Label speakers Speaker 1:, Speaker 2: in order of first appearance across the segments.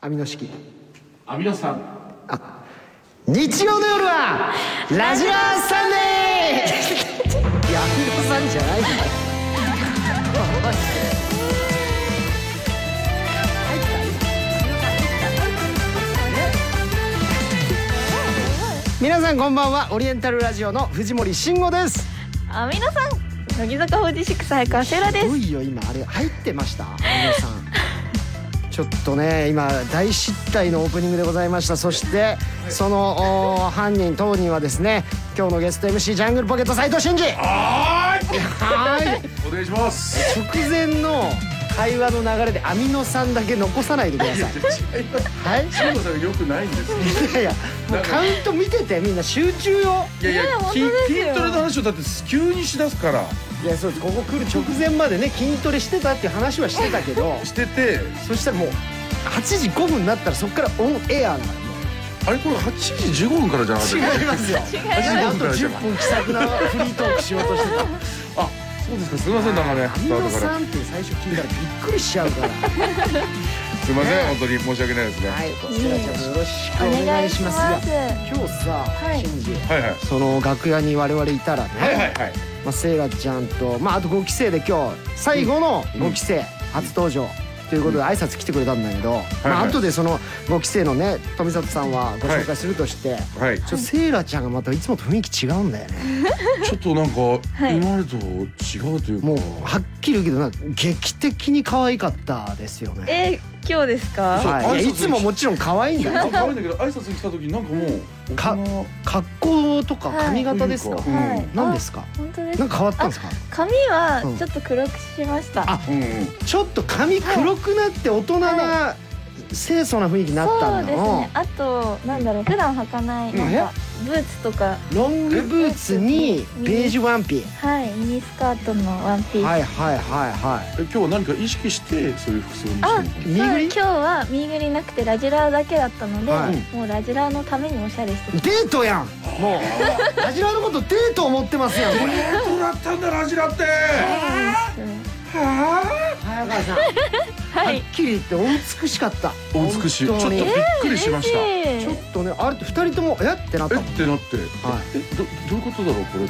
Speaker 1: アミノ式
Speaker 2: アミノ酸
Speaker 1: 日曜の夜はラジラーサンデーいやアミノさんじゃないの皆さんこんばんはオリエンタルラジオの藤森慎吾です
Speaker 3: あ、皆さん、乃木坂46早川せいらですす
Speaker 1: ご。いよ今あれ入ってました皆さんちょっとね今大失態のオープニングでございましたそしてそのおー犯人当人はですね今日のゲスト MC ジャングルポケット斉藤真二
Speaker 2: はーい
Speaker 1: はーい
Speaker 2: お願いします
Speaker 1: 直前の会話の流れでアミノ酸だけ残さないでくださいはい
Speaker 2: 慎吾さんよくないんですよ
Speaker 1: いやいやもうカウント見ててみんな集中を
Speaker 2: いやいや
Speaker 3: ねえ
Speaker 2: 筋
Speaker 3: 本当です
Speaker 2: 筋
Speaker 3: よ
Speaker 2: トレの話をだって急にしだすから
Speaker 1: いやそうですここ来る直前までね筋トレしてたっていう話はしてたけど
Speaker 2: してて
Speaker 1: そしたらもう8時5分になったらそこからオンエアなの
Speaker 2: あれこれ8時15分からじゃなかったっけ
Speaker 1: 違いますよ。あと10分気さくなフリートークしようとしてた。
Speaker 2: あそうですかすいませんなんかね
Speaker 1: アミノ酸って最初聞いたらびっくりしちゃうから。は
Speaker 2: すいません本当に申し訳ないですね
Speaker 1: い。スラちゃんもよろしくお願いしますが。今日さ、
Speaker 3: はい
Speaker 1: シンジ、
Speaker 2: はいはい
Speaker 1: その楽屋に我々いたら
Speaker 2: はいは
Speaker 1: ね、
Speaker 2: いはい
Speaker 1: まあセイラちゃんとまああと5期生で今日最後の5期生初登場。ということで挨拶来てくれたんだけど、まあ
Speaker 2: はい
Speaker 1: 後でその5期生のね富里さんはご紹介するとして、
Speaker 2: はい
Speaker 1: ちょっとセイラちゃんがまたいつもと雰囲気違うんだよね
Speaker 2: ちょっとなんか
Speaker 3: い
Speaker 2: 今までと違うというか
Speaker 1: もうはっきり言うけどなんか劇的に可愛かったですよね。
Speaker 3: え、今日ですか。
Speaker 1: はい、いや
Speaker 2: 挨拶
Speaker 1: いつももちろん可愛いんだよ。
Speaker 2: なんかあるんだけど挨拶に来た時なんかもう
Speaker 1: か
Speaker 2: 大人
Speaker 1: 格好とか髪型ですか。
Speaker 2: は
Speaker 1: う
Speaker 2: い
Speaker 1: ん
Speaker 3: は
Speaker 2: う
Speaker 3: い
Speaker 2: ん。
Speaker 1: 何で
Speaker 3: か。
Speaker 1: すか。
Speaker 3: 本当です
Speaker 1: なん。か変わったんですか。
Speaker 3: 髪
Speaker 1: う
Speaker 3: は
Speaker 1: ん
Speaker 3: ちょっと黒くしました。
Speaker 1: あ
Speaker 2: うんうん
Speaker 1: ちょっと髪黒くなって大人な清楚な雰囲気になった
Speaker 3: そ
Speaker 1: んだ
Speaker 3: うで
Speaker 1: よ
Speaker 3: すね。。あと、なんだろう、普段履かない、なんか、ブーツとか。
Speaker 1: ロングブーツにベージュワンピ。
Speaker 3: はい、ミニスカートのワンピース。
Speaker 1: はいはいはいは
Speaker 2: え今日は何か意識してそういう服装にしてるの
Speaker 1: い。
Speaker 3: そう
Speaker 1: 身ぐり
Speaker 3: 今日はミーグリなくてラジラーだけだったので、
Speaker 1: はい
Speaker 3: もうラジラーのためにおしゃれしてき
Speaker 1: デートやん。もうラジラのことデート思ってますやん。これ
Speaker 2: えーどうだったんだラジラって
Speaker 3: たんですよ
Speaker 1: 早川さん。
Speaker 3: は
Speaker 1: はいっきり言ってお美しかった。
Speaker 2: お美しいちょっ
Speaker 1: 本
Speaker 2: と
Speaker 1: 当
Speaker 2: びっ
Speaker 1: に
Speaker 2: くりしましたえ
Speaker 3: 嬉し
Speaker 1: ち
Speaker 3: い
Speaker 1: ょっとねあれって二人ともえってなったもん
Speaker 2: ってなって
Speaker 1: は
Speaker 2: えどどういうことだろうこれっ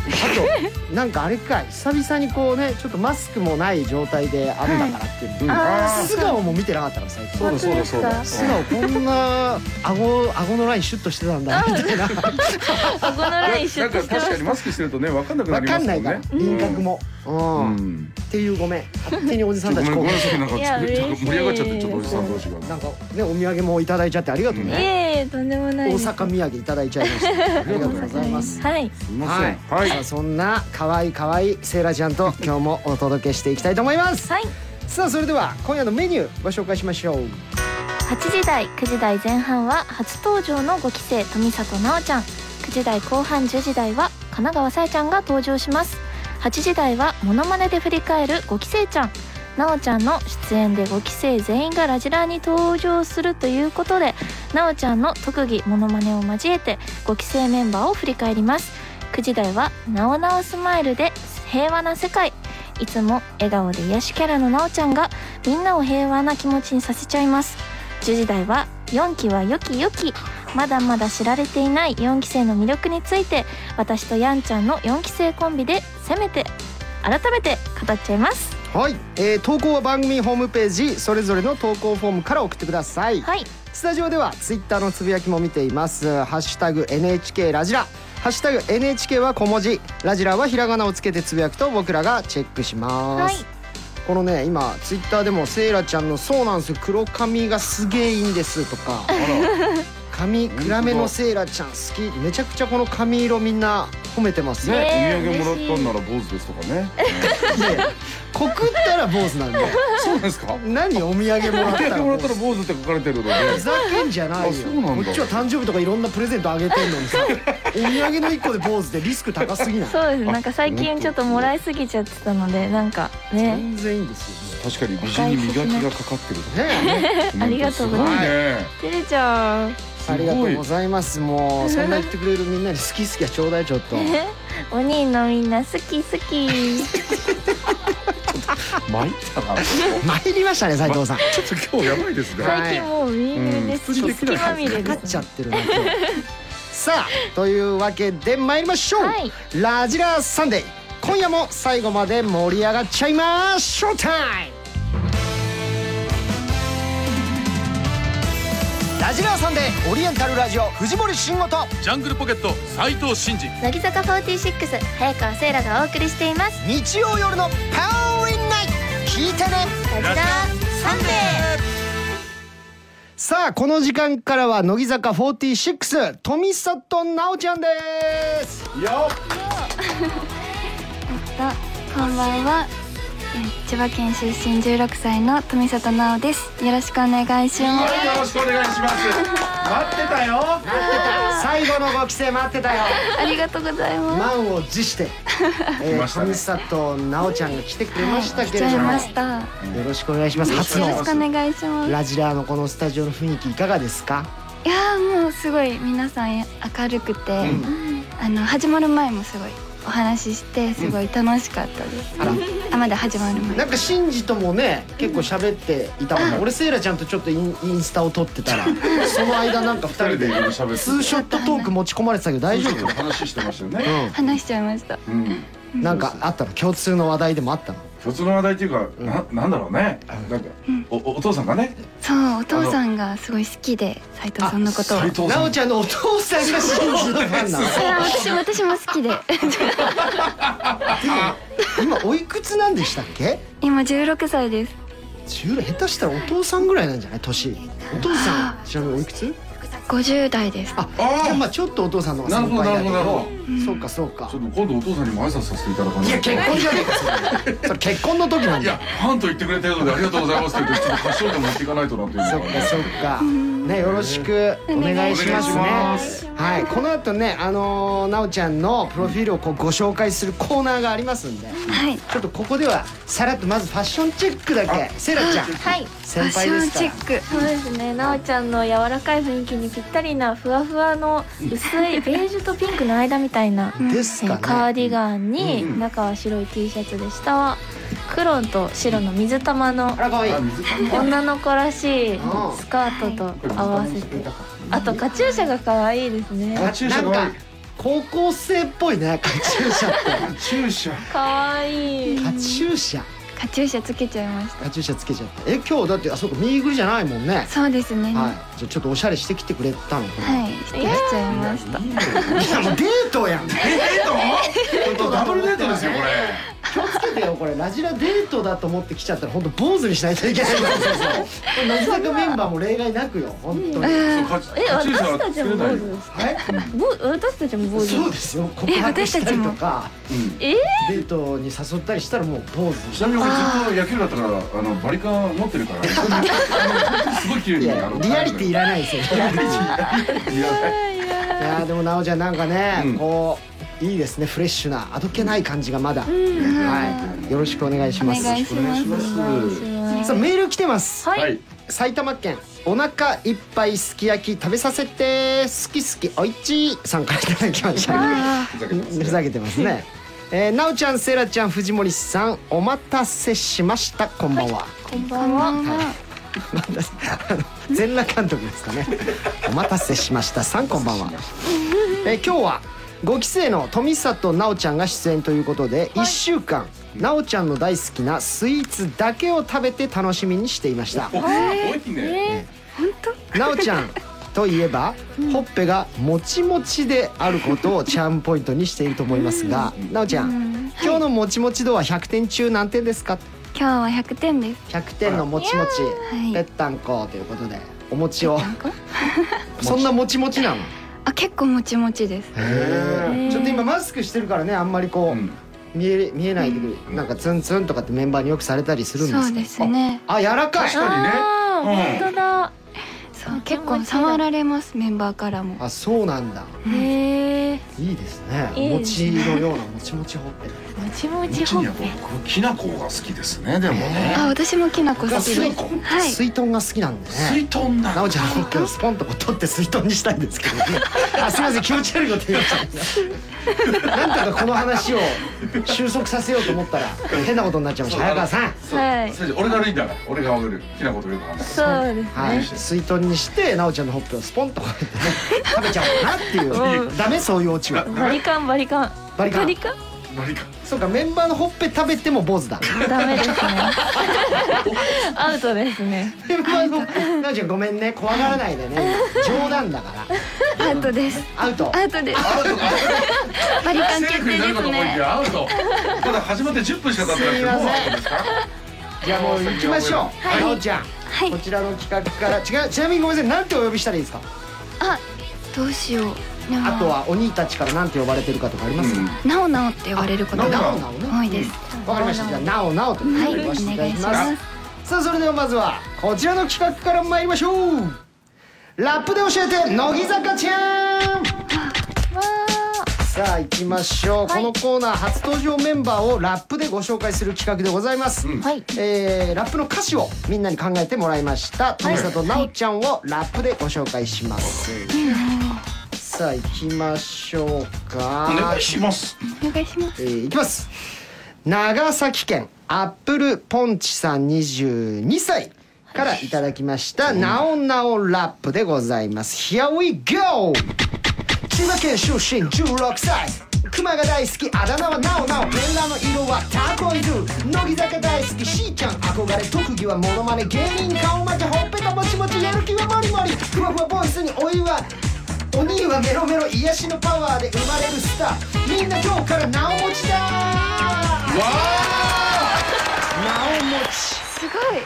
Speaker 2: て
Speaker 1: いなんかあれかい久々にこうねちょっとマスクもない状態であったからっていうのも、
Speaker 2: うん
Speaker 3: あー
Speaker 1: 素顔も見てなかったから最近
Speaker 2: そうだそうだそうだ
Speaker 3: 本当です
Speaker 1: 素顔こんな顎顎のラインシュッとしてたんだみたいな
Speaker 3: そこのラインシュ
Speaker 2: なん
Speaker 3: ッ
Speaker 2: か
Speaker 3: としてま
Speaker 2: 確かに
Speaker 3: し
Speaker 2: マスクしてるとね分かんなくな
Speaker 1: 分
Speaker 2: り
Speaker 1: か
Speaker 2: ます
Speaker 1: ん
Speaker 2: も
Speaker 1: ない
Speaker 2: ん
Speaker 1: から
Speaker 2: ね
Speaker 1: 輪郭も、
Speaker 2: う
Speaker 1: うん
Speaker 2: ん
Speaker 1: っていうごめん勝手におじ
Speaker 2: ち
Speaker 1: さ
Speaker 2: ょ
Speaker 1: ん
Speaker 2: っと
Speaker 1: た
Speaker 2: ご
Speaker 1: ち
Speaker 2: めん
Speaker 1: こ
Speaker 2: ご
Speaker 1: う
Speaker 2: めんなさいなんか
Speaker 3: い
Speaker 2: ちょ
Speaker 3: や
Speaker 2: っと
Speaker 3: 嬉しい
Speaker 2: 盛り上がっちゃってちょっとおじさん同士が
Speaker 1: なんかねお土産もいただいちゃってありがとう
Speaker 3: たい
Speaker 1: ね、
Speaker 3: えいえとんでもない
Speaker 1: 大
Speaker 3: です
Speaker 1: 阪土産いただいちゃいましたありがとうございます
Speaker 3: はい
Speaker 2: すい
Speaker 1: は
Speaker 2: ま
Speaker 1: い、
Speaker 2: せんはい
Speaker 1: さあそんな可愛い可愛いセイラちゃんと今日もお届けしていきたいと思います
Speaker 3: はい
Speaker 1: さあそれでは今夜のメニューご紹介しましょう
Speaker 3: 8時台9時台前半は初登場の5期生富里奈緒ちゃん9時台後半10時台は神奈川さやちゃんが登場します8時台はモノマネで振り返る5期生ちゃん奈緒ちゃんの出演で5期生全員がラジラーに登場するということで奈緒ちゃんの特技モノマネを交えて5期生メンバーを振り返ります9時台は「なおなおスマイル」で平和な世界いつも笑顔で癒しキャラのなおちゃんがみんなを平和な気持ちにさせちゃいます10時台は「4期はよきよき」まだまだ知られていない4期生の魅力について私とやんちゃんの4期生コンビでせめて改めて語っちゃいます
Speaker 1: はい、えー投稿は番組ホームページそれぞれの投稿フォームから送ってください、
Speaker 3: はい
Speaker 1: スタジオではツイッターのつぶやきも見ています「ハッシュタグ #NHK ラジラ」「ハッシュタグ #NHK は小文字」「ラジラ」はひらがなをつけてつぶやくと僕らがチェックします、
Speaker 3: はい
Speaker 1: このね今ツイッターでもセイラちゃんの「そうなんですよ黒髪がすげえいいんです」とか
Speaker 2: あら
Speaker 1: 髪暗めのセイラちゃん好きめちゃくちゃこの髪色みんな褒めてますね
Speaker 3: え
Speaker 2: ね
Speaker 3: ー
Speaker 2: お土産もらったんなら坊主ですとかね
Speaker 1: で告ったら坊主なんで
Speaker 2: そうなんですか
Speaker 1: 何お土産もら
Speaker 2: お
Speaker 1: っ
Speaker 2: 土
Speaker 1: た
Speaker 2: 産
Speaker 1: ら
Speaker 2: も
Speaker 1: 坊
Speaker 2: らった
Speaker 1: 主
Speaker 2: ら坊主って書かれてるので
Speaker 1: ふざけんじゃない
Speaker 2: あ
Speaker 1: よ
Speaker 2: そうなんだ
Speaker 1: こっちは誕生日とかいろんなプレゼントあげてんのにさお土産の1個で坊主でリスク高すぎない
Speaker 3: そうですなんか最近ちょっともらいすぎちゃってたのでなんかね
Speaker 1: 全然いいんですよ
Speaker 2: 確かに美人に磨きがかかってるとか
Speaker 1: ね
Speaker 2: コメント
Speaker 3: ありがとうございま
Speaker 2: すご
Speaker 3: す
Speaker 2: いね
Speaker 3: 照れちゃ う
Speaker 2: す
Speaker 1: あ
Speaker 2: ご
Speaker 1: りがとう
Speaker 2: い
Speaker 1: ございますもうそんな言ってくれるみんなに好き好きはちょうだいちょっと
Speaker 3: お兄のみんな好き好き
Speaker 2: 参ったな。
Speaker 1: 参りましたね斉藤さん
Speaker 2: ちょっと今日やばいですね。
Speaker 1: はい
Speaker 4: 最近もうみんなで
Speaker 2: う
Speaker 4: す、
Speaker 2: ん
Speaker 4: 隙まみれ
Speaker 1: かか
Speaker 4: で
Speaker 1: っ
Speaker 4: す
Speaker 1: ちゃってるな今日さあというわけで参りましょう、
Speaker 4: はい
Speaker 1: ラジラーサンデー今夜も最後まで盛り上がっちゃいまーショータイムラジラーサンデーオリエンタルラジオ藤森慎吾と
Speaker 5: ジャングルポケット斉藤真二
Speaker 4: 乃木坂46早川せいらがお送りしています
Speaker 1: 日曜夜のパワーリンナイト聞いてね
Speaker 4: ラジラーサンデ
Speaker 1: さあこの時間からは乃木坂46富里奈緒ちゃん です
Speaker 2: よ
Speaker 6: こんばんは。えー千葉県出身16歳の富里奈緒です。よろしくお願いしま
Speaker 2: はい、よろしくお願いします。待ってたよ。
Speaker 1: 最後のご帰省待ってたよ
Speaker 6: す。ありがとうございます。
Speaker 1: 満を持して、え
Speaker 2: 来
Speaker 1: ー
Speaker 2: ました
Speaker 1: 富
Speaker 2: ね
Speaker 1: 里奈緒ちゃんが来てくれました
Speaker 6: 来
Speaker 1: け
Speaker 6: ちゃ
Speaker 1: れ
Speaker 6: い
Speaker 1: ども、
Speaker 6: ま
Speaker 1: よ
Speaker 6: した。よ
Speaker 1: ろしくお願いします初
Speaker 6: ろ
Speaker 1: の
Speaker 6: しくお願いします。
Speaker 1: ラジラーのこのスタジオの雰囲気いかがですか
Speaker 6: いやーもうすごい皆さん明るくて、あの始まる前もすごいお話ししてすごい楽しかったです。
Speaker 1: あら
Speaker 6: あまだ始まる前。
Speaker 1: なんかシンジともね結構喋っていたもんね俺セイラちゃんとちょっとインインスタを撮ってたらその間なんか2
Speaker 2: 二人
Speaker 1: 人
Speaker 2: でいろい
Speaker 1: で
Speaker 2: ろ喋って。
Speaker 1: ツーショットトーク持ち込まれてたけど大丈夫、
Speaker 2: 話してましたよ
Speaker 1: う
Speaker 2: ね。
Speaker 1: ん
Speaker 6: 話しちゃいました。
Speaker 2: うん。
Speaker 1: なんかあったの共通の話題でもあったの
Speaker 2: 共通の話題っていうか、ななんだろうね。なんか、おおお父さんがね。
Speaker 6: そうお父さんがすごい好きで斉藤さんのことを。
Speaker 2: 斉藤さ
Speaker 1: 奈緒
Speaker 2: ん。
Speaker 1: ちゃんのお父さんがシンジのファンなの
Speaker 6: あ私も私も好きで
Speaker 1: 今おいくつなんでしたっけ
Speaker 6: 今16歳です
Speaker 1: 10下手したらお父さんぐらいなんじゃない年お父さんちなみにおいくつ
Speaker 6: 50代です
Speaker 1: あじゃあまあちょっとお父さんの方が先輩だけど
Speaker 2: なるほどなる
Speaker 1: そうかそうか
Speaker 2: ちょっと今度お父さんにも挨拶させていただかない
Speaker 1: い
Speaker 2: と
Speaker 1: や結婚じゃねえかそれそれ結婚の時なん
Speaker 2: い
Speaker 1: だ
Speaker 2: や
Speaker 1: よ
Speaker 2: ファンと言ってくれたようでありがとうございますって言ってちょっと歌唱でも持っていかないとなっていうの
Speaker 1: そ
Speaker 2: が
Speaker 1: っかそっかねよろしくお願いします
Speaker 2: お願い
Speaker 1: ねはいこの後ねあのーなおちゃんのプロフィールをこうご紹介するコーナーがありますんで
Speaker 6: はい
Speaker 1: ちょっとここではさらっとまずファッションチェックだけセイラちゃん
Speaker 4: ーはい
Speaker 1: 先輩ですから
Speaker 6: ファッションチェック
Speaker 4: そうですね、なおちゃんの柔らかい雰囲気にぴったりなふわふわの薄いベージュとピンクの間みたいな、
Speaker 1: です
Speaker 4: え
Speaker 1: か
Speaker 4: ー
Speaker 1: ね
Speaker 4: カーディガンに中は白い T シャツで下は黒と白の水玉の
Speaker 1: あらかわいい
Speaker 2: あ水か
Speaker 4: 女の子らしい
Speaker 1: うん
Speaker 4: スカートと合わせて
Speaker 1: な
Speaker 4: あとカチューシャが可愛いですね
Speaker 2: カチューシャ
Speaker 1: ん
Speaker 2: が可
Speaker 1: か
Speaker 2: 愛い
Speaker 1: 高校生っぽいねカチューシャって
Speaker 2: 注射
Speaker 4: 可愛い
Speaker 1: カチューシャ
Speaker 6: カチューシャつけちゃいました
Speaker 1: カチューシャつけちゃったえ今日だってあそうかミーグルじゃないもんね
Speaker 6: そうですねは
Speaker 1: はいじゃあちょっとおしゃれしてきてくれたの
Speaker 6: い、
Speaker 1: かな
Speaker 6: してきちゃいました
Speaker 1: いやもうデートやん
Speaker 2: えデート本当ダブルデートですよこれ
Speaker 1: 気をつけてよこれラジラデートだと思って来ちゃったら本当坊主にしないといけないん だよこれ乃木坂メンバーも例外なくよ本当に
Speaker 2: そうカチ
Speaker 4: え
Speaker 2: カチューシャ
Speaker 4: 私
Speaker 2: は
Speaker 4: た
Speaker 2: つけ
Speaker 4: ち
Speaker 2: れ
Speaker 4: も坊
Speaker 2: ない
Speaker 4: 主
Speaker 2: よ
Speaker 4: です
Speaker 1: はい
Speaker 4: ぼ私たちも坊主
Speaker 1: そうですよ告白したりとか
Speaker 2: うん
Speaker 1: デートに誘ったりしたらもう坊主に
Speaker 2: ちなみに俺ずっと野球部だったからあのバリカン持ってるからすごい綺麗
Speaker 1: い
Speaker 2: にあ
Speaker 1: や
Speaker 2: の
Speaker 1: リアリティいらないですよリアリティ
Speaker 2: いらない
Speaker 1: いやーでもなおちゃんなんかね、
Speaker 2: うん
Speaker 1: こういいですねフレッシュなあどけない感じがまだ、はいよろしくお願いします
Speaker 6: お願いします
Speaker 2: お願いしま
Speaker 1: さあメール来てます、
Speaker 2: すはい
Speaker 1: 埼玉県お腹いっぱいすき焼き食べさせて好き好きおいちーさんからいただきました
Speaker 2: ふざけてます
Speaker 1: ふざけてますねえー、なおちゃんせいらちゃん藤森さんお待たせしましたこんばんは、
Speaker 4: こんばんは
Speaker 1: まだあの 全裸監督ですかねお待たせしましたさんこんばん はえー今日は5期生の富里奈緒ちゃんが出演ということで、1週間奈緒ちゃんの大好きなスイーツだけを食べて楽しみにしていま した
Speaker 2: お大きいね
Speaker 1: 奈緒ちゃんといえば、ほっぺがもちもちであることをチャームポイントにしていると思いますが奈緒ちゃん、今日のもちもち度は100点中何点ですか
Speaker 6: 今日は100点です
Speaker 1: 100点のもちもち
Speaker 6: はい
Speaker 1: ぺったんこということでお餅を そんなもちもちなの
Speaker 6: あ結構もちもちです
Speaker 1: へえちょっと今マスクしてるからねあんまりこう、
Speaker 2: うん
Speaker 1: 見え見えないけど、なんかツンツンとかってメンバーによくされたりするんですか
Speaker 6: そうですね
Speaker 1: あ柔らかい
Speaker 2: 確かにね
Speaker 4: あー
Speaker 2: うん
Speaker 4: 本当だ
Speaker 6: そう結構触られますメンバーからも
Speaker 1: あそうなんだ
Speaker 4: へえー、
Speaker 1: いいですね
Speaker 4: いい
Speaker 1: お
Speaker 4: です
Speaker 1: 餅のようなもちもちほっぺ
Speaker 4: もちもち
Speaker 2: うち
Speaker 4: ほっ
Speaker 2: には
Speaker 4: ぺ
Speaker 2: 僕きな粉が好きですねでもね
Speaker 6: あ、私もきなこ好きです。
Speaker 2: きなこ
Speaker 6: はい。
Speaker 1: 水遁が好きなんでね
Speaker 2: 水豚な
Speaker 1: なお
Speaker 2: の
Speaker 1: ちゃん今日スポンとこう取って水遁にしたいんですけどねあすいません気持ち悪いこと言いましたなんとかこの話を収束させようと思ったら変なことになっちゃいました早川さん
Speaker 2: そう
Speaker 4: はい
Speaker 2: それじゃ俺が悪いんだから俺が悪いきな粉とよくわかんない
Speaker 4: そうですね、
Speaker 1: はい、水遁にしてなおちゃんのほっぺをスポンとこうやってね食べちゃおうかなっていう、
Speaker 4: う
Speaker 1: ダメそういうオチは
Speaker 4: バリカンバリカン
Speaker 1: バリカン
Speaker 4: カン
Speaker 2: バリカン
Speaker 1: そうかメンバーのほっぺ食べても坊主だ
Speaker 4: ダメです ねアウトですね
Speaker 1: メンバーのなおちゃんごめんね怖がらないでね冗談だから
Speaker 6: アウトです。
Speaker 1: アウト
Speaker 6: アウトです。
Speaker 2: アウトか
Speaker 6: バリカン
Speaker 2: セー
Speaker 6: 決
Speaker 2: フ
Speaker 6: 定
Speaker 2: にな
Speaker 6: で
Speaker 2: るかと
Speaker 6: す
Speaker 2: 思いき
Speaker 6: ね。
Speaker 2: やアウトまだ始まって10分しか経ってないけどもうアウトですか
Speaker 1: じゃあもう行きましょうなおちゃん
Speaker 6: はい
Speaker 1: こ。ちらの企画から違うちなみにごめんなさいなんてお呼びしたらいいですか
Speaker 6: あ、どうしよう。でも
Speaker 1: あと。はお兄たちからなんて呼ばれてるかとかあります
Speaker 2: うん
Speaker 6: なおなおって言われること
Speaker 2: あ
Speaker 6: が
Speaker 1: なおなおね
Speaker 6: 多いです。
Speaker 1: わかりましたじゃあなおなおと呼
Speaker 6: はい、
Speaker 1: ばせていただ
Speaker 6: お願い
Speaker 1: き
Speaker 6: し
Speaker 1: ま
Speaker 6: ますす。
Speaker 1: さあそれではまずはこちらの企画から参りましょうラップで教えて乃木坂ちゃん
Speaker 4: わ
Speaker 1: さあ行きましょう、このコーナー初登場メンバーをラップでご紹介する企画でございます、
Speaker 4: ーはい
Speaker 1: えーラップの歌詞をみんなに考えてもらいました富里奈緒ちゃんをラップでご紹介します、さあ行きましょうか
Speaker 2: お願いします
Speaker 6: お願いします。
Speaker 1: えーいきます長崎県アップルポンチさん22歳からいただきました「なおなおラップ」でございます Here we go 千葉県出身16歳熊が大好きあだ名はなおなおペンラの色はタコイズ乃木坂大好きしーちゃん憧れ特技はモノマネ芸人顔負けほっぺたもちもちやる気はモリモリふわふわボイスにお湯はお兄はメロメロ癒しのパワーで生まれるスターみんな今日からなお持ちだ
Speaker 2: わあ
Speaker 1: なお持ち
Speaker 6: すごい。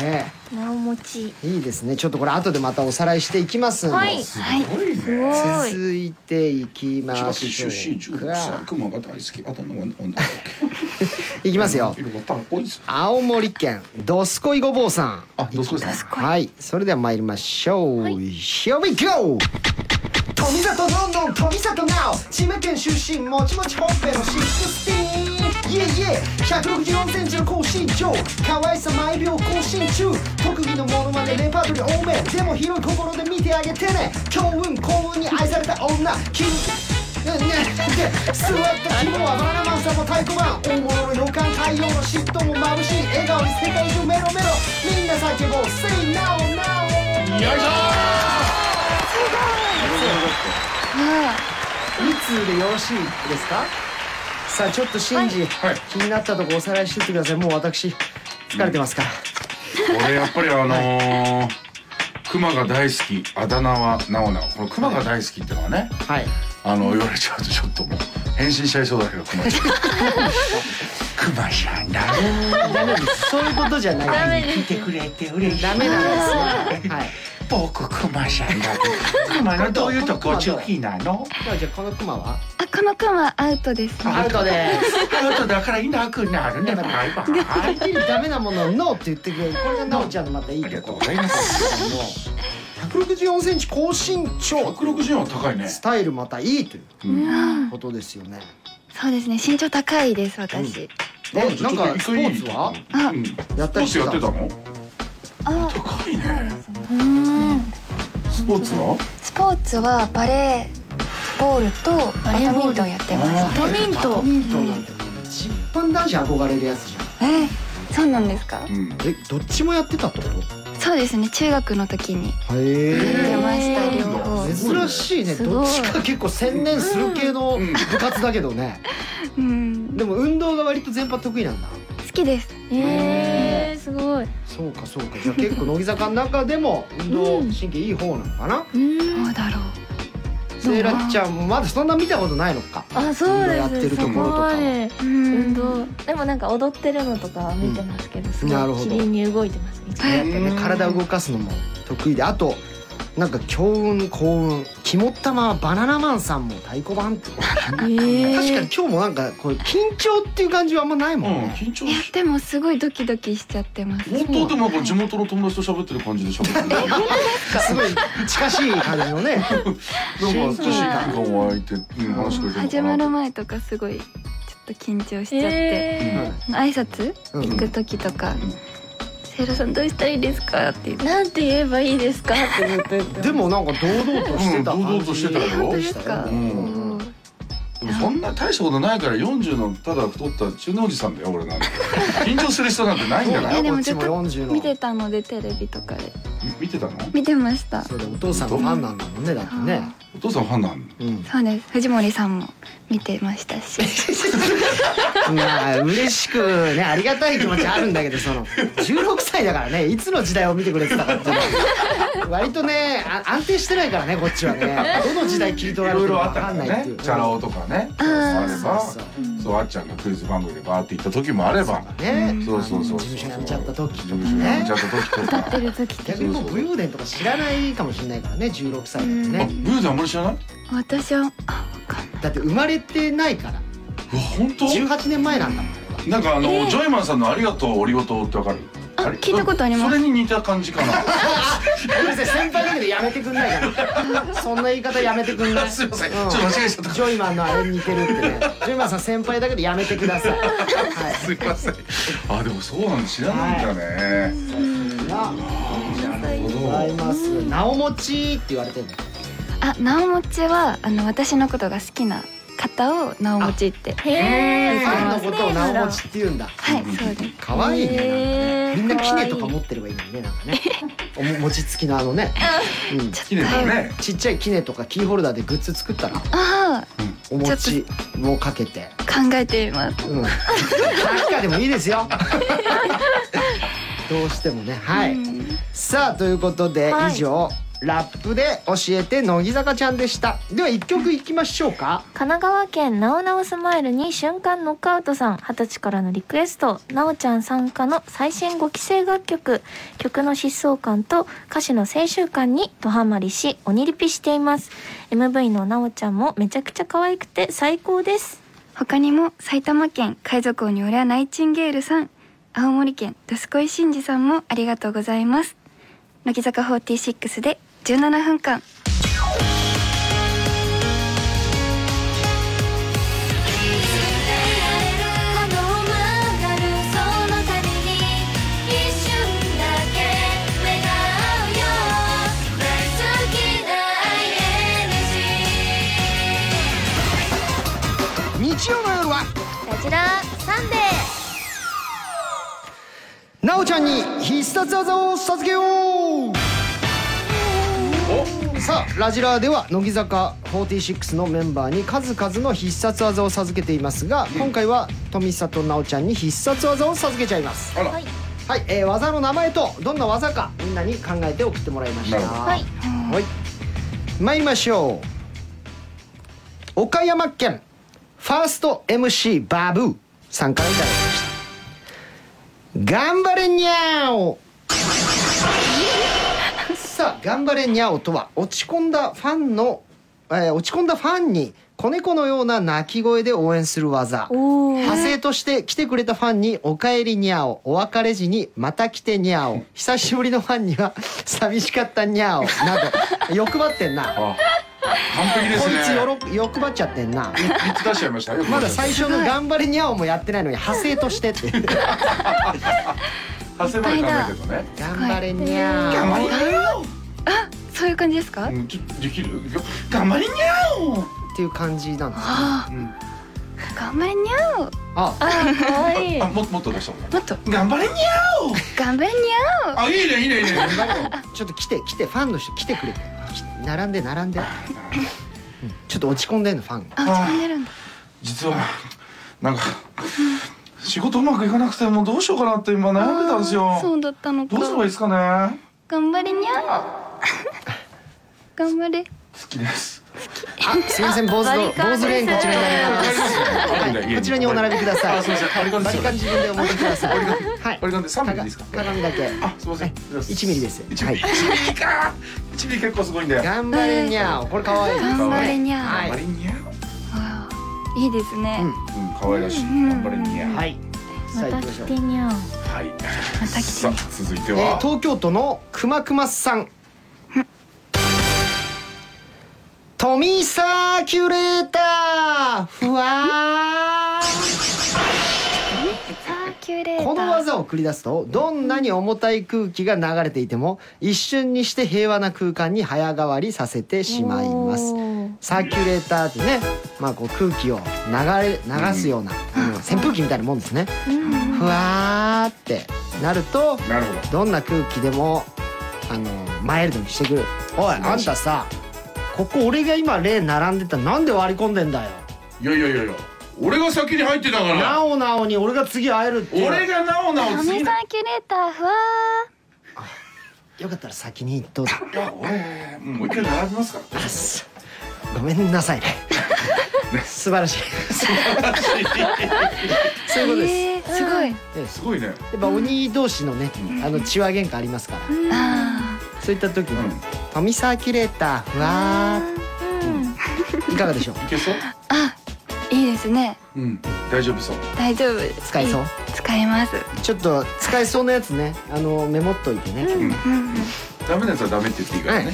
Speaker 1: ね
Speaker 4: なおもち
Speaker 1: えいいですねちょっとこれ後でまたおさらいしていきますんで、
Speaker 4: は
Speaker 6: は
Speaker 4: い
Speaker 6: い。
Speaker 2: すごいね
Speaker 4: おい
Speaker 1: 続いていきま
Speaker 2: 千葉県
Speaker 1: しょ
Speaker 2: 出身中
Speaker 1: う
Speaker 2: 国
Speaker 1: か
Speaker 2: 歳熊が大好きあとの女だっ
Speaker 1: いきますよ
Speaker 2: け色が多分多いです
Speaker 1: 青森県どすこいごぼうさん
Speaker 2: あどうですか
Speaker 1: はい、それでは参りましょう。Here we go! 富里どんどん富里なお千葉県出身もちもちほっぺのシックスティーンイエイエイ164センチの高身長可愛さ毎秒更新中特技のモノマネレパートリー多めでも広い心で見てあげてね強運幸運に愛された女君ねねで座った肝はバナナマンさんも太鼓判大物の予感太陽の嫉妬も眩しい笑顔に世界中メロメロみんな叫ぼう Say now now
Speaker 2: よいし
Speaker 6: わ
Speaker 1: 2通でよろしいですかさあちょっとシンジ、
Speaker 2: はい
Speaker 1: 気になったとこおさらいしてってくださいもう私疲れてますから、
Speaker 2: ょこれやっぱりあのー熊が大好きあだ名はなおなおこの熊が大好きってのはね
Speaker 1: はい
Speaker 2: あの言われちゃうとちょっともう変身しちゃいそうだけど熊ちゃん熊ちゃんだね
Speaker 1: ダメですそういうことじゃ
Speaker 4: ダ
Speaker 1: ない
Speaker 4: メです
Speaker 2: てくれて嬉しい
Speaker 1: ダメなんですよはい
Speaker 2: 僕熊ちゃんだ熊のどういうとこ上品なの
Speaker 1: ではじゃあこのクマは
Speaker 6: あ、このくんはアウトです。
Speaker 1: アウトです
Speaker 2: あなただからいなくなるねバイバイ
Speaker 1: はっきりダメなものをノーって言ってくれるこれがなおちゃんのまたいい
Speaker 2: あり
Speaker 1: と
Speaker 2: がとう
Speaker 1: こ
Speaker 2: ございます
Speaker 1: 164センチ高身長
Speaker 2: 160は高いね
Speaker 1: スタイルまたいいという
Speaker 6: うん。
Speaker 1: ことですよね
Speaker 6: そうですね。身長高いです私。
Speaker 1: ねなんかスポーツは
Speaker 6: あ
Speaker 2: うん
Speaker 1: や
Speaker 2: ス
Speaker 1: った
Speaker 2: ポ
Speaker 1: り
Speaker 2: ー
Speaker 1: して
Speaker 2: ツや
Speaker 1: た
Speaker 2: ってたの
Speaker 6: あ、
Speaker 2: 高いね
Speaker 6: うん。
Speaker 2: スポーツは
Speaker 6: スポーツはバレーボールとバレーボールをやってます。
Speaker 4: バドミントン
Speaker 1: ミントンなんて一般男子憧れるやつじゃん
Speaker 6: え、そうなんですか。
Speaker 2: うん
Speaker 1: えどっちもやってたってこ
Speaker 6: そうですね。中学の時に
Speaker 1: と
Speaker 6: やっ
Speaker 1: へ
Speaker 6: てました
Speaker 4: へー
Speaker 6: 両方。
Speaker 1: 珍しいね
Speaker 4: すご
Speaker 1: ど
Speaker 4: い
Speaker 1: っちか結構専念する系の
Speaker 2: うん
Speaker 1: 部活だけどね
Speaker 6: うん。
Speaker 1: でも運動が割と全般得意なんだ
Speaker 6: 好きです。
Speaker 4: えー、すごい
Speaker 1: そうかそうかじゃあ結構乃木坂の中でも運動
Speaker 4: うん
Speaker 1: 神経いい方なのかな
Speaker 6: どうだろう。
Speaker 1: セイラちゃんもまだそんな見たことないのか
Speaker 4: あそ
Speaker 1: 運
Speaker 4: うです
Speaker 1: 動やってるところとか
Speaker 4: そこまで
Speaker 6: 運
Speaker 4: 運動でもなんか踊ってるのとかは見てますけど、す
Speaker 1: なる
Speaker 4: ご
Speaker 1: ほ
Speaker 4: い
Speaker 1: ど
Speaker 4: 機敏に動いてますね
Speaker 6: え
Speaker 1: ね体動かすのも得意であとなんか強運幸運肝っ玉はバナナマンさんも太鼓判って
Speaker 4: え
Speaker 1: 確かに今日もなんかこれ緊張っていう感じはあんまないもん
Speaker 2: うん
Speaker 1: ね、
Speaker 2: 緊張
Speaker 6: いや
Speaker 2: し
Speaker 6: でもすごいドキドキしちゃってます
Speaker 2: 本当でもなんか地元の友達と喋ってる感じで喋ってるなんか
Speaker 1: すごい近しい感じの ね
Speaker 2: 少し距離が湧いて、うん、話しかけてるのかな
Speaker 6: 始まる前とかすごいちょっと緊張しちゃって、
Speaker 4: え
Speaker 6: 挨拶
Speaker 1: うん
Speaker 6: 行く時とか
Speaker 2: ん
Speaker 6: 「セイラさんどうしたらいいですか?」って言っ
Speaker 4: ー
Speaker 6: て
Speaker 4: なんて言えばいいですかってずっと言って
Speaker 1: でもなんか堂々としてた感じ、
Speaker 2: うん堂々としてたよ
Speaker 6: 本当ですか、
Speaker 2: うん
Speaker 1: うん
Speaker 2: でもそんな大したことないから40のただ太った中年おじさんだよ俺なんて緊張する人なんてないんじゃな
Speaker 6: え
Speaker 2: い
Speaker 6: で
Speaker 1: こ
Speaker 6: も
Speaker 1: っちも
Speaker 6: ずっと
Speaker 1: 40の
Speaker 6: 見てたのでテレビとかで
Speaker 2: み見てたの
Speaker 6: 見てました
Speaker 1: そうだお父さんのファンなんだもんねだってね、
Speaker 2: お父さんファンなん
Speaker 1: うん、
Speaker 6: そうです藤森さんも見てましたし
Speaker 1: まあ嬉しくねありがたい気持ちあるんだけどその16歳だからねいつの時代を見てくれてたかっていうの割とねあ安定してないからねこっちはねどの時代切り取
Speaker 2: い
Speaker 1: られ
Speaker 2: ろ
Speaker 1: て
Speaker 2: い
Speaker 1: るか
Speaker 2: ろあ
Speaker 1: わ
Speaker 2: った
Speaker 1: か
Speaker 2: か
Speaker 1: ん
Speaker 2: ら
Speaker 1: ないってい
Speaker 2: ね
Speaker 1: う
Speaker 2: チャラ男とかね
Speaker 6: あー
Speaker 2: あれば
Speaker 1: そうそう
Speaker 2: そうあっちゃんがクイズ番組でバーって行った時もあれば
Speaker 1: ね
Speaker 2: そうそうそう
Speaker 1: 事務所辞めちゃった時
Speaker 2: 事
Speaker 1: とか
Speaker 2: 務所辞め
Speaker 1: ね
Speaker 2: ちゃった時とか
Speaker 4: る時って
Speaker 1: 逆にもう武勇伝とか知らないかもしれないからね16歳だと
Speaker 2: あ
Speaker 1: ね
Speaker 2: ブーであんまり知らない
Speaker 6: 私はあわかんない
Speaker 1: だって生まれてないから
Speaker 2: うわ本当
Speaker 1: 18年前なんだもん
Speaker 2: なんかあの、ジョイマンさんの「ありがとうおりごとう」ってわかる
Speaker 6: あ
Speaker 2: れ
Speaker 6: 聞いたことあります
Speaker 2: それに似た感じ かな
Speaker 1: ごめんなさい先輩だけどやめてくんないかなそんな言い方やめてくんない
Speaker 2: すいませんち
Speaker 1: う
Speaker 2: ょっと間違えちゃった
Speaker 1: ジョイマンのあれに似てるってねジョイマンさん先輩だけどやめてくださいはい
Speaker 2: すいませんあでもそうなんだ知らないんだね、
Speaker 1: な
Speaker 2: なるほ
Speaker 1: ござい
Speaker 2: ど
Speaker 1: ますなおもちって言われてるの
Speaker 6: あなおもちはあの私のことが好きな方をなおもちって
Speaker 4: へえ
Speaker 1: ファンのことをなおもちって言うんだ
Speaker 6: はいそうです
Speaker 1: 可愛いねなんかね
Speaker 4: へー
Speaker 1: みんなキネとか持ってればいいのにねなんかねおも餅つきのあのねうん
Speaker 2: 綺麗だね
Speaker 1: ちっちゃいキネとかキーホルダーでグッズ作ったら
Speaker 6: あ
Speaker 1: お餅をかけて
Speaker 6: あ考えてみます
Speaker 1: うん。秋かでもいいです よ。どうしてもね、はい。さあということで、
Speaker 4: はい
Speaker 1: 以上ラップで教えて乃木坂ちゃんでした。では一曲いきましょうか。
Speaker 4: 神奈川県なおなおスマイルに瞬間ノックアウトさん二十歳からのリクエストなおちゃん参加の最新5期生楽曲曲の疾走感と歌詞の青春感にドハマりし鬼リピしています MV のなおちゃんもめちゃくちゃ可愛くて最高です
Speaker 6: 他にも埼玉県海賊王に俺はナイチンゲールさん青森県どすこいしんじさんもありがとうございます乃木坂46で17分間
Speaker 1: 日曜の夜は
Speaker 4: ラジラサンデー
Speaker 1: なおちゃんに必殺技を授けよう。さあラジラーでは乃木坂46のメンバーに数々の必殺技を授けていますが、今回は富里奈緒ちゃんに必殺技を授けちゃいます。
Speaker 2: あら、
Speaker 4: はい
Speaker 1: はい、えー、技の名前とどんな技かみんなに考えて送ってもらいました
Speaker 2: なるほど
Speaker 4: はい
Speaker 1: はい参りましょう岡山県ファースト MC バブーさんからいただきました頑張れにゃおさあ頑張れにゃおとは落ち込んだファンの、えー落ち込んだファンに子猫のような鳴き声で応援する技
Speaker 4: おー
Speaker 1: 派生として来てくれたファンに「おかえりにゃお」「お別れ時にまた来てにゃお」「久しぶりのファンには 寂しかったにゃお」など欲張ってんなこ
Speaker 2: あ完璧
Speaker 1: い
Speaker 2: ですね
Speaker 1: つよろ欲張っちゃってんな
Speaker 2: 3つ出しちゃいましたよ
Speaker 1: まだ最初の「頑張れにゃお」もやってないのに派生として っていう
Speaker 2: 発生まで考えてるとね
Speaker 1: 頑張れにゃ
Speaker 2: 張りにゃ
Speaker 6: そういう感じですか、
Speaker 2: おうんちょっとできる頑張りにゃお
Speaker 1: おっていう感じなんです
Speaker 6: あ
Speaker 2: うん
Speaker 6: あ頑張れにゃお
Speaker 1: あ
Speaker 4: 可愛い
Speaker 2: あももっと出したもん
Speaker 6: もっと
Speaker 2: 頑張れにゃお
Speaker 6: 頑張れにゃ
Speaker 2: あいいねいいねいいね頑張れ
Speaker 1: ちょっと来て来てファンの人来てくれてき並んで並 んで、うんちょっと落ち込んでんのファンが
Speaker 6: おあ落ち込んでるんだ
Speaker 2: 実はなんか仕事うまくいかなくてもうどうしようかなって今悩んでたんです
Speaker 6: あーそ
Speaker 2: よ
Speaker 6: うだったのか
Speaker 2: どうすればいいですかね
Speaker 6: 頑張れにゃお頑張れ
Speaker 2: 好きです
Speaker 1: あすい ません坊主の
Speaker 4: バリカン
Speaker 1: 坊主レーンこちらになります
Speaker 2: はい
Speaker 1: はい、こちらにお並びください。
Speaker 2: あすいませんバリカンです
Speaker 1: バリカン自分でお持ちください。はい。
Speaker 2: バリカンで三ミリですか
Speaker 1: 鏡だけ。
Speaker 2: あ、すみません。
Speaker 1: 一ミリです
Speaker 2: 一ミリ、
Speaker 1: は
Speaker 2: 一ミリか。一ミリ結構すごいんだよ。
Speaker 1: 頑張れに ゃー。これ可愛い。
Speaker 6: 頑張れにゃ
Speaker 1: は
Speaker 6: ー
Speaker 1: い
Speaker 2: あんまりにゃ。うん、
Speaker 6: わあいいですね、
Speaker 1: うん
Speaker 2: 可愛らしい。頑張れにゃ。。
Speaker 1: はいい。さあ行
Speaker 4: また
Speaker 1: きまし
Speaker 4: 来
Speaker 1: ょう。
Speaker 4: てにゃん
Speaker 2: はい。
Speaker 6: また来て
Speaker 2: さあ、続いて
Speaker 1: え
Speaker 2: は
Speaker 1: ー。東京都のくまくまさん。富サーキュレーターふわー
Speaker 6: サーキュレーター
Speaker 1: この技を繰り出すとどんなに重たい空気が流れていても一瞬にして平和な空間に早変わりさせてしまいます
Speaker 4: おー
Speaker 1: サーキュレーターってね、まあ、こう空気を流れ流すような、あの扇風機みたいなもんですね、ふわーってなると
Speaker 2: なるほど。
Speaker 1: どんな空気でもあのマイルドにしてくるおいあんたさここ俺が今例並んでたらなんで割り込んでんだよ
Speaker 2: いやいやいやいや。俺が先に入ってたから
Speaker 1: な。おなおに俺が次会えるっていう
Speaker 2: 俺がなおなお
Speaker 6: サ
Speaker 2: 次
Speaker 6: メ
Speaker 2: に。い
Speaker 6: サーキュレーターふわ
Speaker 1: よかったら先にどうぞ
Speaker 2: や、俺、もう一回並びますから。
Speaker 1: ごめんなさい ね素晴らしいそういうことです、
Speaker 6: ーすごい、
Speaker 2: すごいね。
Speaker 1: やっぱ鬼同士のね、あの血は喧嘩ありますから、
Speaker 6: あ
Speaker 1: そういった時
Speaker 2: うん
Speaker 1: に、トミサーキュレーターふわーいかがでしょう
Speaker 2: いけそう。
Speaker 6: ーいいですね
Speaker 2: うん。大丈夫そう。
Speaker 6: 大丈夫
Speaker 1: 使えそう
Speaker 6: 使えます
Speaker 1: ちょっと使えそうなやつねあのメモっといてね、
Speaker 2: ダメなやつはダメって言っていいからね。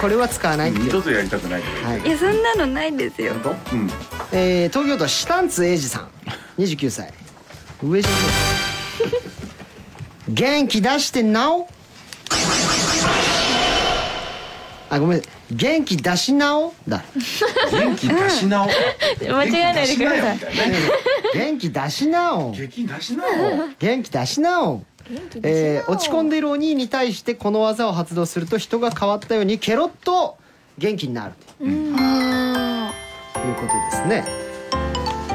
Speaker 1: これは使わな
Speaker 2: う
Speaker 1: いっ
Speaker 2: ん
Speaker 1: て
Speaker 2: 二
Speaker 1: いう、
Speaker 2: 度とやりたくない。
Speaker 1: はい
Speaker 6: いやそんなのないですよ
Speaker 2: 本当？うん。
Speaker 1: えー、東京都下津英二さん29歳上島 元気出してなおあごめん元気出しなお だ
Speaker 2: 元気出しなお。
Speaker 4: 間違えないでください
Speaker 2: 元気出しなよみたいなね。
Speaker 1: 元気出しなお
Speaker 2: 激出しなお。
Speaker 1: 元気出しなお
Speaker 4: 元気出
Speaker 1: え
Speaker 4: し
Speaker 1: ー
Speaker 4: な
Speaker 1: 落ち込んでいる鬼に対してこの技を発動すると人が変わったようにケロッと元気になると
Speaker 6: あ
Speaker 1: いうことですね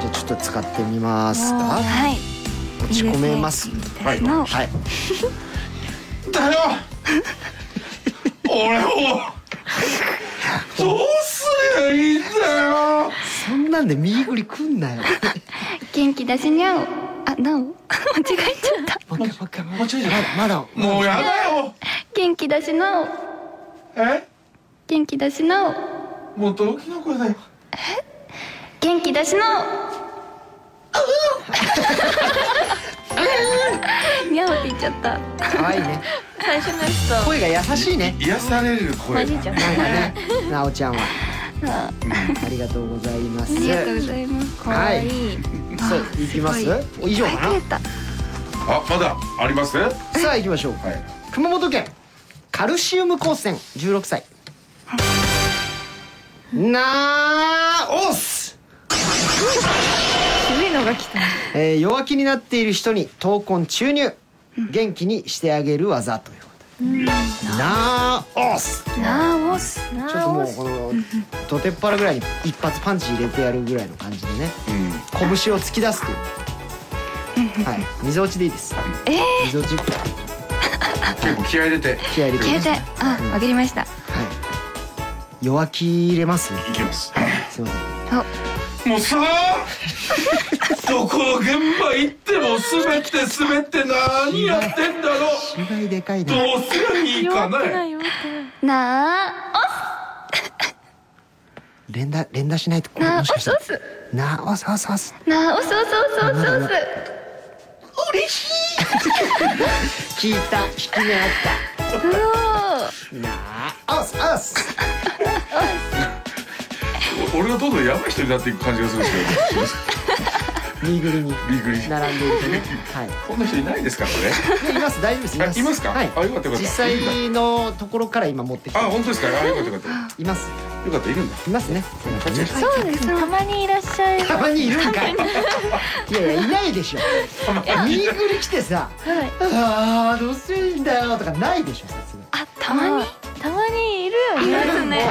Speaker 1: じゃあちょっと使ってみますか
Speaker 6: ーはい
Speaker 1: 落ち込めます
Speaker 6: いいですね元気出しなお
Speaker 1: はい
Speaker 2: だよ俺をどうすりゃいいんだよ
Speaker 1: そんなんで右ぐりくんなよ
Speaker 6: 元気出しにゃおあなお 間違えちゃった
Speaker 1: もう一回もう一回もうちょいじゃないまだ
Speaker 2: もうやだよ
Speaker 6: 元気出しなお
Speaker 2: え
Speaker 6: 元気出しなお
Speaker 2: もう動機の声だよ
Speaker 6: 元気出し なお にゃおって言っちゃった
Speaker 1: 可愛いね
Speaker 4: 最初の人
Speaker 1: 声が優しい ね
Speaker 2: 癒される声だね
Speaker 1: なんかねなおちゃんはありがとうございます
Speaker 6: ありがとうございます
Speaker 4: かわいい
Speaker 1: そう行きます
Speaker 6: す
Speaker 1: 以上
Speaker 6: はい
Speaker 1: か
Speaker 6: く
Speaker 1: な
Speaker 6: れた
Speaker 2: あまだありますは
Speaker 1: さあ行きましょう
Speaker 2: い
Speaker 1: 熊本県カルシウム光線16歳なーおす
Speaker 4: 渋いのが来た
Speaker 1: えー弱気になっている人に闘魂注入元気にしてあげる技ということでなーおす
Speaker 6: なおす
Speaker 1: ちょっともうこのどてっぱらぐらいに一発パンチ入れてやるぐらいの感じでね
Speaker 2: うん
Speaker 1: 拳を突き出すというはい溝落ちでいいです
Speaker 6: えー
Speaker 1: 溝落ち
Speaker 2: 結構気合い入れて
Speaker 1: 気合い入れてくだ
Speaker 6: 携帯
Speaker 1: さい、
Speaker 6: あわかりました
Speaker 1: はい、弱気入れますね
Speaker 2: いきます
Speaker 1: すいませ
Speaker 2: もうさどこの現場行っても滑って滑って何やってんだろうん
Speaker 1: 被害でかい
Speaker 2: ど
Speaker 1: な
Speaker 2: うすりゃいいかね
Speaker 4: よ
Speaker 6: なあ
Speaker 1: 連打連打しないとこれ
Speaker 6: なあ
Speaker 1: も
Speaker 6: お
Speaker 1: し
Speaker 6: すお
Speaker 1: かしたら
Speaker 6: す
Speaker 1: なあおすおすおす
Speaker 6: なあおすおすおすおすおす
Speaker 1: 聞いた聞き目あっ
Speaker 6: うお
Speaker 1: たなあおすおす
Speaker 2: 俺がどんどんヤバい人になっていく感じがするんですけど
Speaker 1: 右ぐりに
Speaker 2: びっく
Speaker 1: 並
Speaker 2: り
Speaker 1: んでいてねはい
Speaker 2: こんな人いないですからね
Speaker 1: いやいます大丈夫ですいます
Speaker 2: あいますか
Speaker 1: はい
Speaker 2: あよかったよかった
Speaker 1: 実際のところから今持ってきて
Speaker 2: あ本当ですかあよかったよかっ
Speaker 1: います
Speaker 2: たよかったいるんだ
Speaker 1: いますね
Speaker 2: 勘違いしてた
Speaker 4: そうですたまにいらっしゃい
Speaker 1: たまにいるんかいいやいやいないでしょ右ぐり来てさ
Speaker 4: はい
Speaker 1: 「あーどうするんだよ」とかないでしょさすがに
Speaker 6: あたまに
Speaker 4: たまにいるよね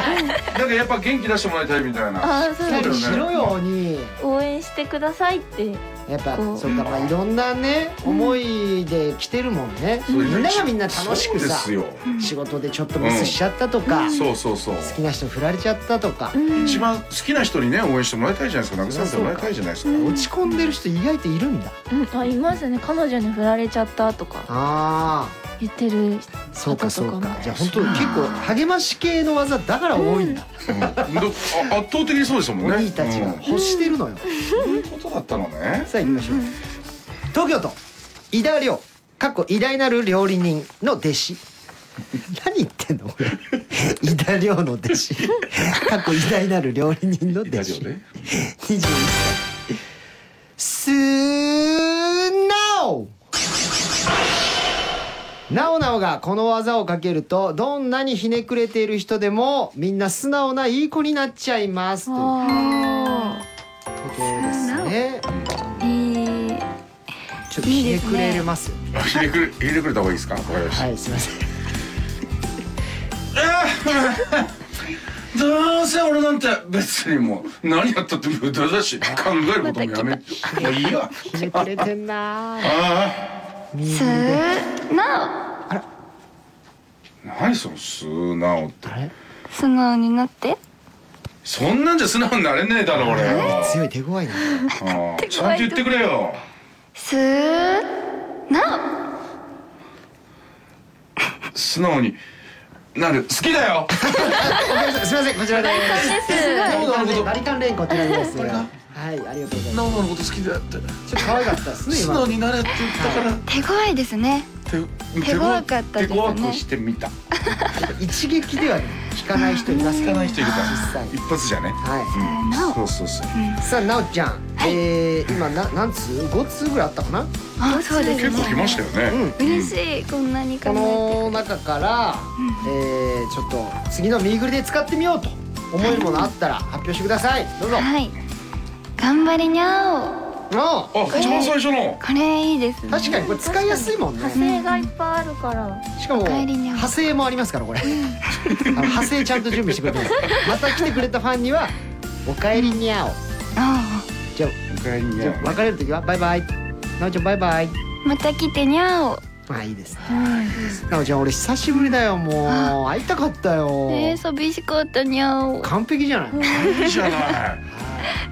Speaker 2: なんかやっぱ元気出してもらいたいみたいな
Speaker 4: あーそう
Speaker 1: しっか
Speaker 4: で
Speaker 1: り
Speaker 4: す
Speaker 1: しろよに
Speaker 4: 応援してくださいって
Speaker 1: えやっぱ
Speaker 6: こう
Speaker 1: そうかまあいろんなね思いで来てるもんね、みんながみんな楽しく
Speaker 2: そう
Speaker 1: さ
Speaker 2: ですよ
Speaker 1: 仕事でちょっとミスしちゃったとか、好
Speaker 2: そうそうそう
Speaker 1: きな人振られちゃったとか、
Speaker 2: 一番好きな人にね応援してもらいたいじゃないですか慰めてもらいたいじゃないですか
Speaker 1: 落ち込んでる人意外といるんだ
Speaker 4: うん、あいますね彼女に振られちゃったとか
Speaker 1: あ
Speaker 4: 言ってる
Speaker 1: あそうかそう
Speaker 4: 方とか
Speaker 1: か
Speaker 4: も
Speaker 1: じゃあ本当結構励まし系の技だから多いんだ、
Speaker 2: うんあ圧倒的にそうですもん
Speaker 1: お
Speaker 2: ね
Speaker 1: 兄たちが
Speaker 2: うん
Speaker 1: 欲してるのよ、
Speaker 2: そういうことだったのね
Speaker 1: さあ行きましょう、東京都井田亮かっこ偉大なる料理人の弟子 何言ってん の俺井田亮の弟子かっこ偉大なる料理人の弟子
Speaker 2: 井田亮ね
Speaker 1: 21歳すーなおなおなおがこの技をかけるとどんなにひねくれている人でもみんな素直ないい子になっちゃいますというこ
Speaker 4: あ
Speaker 1: とですね
Speaker 6: えー、
Speaker 1: ちょっとひねくれますよね
Speaker 2: ひねくれひねくれた方がいいですかわかりました
Speaker 1: はい、すみません。
Speaker 2: どうせ俺なんて別にもう何やったって無駄だし考えることもやめもういいや
Speaker 1: ひねくれてんなー。
Speaker 2: あ
Speaker 6: すーな
Speaker 2: あ何その素直って
Speaker 1: あれ、
Speaker 6: お素直になって
Speaker 2: そんなんじゃ素直になれねえだろ俺よ
Speaker 1: 強い手強いな。
Speaker 2: ああちゃんと言ってくれよ
Speaker 6: すーな
Speaker 2: 素直になる好きだよ
Speaker 1: ごめんなさい、すみません、こちらです。
Speaker 2: どうなるほど
Speaker 1: バリカン連呼こちらです。はい、ありがとうございま
Speaker 2: 直のこと好きだって
Speaker 1: す。ちょっと可愛かったですね、
Speaker 2: 素
Speaker 1: 今
Speaker 2: 直。になれって言ったから
Speaker 6: 手強いですね
Speaker 2: 手
Speaker 6: 手強かったですね
Speaker 2: 手強くしてみた
Speaker 1: 一撃では効かない人いますか。
Speaker 2: 聞からない人いるから
Speaker 1: 実際
Speaker 2: 一発じゃね
Speaker 1: は
Speaker 6: なお
Speaker 2: そうそうそう
Speaker 1: い。さあ、なおちゃん。えー、今な何通？五通ぐらいあったかな？
Speaker 6: あそうです
Speaker 2: 結構来ま
Speaker 6: ね
Speaker 2: したよね
Speaker 6: 嬉しいこんなに
Speaker 1: こ
Speaker 6: 考えて
Speaker 1: の中から、えー、ちょっと次のミーグルで使ってみようと思えるものあったら発表してください。どうぞ。
Speaker 6: はい頑張りにゃ
Speaker 1: おう
Speaker 2: あ一番最初の
Speaker 6: おこれいいですね
Speaker 1: 確かにこれ使いやすいもん
Speaker 4: ー
Speaker 1: ね。
Speaker 4: 派生がいっぱいあるから
Speaker 1: しかも
Speaker 6: お帰りにゃん
Speaker 1: 派生もありますからこれ あの派生ちゃんと準備してくれてますまた来てくれたファンには「おかえりにゃお
Speaker 6: あ」
Speaker 1: じゃあ
Speaker 2: おかえりに
Speaker 1: じゃあ別れる時は「バイバイ」「なおちゃんバイバイ
Speaker 6: あまた来てにゃお」
Speaker 1: まあいいですねなおちゃん俺久しぶりだよもう会いたかったよ
Speaker 6: えー、寂しかったにゃお
Speaker 1: 完璧じゃない
Speaker 2: いいじゃない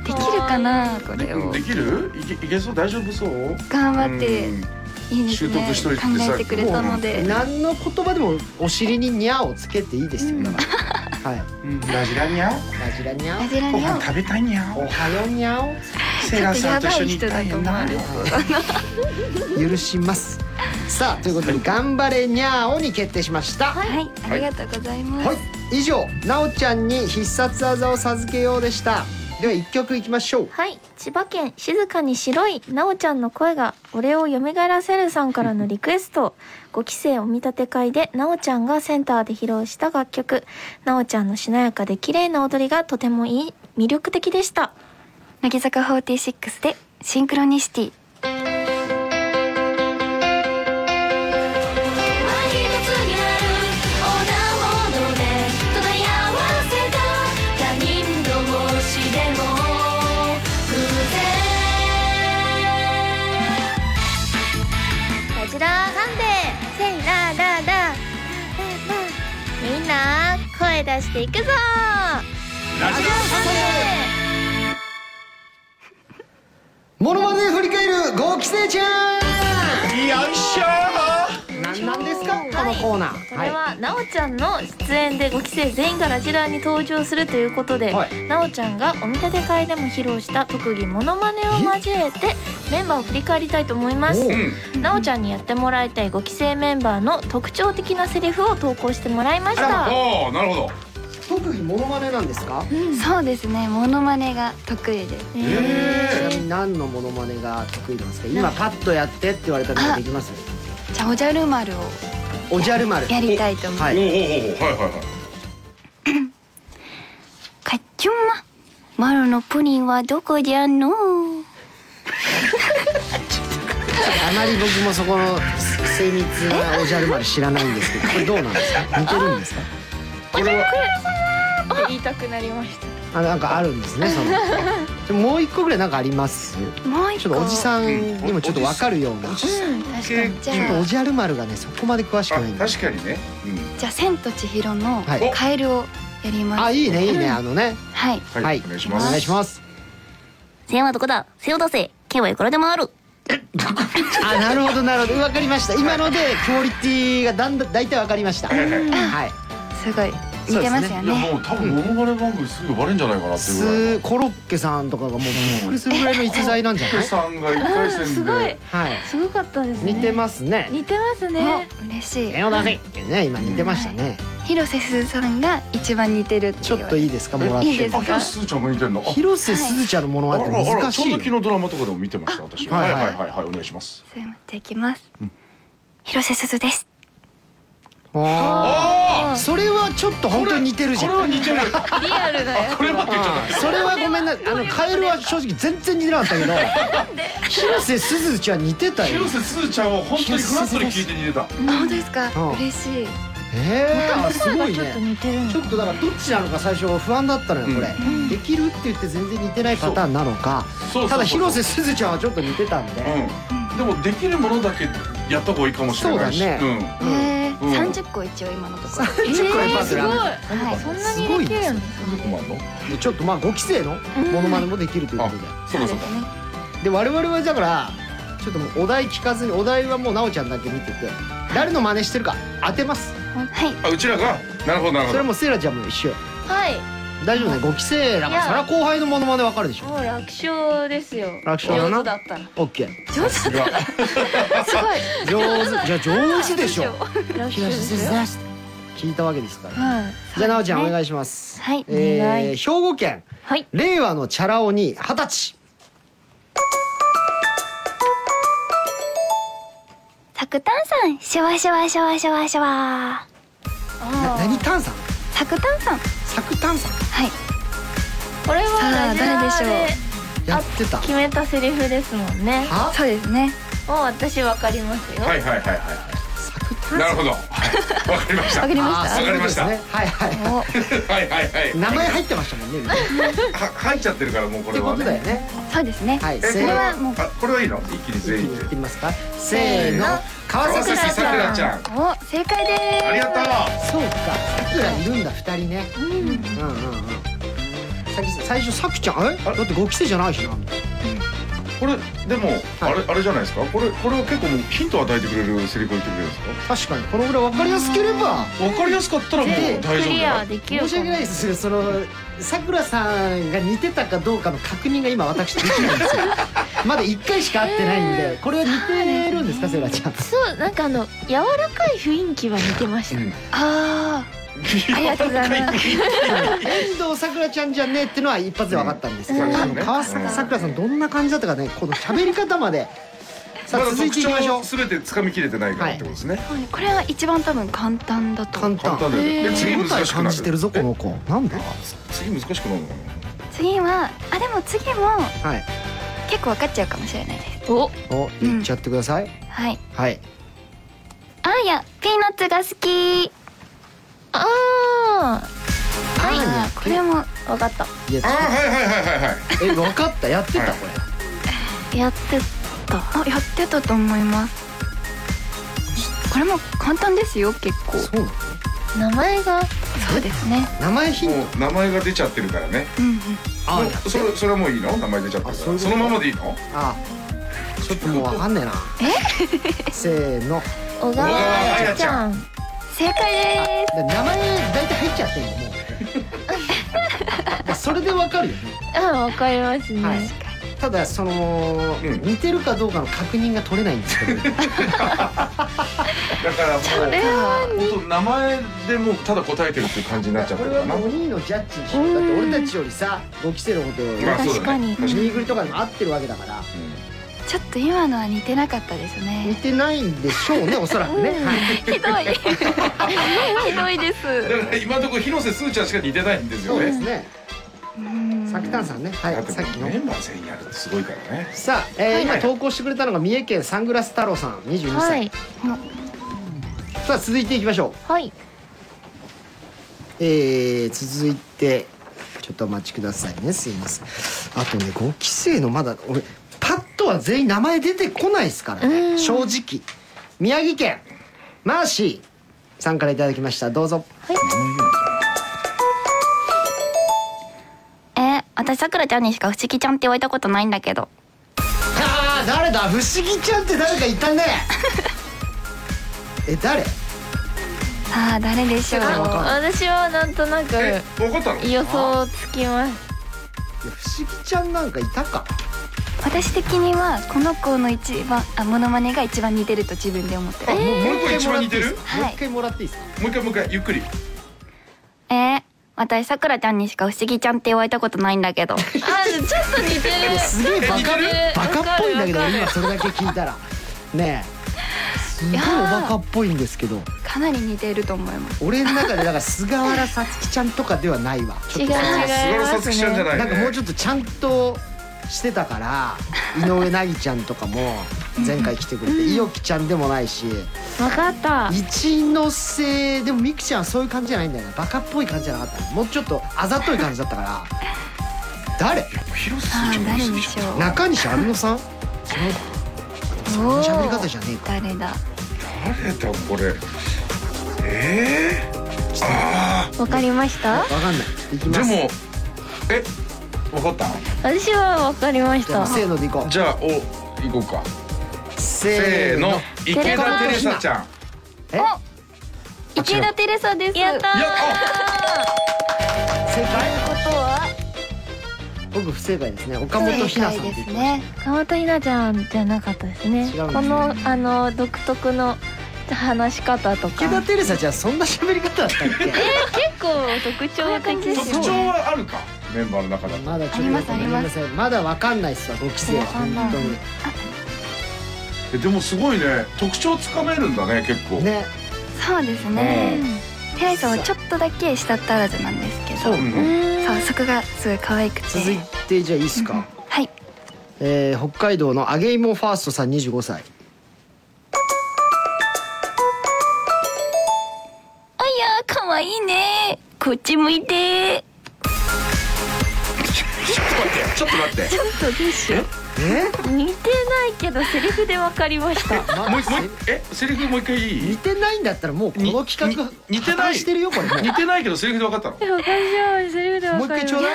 Speaker 6: できるかなこれ を
Speaker 2: できるいけいけそう大丈夫そう
Speaker 6: 頑張って
Speaker 2: うん
Speaker 6: いいです
Speaker 2: 習
Speaker 6: ね
Speaker 2: 得しといてさ
Speaker 6: 考えてくれたので
Speaker 1: 何の言葉でもお尻に「にゃ」をつけていいですよだ からはい
Speaker 2: うんラジラニャ
Speaker 1: 「ラジラにゃ
Speaker 6: あじら
Speaker 2: ご
Speaker 6: にゃ
Speaker 2: 飯食べたいにゃ
Speaker 1: お」「おはようにゃお
Speaker 2: セラさんと一緒に行った
Speaker 6: ちょっとやばい人だと思われ」
Speaker 1: 許しますさあということで「頑張れにゃお」に決定しました
Speaker 6: おはいありがとうございます、
Speaker 1: はい、以上、なおちゃんに必殺技を授けようでした。では一曲いきましょう。
Speaker 4: はい千葉県静かに白いなおちゃんの声が俺を蘇らせるさんからのリクエスト5期生お見立て会でなおちゃんがセンターで披露した楽曲なおちゃんのしなやかで綺麗な踊りがとてもいい魅力的でした
Speaker 6: 乃木坂46でシンクロニシティ
Speaker 7: 「満月になるオナモノで隣り合わせた」「他人同士でも偶然」
Speaker 4: ラジラハンデーセイラーラーラーみんな声出していくぞ
Speaker 5: ラジオ
Speaker 1: モノマネで振り返る5期生ちゃ
Speaker 2: よいしょ
Speaker 1: ん。なんなんですか、このコーナー。
Speaker 4: これはなおちゃんの出演で5期生全員がラジラーに登場するということで、
Speaker 1: はい
Speaker 4: なおちゃんがお見立て会でも披露した特技モノマネを交えてメンバーを振り返りたいと思います
Speaker 1: お
Speaker 4: なおちゃんにやってもらいたい5期生メンバーの特徴的なセリフを投稿してもらいました
Speaker 2: おおなるほど
Speaker 1: 特技モノマネなんですか。
Speaker 6: そうですねモノマネが得意です
Speaker 1: ちなみに何のモノマネが得意なんですか。今パッとやってって言われたらできます。
Speaker 6: じゃあおじゃる丸を
Speaker 1: おじゃる丸。
Speaker 6: やりたいと思います
Speaker 1: は
Speaker 2: おおお
Speaker 1: い。
Speaker 2: おはいはいはい
Speaker 6: かっちょんまマロのプリンはどこじゃの
Speaker 1: あまり僕もそこの精密なおじゃる丸知らないんですけど、これどうなんですか。似てるんですか。
Speaker 2: これは
Speaker 4: 言いたくなりました
Speaker 1: あなんかあるんですねそのちょもう一個ぐらいなんかあります
Speaker 6: もう一
Speaker 1: ちょ
Speaker 6: 個
Speaker 1: っとおじさんにもちょっとわかるような、
Speaker 2: お
Speaker 1: ち
Speaker 2: じ
Speaker 1: ょ
Speaker 2: さん
Speaker 6: うん確かにじ
Speaker 1: っ
Speaker 6: ゃ
Speaker 1: と
Speaker 6: あ
Speaker 1: おじある丸がねそこまで詳しく
Speaker 2: あ
Speaker 1: ないんだ
Speaker 2: 確かにね、うん
Speaker 6: じゃあ千と千尋の
Speaker 1: はい
Speaker 6: カエルをやります
Speaker 1: あいいねいいね、
Speaker 6: うん
Speaker 1: あのね
Speaker 6: はい
Speaker 2: はい、
Speaker 1: はい
Speaker 2: お願いし
Speaker 1: お
Speaker 2: ます
Speaker 1: 願いします
Speaker 5: 線はどこだ線を出せ剣はいくらでもある
Speaker 1: あなるほどなるほどわかりました今のでクオリティがだんだん大体わかりましたはい
Speaker 6: すごい似てますよ
Speaker 2: いや
Speaker 6: ね
Speaker 2: もう多分モノマネ番組すぐバレんじゃないかなっていうぐらい
Speaker 1: すコロッケさんとかがもうびっくりするぐらいの逸材なんじゃ
Speaker 2: の
Speaker 1: ない
Speaker 2: さんが一回戦で、
Speaker 4: すごい
Speaker 1: はい
Speaker 4: すごかったですね
Speaker 1: 似てますね
Speaker 4: 似てます
Speaker 6: お
Speaker 4: ね
Speaker 6: 嬉しい
Speaker 1: 目を出せってね今似てましたね
Speaker 6: 広瀬すずさんが一番似てるって
Speaker 1: ち
Speaker 6: 言
Speaker 1: ょ
Speaker 6: わ
Speaker 1: っ
Speaker 6: れ
Speaker 1: と
Speaker 6: て
Speaker 1: いいですかもらっ
Speaker 6: いいで
Speaker 1: て
Speaker 6: すか
Speaker 2: あ広瀬すずちゃんが似てるのあ
Speaker 1: 広瀬すずちゃんのもの
Speaker 2: あ
Speaker 1: はって
Speaker 2: らあら
Speaker 1: 難
Speaker 2: そ
Speaker 1: し
Speaker 2: ん
Speaker 1: い
Speaker 2: な昨日ドラマとかでも見てました私は
Speaker 1: はい
Speaker 2: い
Speaker 1: は
Speaker 2: はいいはいはいお願いします
Speaker 6: それ持っていきます、広瀬すずです
Speaker 1: あ
Speaker 2: あ
Speaker 1: ーそれはちょっと本当に似てる
Speaker 2: あ
Speaker 1: じ
Speaker 2: こ
Speaker 1: ゃ
Speaker 2: れは
Speaker 1: ん
Speaker 2: 似てる
Speaker 4: リアルなや
Speaker 2: これはって言っちゃった
Speaker 1: それはごめんなあのカエルは正直全然似てなかったけど広瀬すずちゃん似てたよ
Speaker 2: 広瀬すずちゃんを本当にフラットに聞いて逃げた
Speaker 6: あ本当ですか
Speaker 1: うん
Speaker 6: 嬉しい
Speaker 1: えー、すごい
Speaker 4: ちょっと
Speaker 1: ね
Speaker 4: 似てるの
Speaker 1: ちょっとだからどっちなのか最初不安だったのよこれ、できるって言って全然似てないパターンなのか
Speaker 2: そうそうそう
Speaker 1: ただ広瀬すずちゃんはちょっと似てたんで、
Speaker 2: うんでもできるものだけやった方がいいかもしれないし
Speaker 1: そうだ
Speaker 2: うん
Speaker 1: うん
Speaker 6: ええ
Speaker 2: うん
Speaker 6: 三十個一応今のところ
Speaker 4: えー、
Speaker 1: ち
Speaker 4: す
Speaker 1: ょ
Speaker 4: ご
Speaker 1: っ
Speaker 4: い
Speaker 1: とやっぱ
Speaker 4: そん
Speaker 6: はい
Speaker 4: な
Speaker 1: す
Speaker 4: に
Speaker 1: ごい
Speaker 4: でき
Speaker 1: で
Speaker 4: る
Speaker 1: す
Speaker 4: の
Speaker 2: どこもあんの
Speaker 1: ねちょっとまあ5期生のモノマネもできるということで、
Speaker 2: そうだそうだ
Speaker 6: ね
Speaker 1: で我々はだからちょっともうお題聞かずにお題はもう奈緒ちゃんだけ見てて誰の真似してるか当てます
Speaker 6: はい
Speaker 2: あうちらがなるほどな
Speaker 1: そ
Speaker 2: るほ
Speaker 1: れは
Speaker 2: ど
Speaker 1: もうセイラちゃんも一緒
Speaker 4: はい
Speaker 1: 大丈夫ね5期生だからそりゃ後輩のモノマネわかるでしょ
Speaker 4: もう楽勝ですよ
Speaker 1: 楽勝だな
Speaker 4: 上手だったら
Speaker 1: オッケー
Speaker 6: 上手だった
Speaker 4: すごい
Speaker 1: 上手じゃあ上手でしょ
Speaker 4: 楽勝
Speaker 1: 広瀬
Speaker 4: ですす
Speaker 1: ず
Speaker 4: よ
Speaker 1: 聞いたわけですからじゃ
Speaker 4: はい
Speaker 1: あ奈緒ちゃんお願いします
Speaker 4: はいお願
Speaker 1: えー
Speaker 4: い
Speaker 1: 兵庫県
Speaker 4: はい
Speaker 1: 令和のチャラ男に二十歳
Speaker 5: たくたんさんシュワシュワシュワシュワシュワ
Speaker 1: な何炭酸
Speaker 6: サクタンさん
Speaker 1: 作炭酸
Speaker 6: はい
Speaker 4: これは
Speaker 6: さあ
Speaker 4: ラジラー
Speaker 6: 誰で
Speaker 4: で
Speaker 6: し
Speaker 1: やってた
Speaker 4: 決めたセリフですもんね
Speaker 1: は
Speaker 6: そうですね
Speaker 4: もう私わかりますよ、
Speaker 2: はいはいはい はい
Speaker 1: 作炭
Speaker 2: なるほどはいわかりました
Speaker 6: わかりま
Speaker 1: あ
Speaker 6: し
Speaker 1: ー
Speaker 6: た
Speaker 1: そうい
Speaker 2: わか
Speaker 1: うことで
Speaker 2: りまし
Speaker 1: す
Speaker 2: た
Speaker 1: ねはいはい
Speaker 6: お
Speaker 2: はいはいはい
Speaker 1: 名前入ってましたもんね今っ
Speaker 2: は入っちゃってるからもうこれ
Speaker 1: てこ
Speaker 2: は
Speaker 1: とだよ
Speaker 2: ね
Speaker 1: ね
Speaker 6: そうですね
Speaker 1: はい
Speaker 2: えこ
Speaker 1: せー
Speaker 2: れ
Speaker 1: の
Speaker 2: はもうあこれはいいの一気に全員で
Speaker 1: 言ってみますかせーの川崎さん
Speaker 2: 川崎さくらちゃん
Speaker 6: お正解です
Speaker 2: ありがとう
Speaker 1: そうかさくらいるんだ二人ねうんうんうんさき最初さくちゃんえだって5期生じゃないしな
Speaker 2: これでも、あれあれじゃないですかこれこれは結構もうヒントを与えてくれるセリフを言ってくれるんです
Speaker 1: 確かにこのぐらい分かりやすければ
Speaker 2: かわかりやすかったらもう大
Speaker 4: 全
Speaker 2: 丈夫
Speaker 4: 部
Speaker 2: だ
Speaker 4: クリア
Speaker 2: よ
Speaker 4: できるか
Speaker 1: 申
Speaker 4: も
Speaker 1: し訳ないですけどそのさくらさんが似てたかどうかの確認が今私できないんです よまだ1回しか会ってないんでこれは似てるんですかセイラちゃん
Speaker 4: そうなんかあの柔らかい雰囲気は似てまし
Speaker 2: う
Speaker 4: た、
Speaker 2: ん
Speaker 6: ああありがとうございます
Speaker 1: 遠藤さくらちゃんじゃねえってのは一発で分かったんですけど、
Speaker 2: うん
Speaker 1: あの川崎さくらさんどんな感じだったかねこの喋り方までさ
Speaker 2: ま
Speaker 1: あ
Speaker 2: だ
Speaker 1: 続い
Speaker 2: 特
Speaker 1: ていきまし
Speaker 2: 徴
Speaker 1: ょ
Speaker 2: を全て掴みきれてないからってことですね、
Speaker 6: そうねこれは一番多分簡単だ
Speaker 1: う
Speaker 6: と
Speaker 1: 簡
Speaker 2: 簡
Speaker 1: 単
Speaker 2: 単だよね
Speaker 6: へー
Speaker 2: で次
Speaker 1: 手応
Speaker 2: 難
Speaker 1: え
Speaker 2: しく
Speaker 1: 感
Speaker 2: な
Speaker 1: じてるぞこの子なんだは
Speaker 2: 次難しくなるのか
Speaker 6: 次はあでも次も
Speaker 1: い
Speaker 6: 結構分かっちゃうかもしれないです
Speaker 4: お
Speaker 1: お言っちゃってください、
Speaker 6: はい
Speaker 1: はい
Speaker 5: あーやピーナッツが好き
Speaker 4: ああ
Speaker 1: はい
Speaker 6: あーこれも
Speaker 4: わかった
Speaker 1: いや
Speaker 2: なあはいはいはいはいはい
Speaker 1: え分かったやってた
Speaker 2: はい
Speaker 1: これ
Speaker 4: やって
Speaker 6: あやってたと思いますこれも簡単ですよ結構
Speaker 1: そうなの
Speaker 4: 名前が
Speaker 6: そうですね
Speaker 1: 名前ヒント
Speaker 2: もう名前が出ちゃってるからね
Speaker 6: うんうん
Speaker 1: あ
Speaker 2: もうそれそれはもういいの名前出ちゃって
Speaker 1: あ
Speaker 2: るか
Speaker 1: そういうこ
Speaker 2: らそ
Speaker 1: と
Speaker 2: のままでいいの
Speaker 1: あちょっともう分かんねえなえせーの
Speaker 4: 小川彩ちゃん
Speaker 6: 正解で
Speaker 1: で名前大体入っちゃってるよもうそれで分かるよね
Speaker 4: あわかりますね、
Speaker 1: はいただその、
Speaker 2: うん
Speaker 1: 似てるかどうかの確認が取れないんですけど
Speaker 2: だからも
Speaker 6: すこれ
Speaker 2: う
Speaker 6: は
Speaker 2: 本当名前でもうただ答えてるっていう感じになっちゃって
Speaker 1: こ
Speaker 2: る
Speaker 1: れ
Speaker 2: か
Speaker 1: は
Speaker 2: ら
Speaker 1: も
Speaker 2: な
Speaker 1: う鬼のジャッジにしようだって俺たちよりさ5期生のこと
Speaker 2: まあ
Speaker 1: よ
Speaker 2: そうだね
Speaker 1: りぬ
Speaker 2: 確かに
Speaker 1: いぐりとかにも合ってるわけだから
Speaker 6: ちょっと今のは似てなかったです
Speaker 1: 似
Speaker 6: ね
Speaker 1: てないんでしょうねおそらくね、はい、
Speaker 6: ひどいひどいです
Speaker 2: だから今のところ広瀬すずちゃんしか似てないんです
Speaker 1: そ
Speaker 2: よ
Speaker 1: う
Speaker 2: ね
Speaker 1: ですね
Speaker 6: うん
Speaker 1: 作炭さんねはい
Speaker 2: だって
Speaker 1: さっきの
Speaker 2: メンバー全員やるってすごいからね
Speaker 1: さあ、えー
Speaker 2: はいは
Speaker 1: 今
Speaker 2: い
Speaker 1: 投稿してくれたのが三重県サングラス太郎さん22歳、
Speaker 4: はい
Speaker 1: さあ続いていきましょう
Speaker 4: はい
Speaker 1: えー、続いてちょっととお待ちくださいねすいませんあとね5期生のまだ俺パッとは全員名前出てこないですからね正直宮城県マーシーさんからいただきましたどうぞ
Speaker 5: えー、私さくらちゃんにしか不思議ちゃんって言われたことないんだけど
Speaker 1: あー誰だ不思議ちゃんって誰かい たねえ誰
Speaker 6: さあ誰でしょう
Speaker 1: わかんない
Speaker 4: 私はなんとなく
Speaker 2: え分かったの
Speaker 4: 予想つ
Speaker 1: い
Speaker 4: きます
Speaker 1: や不思議ちゃんなんかいたか
Speaker 6: 私的にはこの子の一番あモノマネが一番似てると自分で思って
Speaker 2: あ
Speaker 6: る
Speaker 2: もうもう一個一番似てる
Speaker 1: もう一回もらっていいですか
Speaker 2: もう一回もう一回ゆっくり
Speaker 5: えー、私さくらちゃんにしか不思議ちゃんって言われたことないんだけど
Speaker 4: あちょっと似てる
Speaker 1: すげえバカ
Speaker 4: え
Speaker 1: バカっぽいんだけど
Speaker 4: わかるわかる
Speaker 1: 俺今それだけ聞いたらねえすごいおバカっぽいんですけど
Speaker 6: かなり似てると思います
Speaker 1: 俺の中でだから菅原さつきちゃんとかではないわちょ
Speaker 4: 違
Speaker 1: っ
Speaker 4: う違い
Speaker 1: と
Speaker 2: 菅原
Speaker 4: ま
Speaker 2: さつ
Speaker 4: す
Speaker 2: きちゃんじゃ
Speaker 4: ね
Speaker 2: ない
Speaker 1: なんかもう
Speaker 2: ね
Speaker 1: ちょっとちゃんとしてたから井上凪ちゃんとかも前回来てくれて伊予きちゃんでもないし
Speaker 4: わかった
Speaker 1: 一ノ瀬でもみきちゃんはそういう感じじゃないんだよねバカっぽい感じじゃなかったもうちょっとあざとい感じだったから誰
Speaker 2: 広瀬す
Speaker 6: さあ
Speaker 2: ずちゃん
Speaker 6: 誰
Speaker 2: も好
Speaker 6: で
Speaker 2: きじ
Speaker 6: し
Speaker 2: ゃん
Speaker 6: ょう
Speaker 1: 中西アルノさんその
Speaker 6: おー
Speaker 1: 喋り方じゃねえか
Speaker 6: 誰だ
Speaker 2: 誰だこれえー、あ
Speaker 4: わかりました
Speaker 1: わかんないいき
Speaker 2: ー
Speaker 1: ます
Speaker 2: でもえ分かった
Speaker 4: 私はわかりまし
Speaker 1: じゃ
Speaker 4: た
Speaker 1: あせーのでいこう
Speaker 2: じゃあお行こうか
Speaker 1: せ
Speaker 2: せーの池
Speaker 4: レカ
Speaker 2: 田
Speaker 4: の
Speaker 2: テレサちゃん
Speaker 1: え
Speaker 4: 池田テレサですやったー
Speaker 2: いや
Speaker 1: 正解
Speaker 4: ことは
Speaker 1: 僕不正解ですね岡本ひなさんって言ってまし
Speaker 6: ね
Speaker 4: 川本ひなちゃんじゃなかったです
Speaker 1: 違うん
Speaker 4: ね
Speaker 1: ですね
Speaker 4: このあの独特の話し方と
Speaker 1: た池田
Speaker 4: か
Speaker 1: テレサちゃんそんな喋り方だったっけ
Speaker 4: 結構特徴的
Speaker 2: あ特徴はあるかメンバーの中だと
Speaker 1: まだちょっと
Speaker 6: ありますあり
Speaker 1: ごめん
Speaker 6: ます
Speaker 1: なさいまだわかんないっすわご期生は
Speaker 4: わかんない
Speaker 1: 本当に
Speaker 2: えでもすごいね特徴つかめるんだね結構
Speaker 1: ね
Speaker 6: そうですねテライさんはちょっとだけ下ったらずなんですけど
Speaker 1: そう
Speaker 6: そううんそこがすごい可愛くて
Speaker 1: 続いてじゃあいいっすか
Speaker 6: はい
Speaker 1: えー北海道の揚げ芋ファーストさん25
Speaker 5: あ
Speaker 1: 歳
Speaker 5: いやーかわいいねこっち向いて
Speaker 2: ちょっと待ってちょっ
Speaker 1: え
Speaker 4: 似てないけどセリフでわかりました
Speaker 2: と待ってもう一もう一えセリフもう一回い
Speaker 1: 似
Speaker 2: い
Speaker 1: てないんだったらもうこの企画
Speaker 2: に似てない
Speaker 1: 破綻してるよこれ
Speaker 2: 似てないけどセリフで分かったの
Speaker 4: 私はセリフで
Speaker 1: もう
Speaker 4: わ
Speaker 1: 一
Speaker 4: か
Speaker 1: 回ち
Speaker 4: りま
Speaker 1: ょ
Speaker 4: し
Speaker 1: う
Speaker 4: た
Speaker 1: だい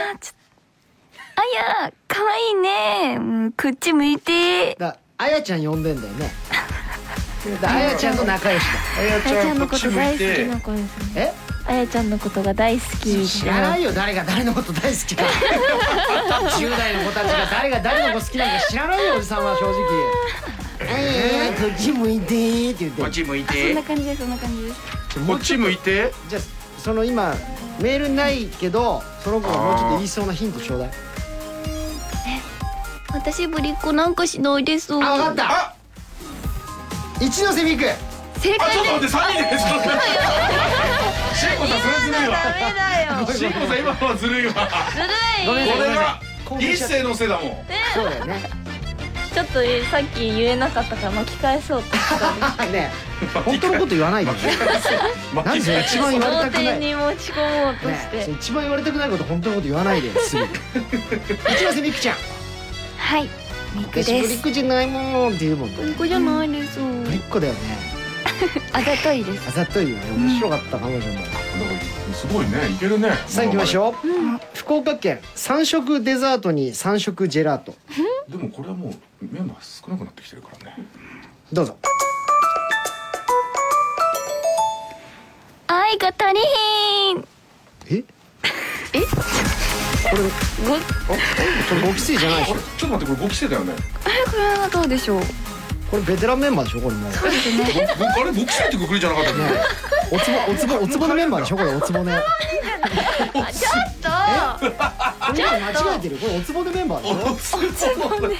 Speaker 5: あやーかわいいねうんこっち向いて
Speaker 1: だあやちゃん呼んでんだよねだあやちゃんと仲良し
Speaker 2: あや
Speaker 4: あやちゃんの
Speaker 2: こ
Speaker 4: こ
Speaker 2: っち
Speaker 4: と
Speaker 2: 向
Speaker 4: 大
Speaker 2: い
Speaker 4: 好き
Speaker 2: て
Speaker 4: な子です
Speaker 1: だ
Speaker 4: ね
Speaker 1: え
Speaker 4: あやちゃんのことが大好きで
Speaker 1: 知らないよ誰が誰のこと大好 きか10代の子たちが誰が誰のこと好きなんか知らないよおじさんは正直「ええー、こっち向いてー」って言って
Speaker 2: こっち向い
Speaker 6: そんな
Speaker 2: て
Speaker 6: 感じですそんな感じです
Speaker 2: こっち向いて
Speaker 1: じゃあその今メールないけどその子がもうちょっと言いそうなヒントちょうだい
Speaker 5: 私ぶりっ子なんかしないです
Speaker 1: あ分かっ
Speaker 2: あ
Speaker 1: た一ノ瀬美空
Speaker 6: 正
Speaker 2: あ
Speaker 6: 解
Speaker 2: ちょっと待って三人ですシンコさんそれずるいわ
Speaker 4: だよ
Speaker 2: シンコさん今のはずる いわ
Speaker 4: ずるい
Speaker 1: ご
Speaker 2: こ
Speaker 1: めんなさいごめ
Speaker 2: れ
Speaker 1: んな
Speaker 2: は
Speaker 1: さい興奮
Speaker 2: 一
Speaker 1: しちゃっ
Speaker 2: 世のせいだもん
Speaker 1: たそうだよね
Speaker 4: ちょっとさっき言えなかったから巻き返そうと
Speaker 1: ねえ本当のこと言わないでねなんで一番言われ
Speaker 4: 同
Speaker 1: たくな
Speaker 4: 点
Speaker 1: い
Speaker 4: に持ち込もうと
Speaker 1: ね
Speaker 4: し
Speaker 1: え
Speaker 4: て、
Speaker 1: 一番言われたくないこと本当のこと言わないですぐ一ノ瀬美空ちゃん
Speaker 6: はいミク
Speaker 1: 私
Speaker 6: で
Speaker 1: ブリッ
Speaker 6: す
Speaker 1: クじゃないもんって言うもんね
Speaker 5: こじゃないです
Speaker 1: ぶりっ子だよね
Speaker 6: あざといです
Speaker 1: あざといよね面白かった彼女も、
Speaker 2: すごいねいけるね
Speaker 1: さあ行きましょう、福岡県三色デザートに三色ジェラート
Speaker 2: うでもこれはもうメンバー少なくなってきてるからね
Speaker 1: どうぞ
Speaker 5: 愛が足りひん
Speaker 1: ええこれごこれごきついじゃないで
Speaker 2: あ
Speaker 1: しょ
Speaker 2: れちょっと待ってこれ五期生だよね
Speaker 6: これはどうでしょう
Speaker 1: これベテランメンバーでしょこれもう
Speaker 2: ごあれ五期生ってくくりじゃなかったっ
Speaker 1: ねおつぼおつぼおつぼのメンバーでしょこれおつぼねちょっと間違えてるこれおつぼのメンバーでしょね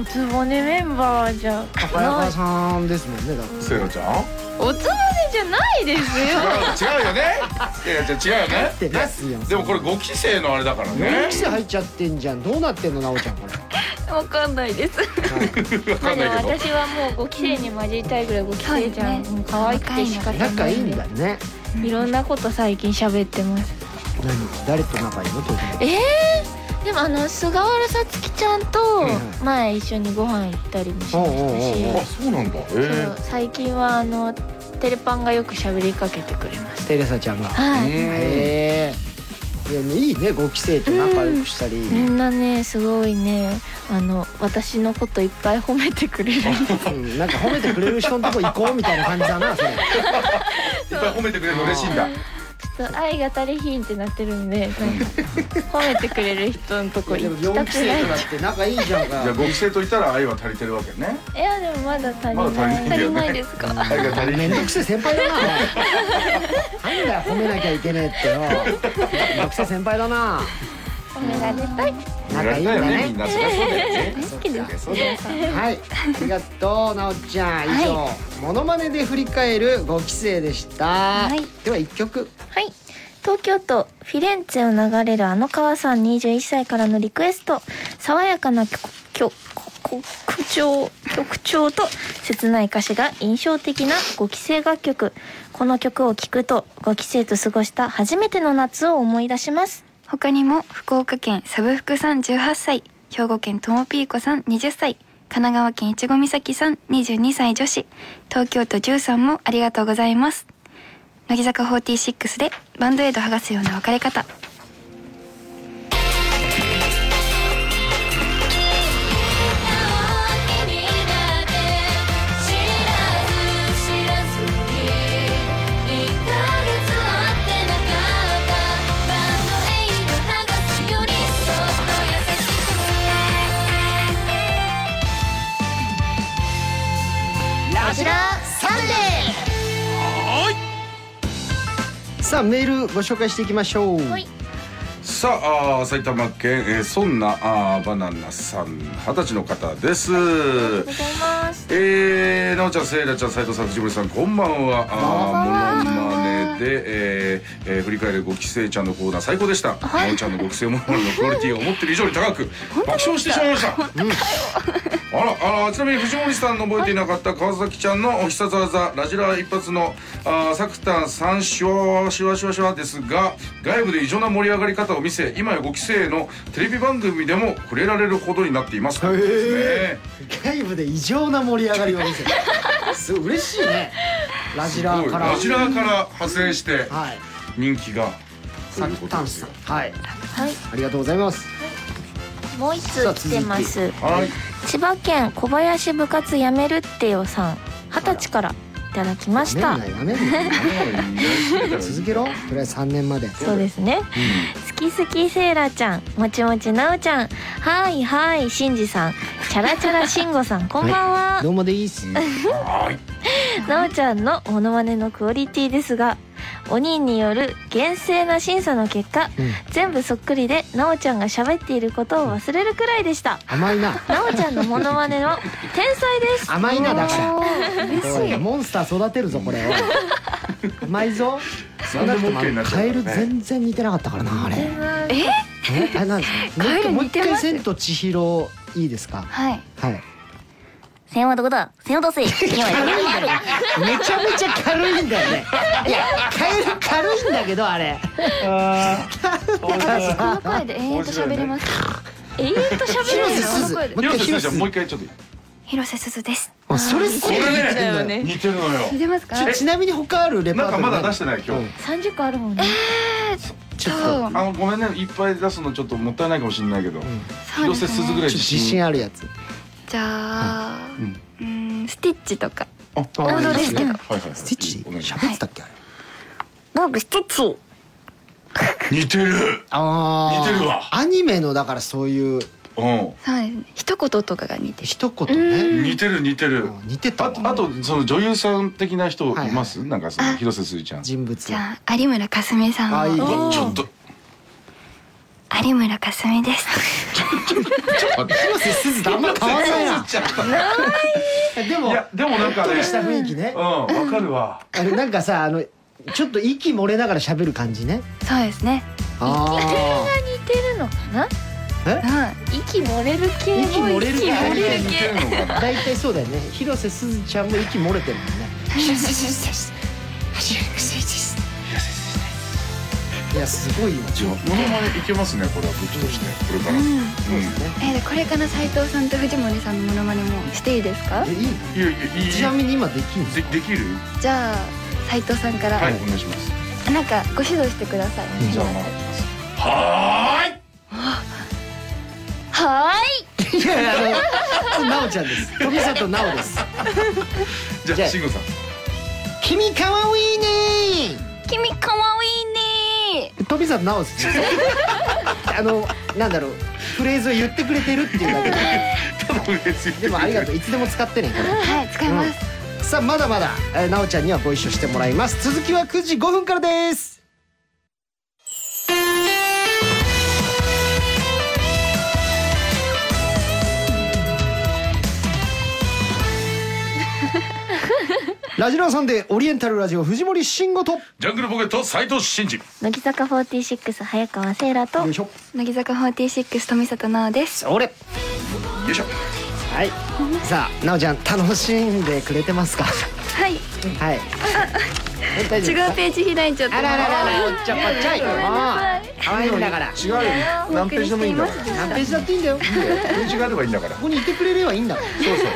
Speaker 4: おつぼねメンバーじゃ
Speaker 1: え早
Speaker 4: な
Speaker 1: 川
Speaker 4: い
Speaker 1: さんですもんねだって
Speaker 2: せいらちゃん
Speaker 4: おつぼねじゃないですよ
Speaker 2: 違うよねせいらちゃん違うよね
Speaker 1: ってますよ
Speaker 2: でもこれ五期生のあれだから
Speaker 1: 4
Speaker 2: ね
Speaker 1: 期生入っちゃってんじゃんどうなってんのなおちゃんこれ
Speaker 5: わかんないです
Speaker 2: わかん
Speaker 4: でも
Speaker 2: ないけど
Speaker 4: 私はもうご期生に混じりたいぐらいご期生じゃん、
Speaker 6: そうですね
Speaker 4: もう可愛くて仕方ない
Speaker 1: 仲いいんだね
Speaker 4: いろんなこと最近喋ってます
Speaker 1: 何誰と仲いいの東京
Speaker 4: えー、でもあの菅原さつきちゃんと
Speaker 1: ん
Speaker 4: 前一緒にご飯行ったりもしましたし、
Speaker 1: おうおうおうお
Speaker 2: あそうなんだへ
Speaker 4: そう最近はあのテレパンがよく喋りかけてくれます
Speaker 1: テレサちゃんが
Speaker 4: はい、
Speaker 2: え
Speaker 1: へえいやいいねご期生と仲良くしたり、
Speaker 4: みんなねすごいねあの私のこといっぱい褒めてくれる
Speaker 1: うんなんか褒めてくれる人のとこ行こうみたいな感じだなそれ
Speaker 2: いっぱい褒めてくれるの嬉しいんだ
Speaker 4: ちょっと愛が足りひんってなってるんでなんか褒めてくれる人のとこ
Speaker 1: いや
Speaker 4: 行
Speaker 1: でも
Speaker 4: きたく
Speaker 1: 4期
Speaker 4: ない
Speaker 1: 生とだって仲いいじゃんか
Speaker 2: じゃあご帰省といったら愛は足りてるわけね
Speaker 4: いやでもまだ足り
Speaker 2: まだ
Speaker 4: ない,、
Speaker 2: 足りないよね
Speaker 4: ですか
Speaker 2: 愛が足
Speaker 1: め
Speaker 2: りて
Speaker 1: ん
Speaker 2: る
Speaker 1: どくせえ先輩だなお前なんだよ褒めなきゃいけねえってよめんどくせえ先輩だな
Speaker 4: 褒められたい
Speaker 1: 仲いいんだ
Speaker 2: よね
Speaker 1: ね
Speaker 2: みんなそりゃそうだよね
Speaker 1: 好きだ
Speaker 2: そうだよ
Speaker 1: はいありがとうなおちゃん以上、モノマネで振り返るご期生でした、
Speaker 4: はい
Speaker 1: では1曲
Speaker 4: はい東京都フィレンツェを流れるあの川さん21歳からのリクエスト爽やかな曲曲曲調曲調と切ない歌詞が印象的な5期生楽曲この曲を聴くと5期生と過ごした初めての夏を思い出します
Speaker 6: 他にも福岡県サブ福さん18歳兵庫県ともぴーこさん20歳神奈川県いちごみさきさん22歳女子東京都13もありがとうございます乃木坂46でバンドエイド剥がすような別れ方
Speaker 7: 君だって知らず知らずに1ヶ月あってなかったバンドエイド剥がすよりそっと優しくラジラサンデー
Speaker 1: さあメールご紹介していきましょう、
Speaker 4: はい
Speaker 2: さああー埼玉県、えー、そんなあーバナナさん二十歳の方です、
Speaker 4: ございます
Speaker 2: えー、なおちゃん、せいらちゃん、斉藤さん、藤森さん、こんばんは。あーモノマネで、えーえー振り返るご帰省ちゃんのコーナー最高でした。なおちゃんのご帰省モノマネのクオリティを思ってる以上に高く、爆笑してしまいました。あら、あーちなみに藤森さんの覚えていなかった川崎ちゃんの必殺技、ラジラ一発の、あー、サクタン三シュワシュワシュワシュワですが、外部で異常な盛り上がり方を見せ、今やご帰省のテレビ番組でも触れられるほどになっています。ということですね。
Speaker 1: 外部で異常な盛り上がりを見せたすごい嬉しいねラジラーから
Speaker 2: ラジラーから派生して
Speaker 1: はい
Speaker 2: 人気が
Speaker 1: サクタンさんはい
Speaker 4: はい
Speaker 1: ありがとうございます
Speaker 4: もう一
Speaker 1: さあ
Speaker 4: つ来てます
Speaker 2: はい
Speaker 4: 千葉県小林部活やめるってよさん二十歳からいただきまし
Speaker 1: や
Speaker 4: た
Speaker 1: めんなやめんな続けろとりあえず3年まで
Speaker 4: そうですね、好き好きセーラちゃんもちもちなおちゃんはいはいしんじさんチャラチャラしんごさんこんばんは
Speaker 1: どうもでいいっす
Speaker 2: はい
Speaker 4: なおちゃんのモノマネのクオリティですがお人による厳正な審査の結果、
Speaker 1: うん
Speaker 4: 全部そっくりでなおちゃんが喋っていることを忘れるくらいでした
Speaker 1: 甘いな
Speaker 4: なおちゃんのモノマネの天才です
Speaker 1: 甘いなだか
Speaker 4: 嬉
Speaker 1: ら
Speaker 4: しい
Speaker 1: モンスター育てるぞこれを甘いぞ
Speaker 2: 何でも OK になっちゃ
Speaker 1: カ
Speaker 2: う
Speaker 1: エル
Speaker 2: からね
Speaker 1: 全然似てなかったからなあれ
Speaker 4: え
Speaker 1: えあれなんですかもう一回もう一回千と千尋いいですか
Speaker 6: はい
Speaker 1: はい
Speaker 4: 千はどこだ千はどうせ今
Speaker 1: めちゃめちゃ軽いんだよね。いや、カエル軽いんだけど、あれ。
Speaker 6: この声で延々と喋ります
Speaker 4: 永遠と喋れ
Speaker 1: 広瀬
Speaker 4: るの
Speaker 1: すず。もう一
Speaker 2: りょう
Speaker 1: 回
Speaker 2: せい
Speaker 1: 広
Speaker 2: じ
Speaker 1: 瀬
Speaker 2: ゃん
Speaker 1: す
Speaker 2: も
Speaker 1: ず
Speaker 2: う一回ちょっと
Speaker 6: 広瀬すずです
Speaker 1: あそれすごい
Speaker 2: これね
Speaker 1: 似てんだよ
Speaker 2: 似てるのよ
Speaker 6: 出ますか
Speaker 1: ちなみに他あるレパー
Speaker 2: な
Speaker 1: ト
Speaker 2: んか
Speaker 1: リー
Speaker 2: まだ出してない今日
Speaker 4: 三十個あるもんね
Speaker 1: ちょっと
Speaker 6: そう
Speaker 2: あのごめんねいっぱい出すのちょっともったいないかもしれないけど
Speaker 6: そう
Speaker 2: 広
Speaker 6: です
Speaker 2: 瀬す
Speaker 6: ね
Speaker 2: ずぐらい
Speaker 1: ちょっと自信あるやつ
Speaker 6: じゃあ
Speaker 2: うん
Speaker 6: うんスティッチとか
Speaker 2: あ
Speaker 6: 王道ですけど
Speaker 2: はいはいはい
Speaker 1: スティッチ
Speaker 2: お願いしま
Speaker 1: 喋ってたっけあれ
Speaker 4: 僕ステッチ
Speaker 2: す似てる
Speaker 1: あー
Speaker 2: 似てるわ
Speaker 1: アニメのだからそういう
Speaker 2: う
Speaker 6: そうですね一言とかが似てる
Speaker 1: 一言ね
Speaker 2: ん似てる似てる
Speaker 1: うん似てた
Speaker 2: あ
Speaker 1: わ
Speaker 2: とあとその女優さん的な人いますなんかその
Speaker 6: あ
Speaker 2: 広瀬すずちゃん
Speaker 1: 人物
Speaker 6: じゃあ有村架純さ
Speaker 1: あいい
Speaker 6: ん
Speaker 1: ね
Speaker 6: を
Speaker 2: うわちょっと
Speaker 6: 有村架純です
Speaker 1: 広瀬すずとあんま変わんないな
Speaker 2: ちょっと
Speaker 1: でも
Speaker 2: いやでもなんか
Speaker 1: しっと
Speaker 2: ね
Speaker 1: りした雰囲気ね
Speaker 2: うんわかるわ
Speaker 1: あれなんかさあのちょっと息漏れながら喋る感じね
Speaker 6: そうですね
Speaker 1: あ
Speaker 4: 似てるのかな
Speaker 6: う
Speaker 4: 息漏れる系
Speaker 1: ー息漏れる
Speaker 4: 息
Speaker 1: 感
Speaker 4: 漏
Speaker 1: じ
Speaker 4: れ
Speaker 1: ね
Speaker 4: る
Speaker 2: 似てるのかな
Speaker 1: 大体そうだよね広瀬すずちゃんも息漏れてるもんねいやすごいよ
Speaker 2: 自分モノマネいけますねこれは武器としてこれから、うん
Speaker 1: そうですね
Speaker 6: えーでこれから斉藤さんと藤森さんのモノマネもしていいですか
Speaker 1: えいい
Speaker 2: いやいやいい
Speaker 1: ちなみに今できんの
Speaker 2: でできる
Speaker 6: じゃあ斉藤さんから、
Speaker 2: はいお願いします
Speaker 6: なんかご指導してください
Speaker 2: じゃあ回ってますはーい
Speaker 6: はーい
Speaker 1: いやいやあのなおちゃんです富里なおです
Speaker 2: じ
Speaker 1: じ
Speaker 2: ゃ
Speaker 1: ゃ
Speaker 2: あ
Speaker 1: あ
Speaker 2: 慎吾さん
Speaker 1: 君かわいいね
Speaker 5: 君かわいいね
Speaker 1: 富里なおですあのなんだろうフレーズを言ってくれてるっていうだけで
Speaker 2: ただ別に
Speaker 1: でもありがとういつでも使ってねこれ
Speaker 6: はい使います、
Speaker 1: さあまだまだ、えー、なおちゃんにはご一緒してもらいます続きは9時5分から ですラジラーさんでオリエンタルラジオ藤森慎吾とよ
Speaker 2: ジャングルポケット斉藤真二
Speaker 4: 乃木坂46早川せいらと
Speaker 1: いしょ
Speaker 6: 乃木坂46富里奈央です
Speaker 1: それ
Speaker 2: よいしょ
Speaker 1: はいさあなおちゃん楽しんでくれてますか
Speaker 6: はい違う
Speaker 1: はい え大丈夫ですか
Speaker 6: ページ開いちゃった
Speaker 1: あららららおっちょこっちょいもう可愛いんだから
Speaker 2: 違うよ何ページでもいいんだから
Speaker 1: 何ページだっていいんだ よ
Speaker 2: ページがあればいいんだから
Speaker 1: ここにいてくれればいいんだから
Speaker 2: そうそう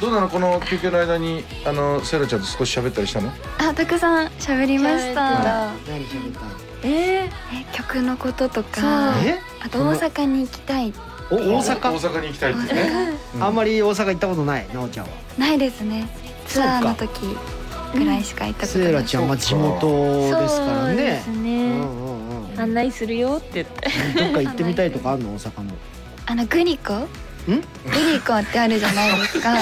Speaker 2: どうなのこの休憩の間にあのセイラちゃんと少し喋ったりしたの
Speaker 6: あたくさん喋りました
Speaker 1: 何喋った
Speaker 6: えー曲のこととか
Speaker 1: え
Speaker 6: あと大阪に行きたい
Speaker 1: お大
Speaker 2: 大
Speaker 1: 阪
Speaker 2: 阪に行きたいってねうん
Speaker 1: あんまり大阪行ったことないなおちゃんは
Speaker 6: ないですねツアーの時ぐらいしか行ったこと
Speaker 1: セ
Speaker 6: ない、
Speaker 1: イラちゃんは地元ですからね
Speaker 4: そうです
Speaker 1: う
Speaker 4: ね、
Speaker 1: んうんうん
Speaker 4: 案内するよって言って
Speaker 1: どっか行ってみたいとかあるの大阪の
Speaker 6: あのグリコんグリコってあるじゃないで すか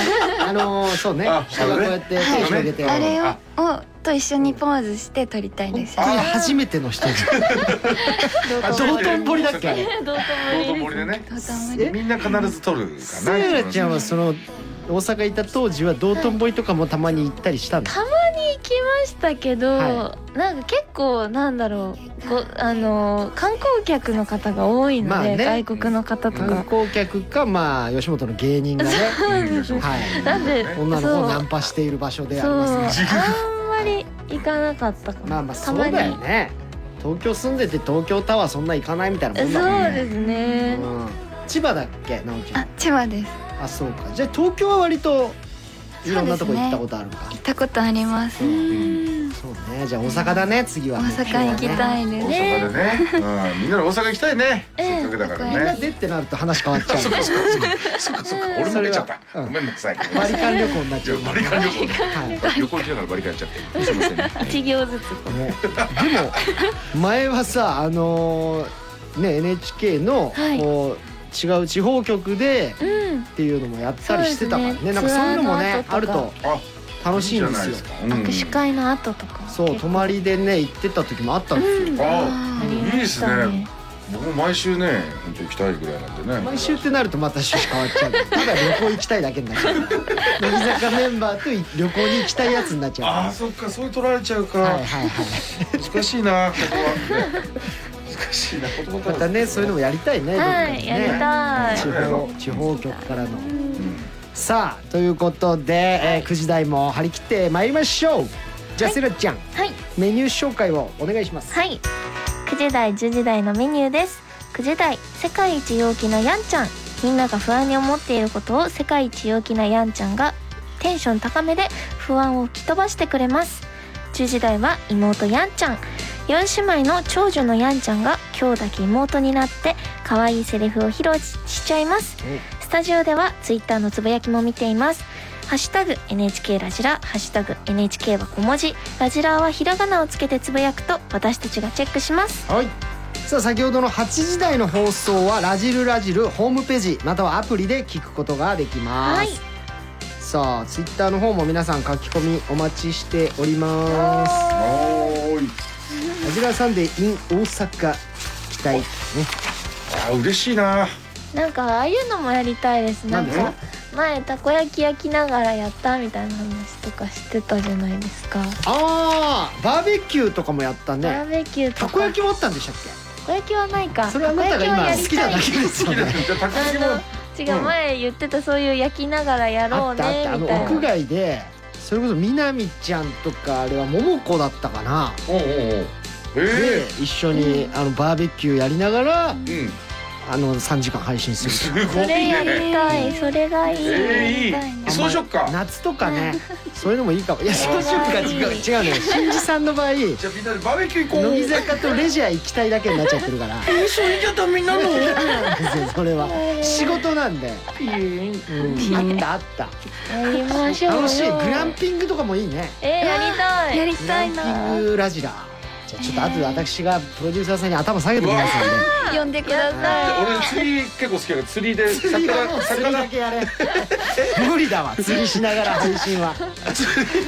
Speaker 1: あのーそうね
Speaker 2: あ
Speaker 1: 下がこうやって手
Speaker 2: そうね
Speaker 1: 広げて
Speaker 6: あれを
Speaker 2: あ
Speaker 6: をと一緒にポーズして撮りたいです
Speaker 1: 本当に初めての人道頓堀だっけあれ
Speaker 4: ど
Speaker 2: 道
Speaker 4: うと
Speaker 2: 頓
Speaker 4: も
Speaker 2: 堀でね
Speaker 6: とても
Speaker 1: え
Speaker 2: みんな必ず撮るかな
Speaker 1: セイラちゃんはその大阪行った当時は道頓堀とかもたまに行ったりしたんです
Speaker 4: たまに行きましたけど、
Speaker 1: は
Speaker 4: なんか結構なんだろうごあのー観光客の方が多いので、
Speaker 1: まあね
Speaker 4: 外国の方と
Speaker 1: 観
Speaker 4: か、
Speaker 1: 光客かまあ吉本の芸人がね
Speaker 2: うん
Speaker 1: はい
Speaker 4: なんで
Speaker 1: 女の子をナン
Speaker 4: そ
Speaker 1: パしている場所
Speaker 4: う
Speaker 1: であ
Speaker 4: そ
Speaker 1: り
Speaker 4: う
Speaker 1: ますね
Speaker 4: あんまり行かなかったかも、
Speaker 1: まあまあ
Speaker 4: た
Speaker 1: そう
Speaker 4: まに
Speaker 1: だよね東京住んでて東京タワーそんな行かないみたいなもんだもん
Speaker 4: そう
Speaker 1: ね
Speaker 4: ですね、
Speaker 1: うん千葉だっけなおちゃ
Speaker 6: あ
Speaker 1: ん
Speaker 6: 千葉です
Speaker 1: あそうかじゃあ東京は割といろんなとこ行ったことあるか
Speaker 6: 行ったことあります
Speaker 1: う
Speaker 6: 大
Speaker 1: んそうねじゃあ大阪だね次は
Speaker 6: 阪行きた
Speaker 1: い
Speaker 6: いです、
Speaker 2: 大阪でね、うん、みんなで大阪行きたいね。
Speaker 4: え
Speaker 2: せ
Speaker 4: え
Speaker 2: っかくだから
Speaker 1: みんな
Speaker 2: ね。
Speaker 1: でってなると話変わっちゃう
Speaker 2: そっかそっかそっかそっか。俺も出ちゃ
Speaker 1: それ
Speaker 2: った。
Speaker 1: は
Speaker 2: ごめんなさい。
Speaker 1: バリカン旅行になっちゃう
Speaker 2: バリカン旅行
Speaker 1: はい
Speaker 2: 旅行行きながらバリカンやっちゃって。すいませんね。
Speaker 4: 一行ずつこ
Speaker 1: ねでも前は さあのーね NHK の、
Speaker 4: はい
Speaker 1: こう違う地方局で
Speaker 4: ううん
Speaker 1: っていうのもやったりしてたからね
Speaker 4: そうですね
Speaker 1: なんかそういうのもね
Speaker 4: ツア
Speaker 1: あ
Speaker 4: ー
Speaker 1: る
Speaker 4: の後
Speaker 1: と
Speaker 4: と
Speaker 2: あ、
Speaker 1: 楽しいんです
Speaker 2: じゃな
Speaker 1: よ
Speaker 2: ですか。
Speaker 4: 握手会の後とか
Speaker 1: そう泊まりでね行ってた時もあったんですよ、
Speaker 2: うん。あ、
Speaker 4: あり
Speaker 2: いい
Speaker 4: ま
Speaker 2: で
Speaker 4: し
Speaker 2: す
Speaker 4: た
Speaker 2: ね。僕も毎週ね、本当行きたいぐらいなんでね。
Speaker 1: 毎週ってなるとまた趣旨変わっちゃうただ旅行行きたいだけになっ ちゃう乃木坂メンバーとい旅行に行きたいやつになっちゃ
Speaker 2: あー、そっか、そういう取られちゃう
Speaker 1: うは
Speaker 2: か
Speaker 1: い。はいはい
Speaker 2: 難しいな。ここはね難しいな。言葉
Speaker 1: ま
Speaker 2: 足
Speaker 1: た
Speaker 2: らず
Speaker 1: ねそういうのもやりたいね、
Speaker 4: はいやり
Speaker 1: い
Speaker 4: たい
Speaker 1: 地方地方局からの
Speaker 2: うん
Speaker 1: さあということで、えー、9時台も張り切ってまいりましょうじゃあ、セラちゃん
Speaker 4: はい
Speaker 1: メニュー紹介をお願いします
Speaker 4: はい9時台10時台のメニューです9時台世界一陽気なやんちゃんみんなが不安に思っていることを世界一陽気なやんちゃんがテンション高めで不安を吹き飛ばしてくれます10時台は妹やんちゃん4姉妹の長女のやんちゃんが今日だけ妹になって可愛いセリフを披露ししちゃいますスタジオではツイッターのつぶやきも見ていますハッシュタグ NHK ラジラ、ハッシュタグ NHK は小文字、ラジラはひらがなをつけてつぶやくと私たちがチェックします。
Speaker 1: はいさあ先ほどの8時台の放送は「ラジルラジル」ホームページまたはアプリで聞くことができます、
Speaker 4: はい
Speaker 1: さあツイッターの方も皆さん書き込みお待ちしております
Speaker 2: おーい。
Speaker 1: ラジラサンデー in 大阪期待ね
Speaker 2: あー、嬉しいな。
Speaker 4: なんかああいうのもやりたいです。なん
Speaker 2: なん
Speaker 4: か前たこ焼き焼きながらやったみたいな話とかしてたじゃないですか。
Speaker 1: あーバーベキューとかもやった
Speaker 4: バ
Speaker 1: ね
Speaker 4: ーベキューと
Speaker 1: た
Speaker 4: か。
Speaker 1: こ焼
Speaker 4: た
Speaker 1: きもあったんでしたっ
Speaker 4: こ焼きはない
Speaker 1: け
Speaker 4: か。
Speaker 1: それはあなたが今好きなだ
Speaker 4: たこ焼
Speaker 1: けですよ
Speaker 2: じゃ
Speaker 1: ね
Speaker 2: あ、たこ焼き
Speaker 4: き
Speaker 2: も
Speaker 4: はやりたい。あの違う前言ってたそういう焼きながらやろ
Speaker 1: あ
Speaker 4: う
Speaker 1: ったあった
Speaker 4: ね
Speaker 1: あの
Speaker 4: みたい
Speaker 1: 屋
Speaker 4: な。
Speaker 1: 外でそれこそみなみちゃんとかあれはももこだったかな
Speaker 2: おうおうおう。
Speaker 1: で
Speaker 2: え
Speaker 1: 一緒にあのバーベキューやりながら
Speaker 2: えうん
Speaker 1: あの3時間配信する
Speaker 2: すご
Speaker 4: そ
Speaker 2: い
Speaker 4: れやり
Speaker 2: ね
Speaker 4: たいそれがいい、
Speaker 2: え
Speaker 5: やりたい
Speaker 2: えい
Speaker 5: ね
Speaker 2: いそうしよっか
Speaker 1: 夏とかねそういうのもいいかもいやそうしようか違う違うね新次さんの場合乃
Speaker 2: じゃあみんなでバーベキュー行こう
Speaker 1: 木坂とレジャー行きたいだけになっちゃってるからえそれじゃダメなのそれは仕事なんで、うん、あったあった
Speaker 4: やりましょうよ
Speaker 1: 楽しいグランピングとかもいいね
Speaker 4: えー、やりたい
Speaker 5: やり
Speaker 1: グ
Speaker 5: た
Speaker 1: ラ
Speaker 5: い
Speaker 1: ンピ
Speaker 5: な
Speaker 1: ングラジラーじゃあちょっと後で私がプロデューサーさんに頭下げてきますんで
Speaker 5: 呼んでくだ
Speaker 2: じ
Speaker 5: さ
Speaker 2: ゃあ俺釣り結構好きやから釣りで
Speaker 1: 釣りはもう
Speaker 2: 魚
Speaker 1: 釣りだ
Speaker 2: 魚
Speaker 1: けやれ無理だわ釣りしなが ら配信は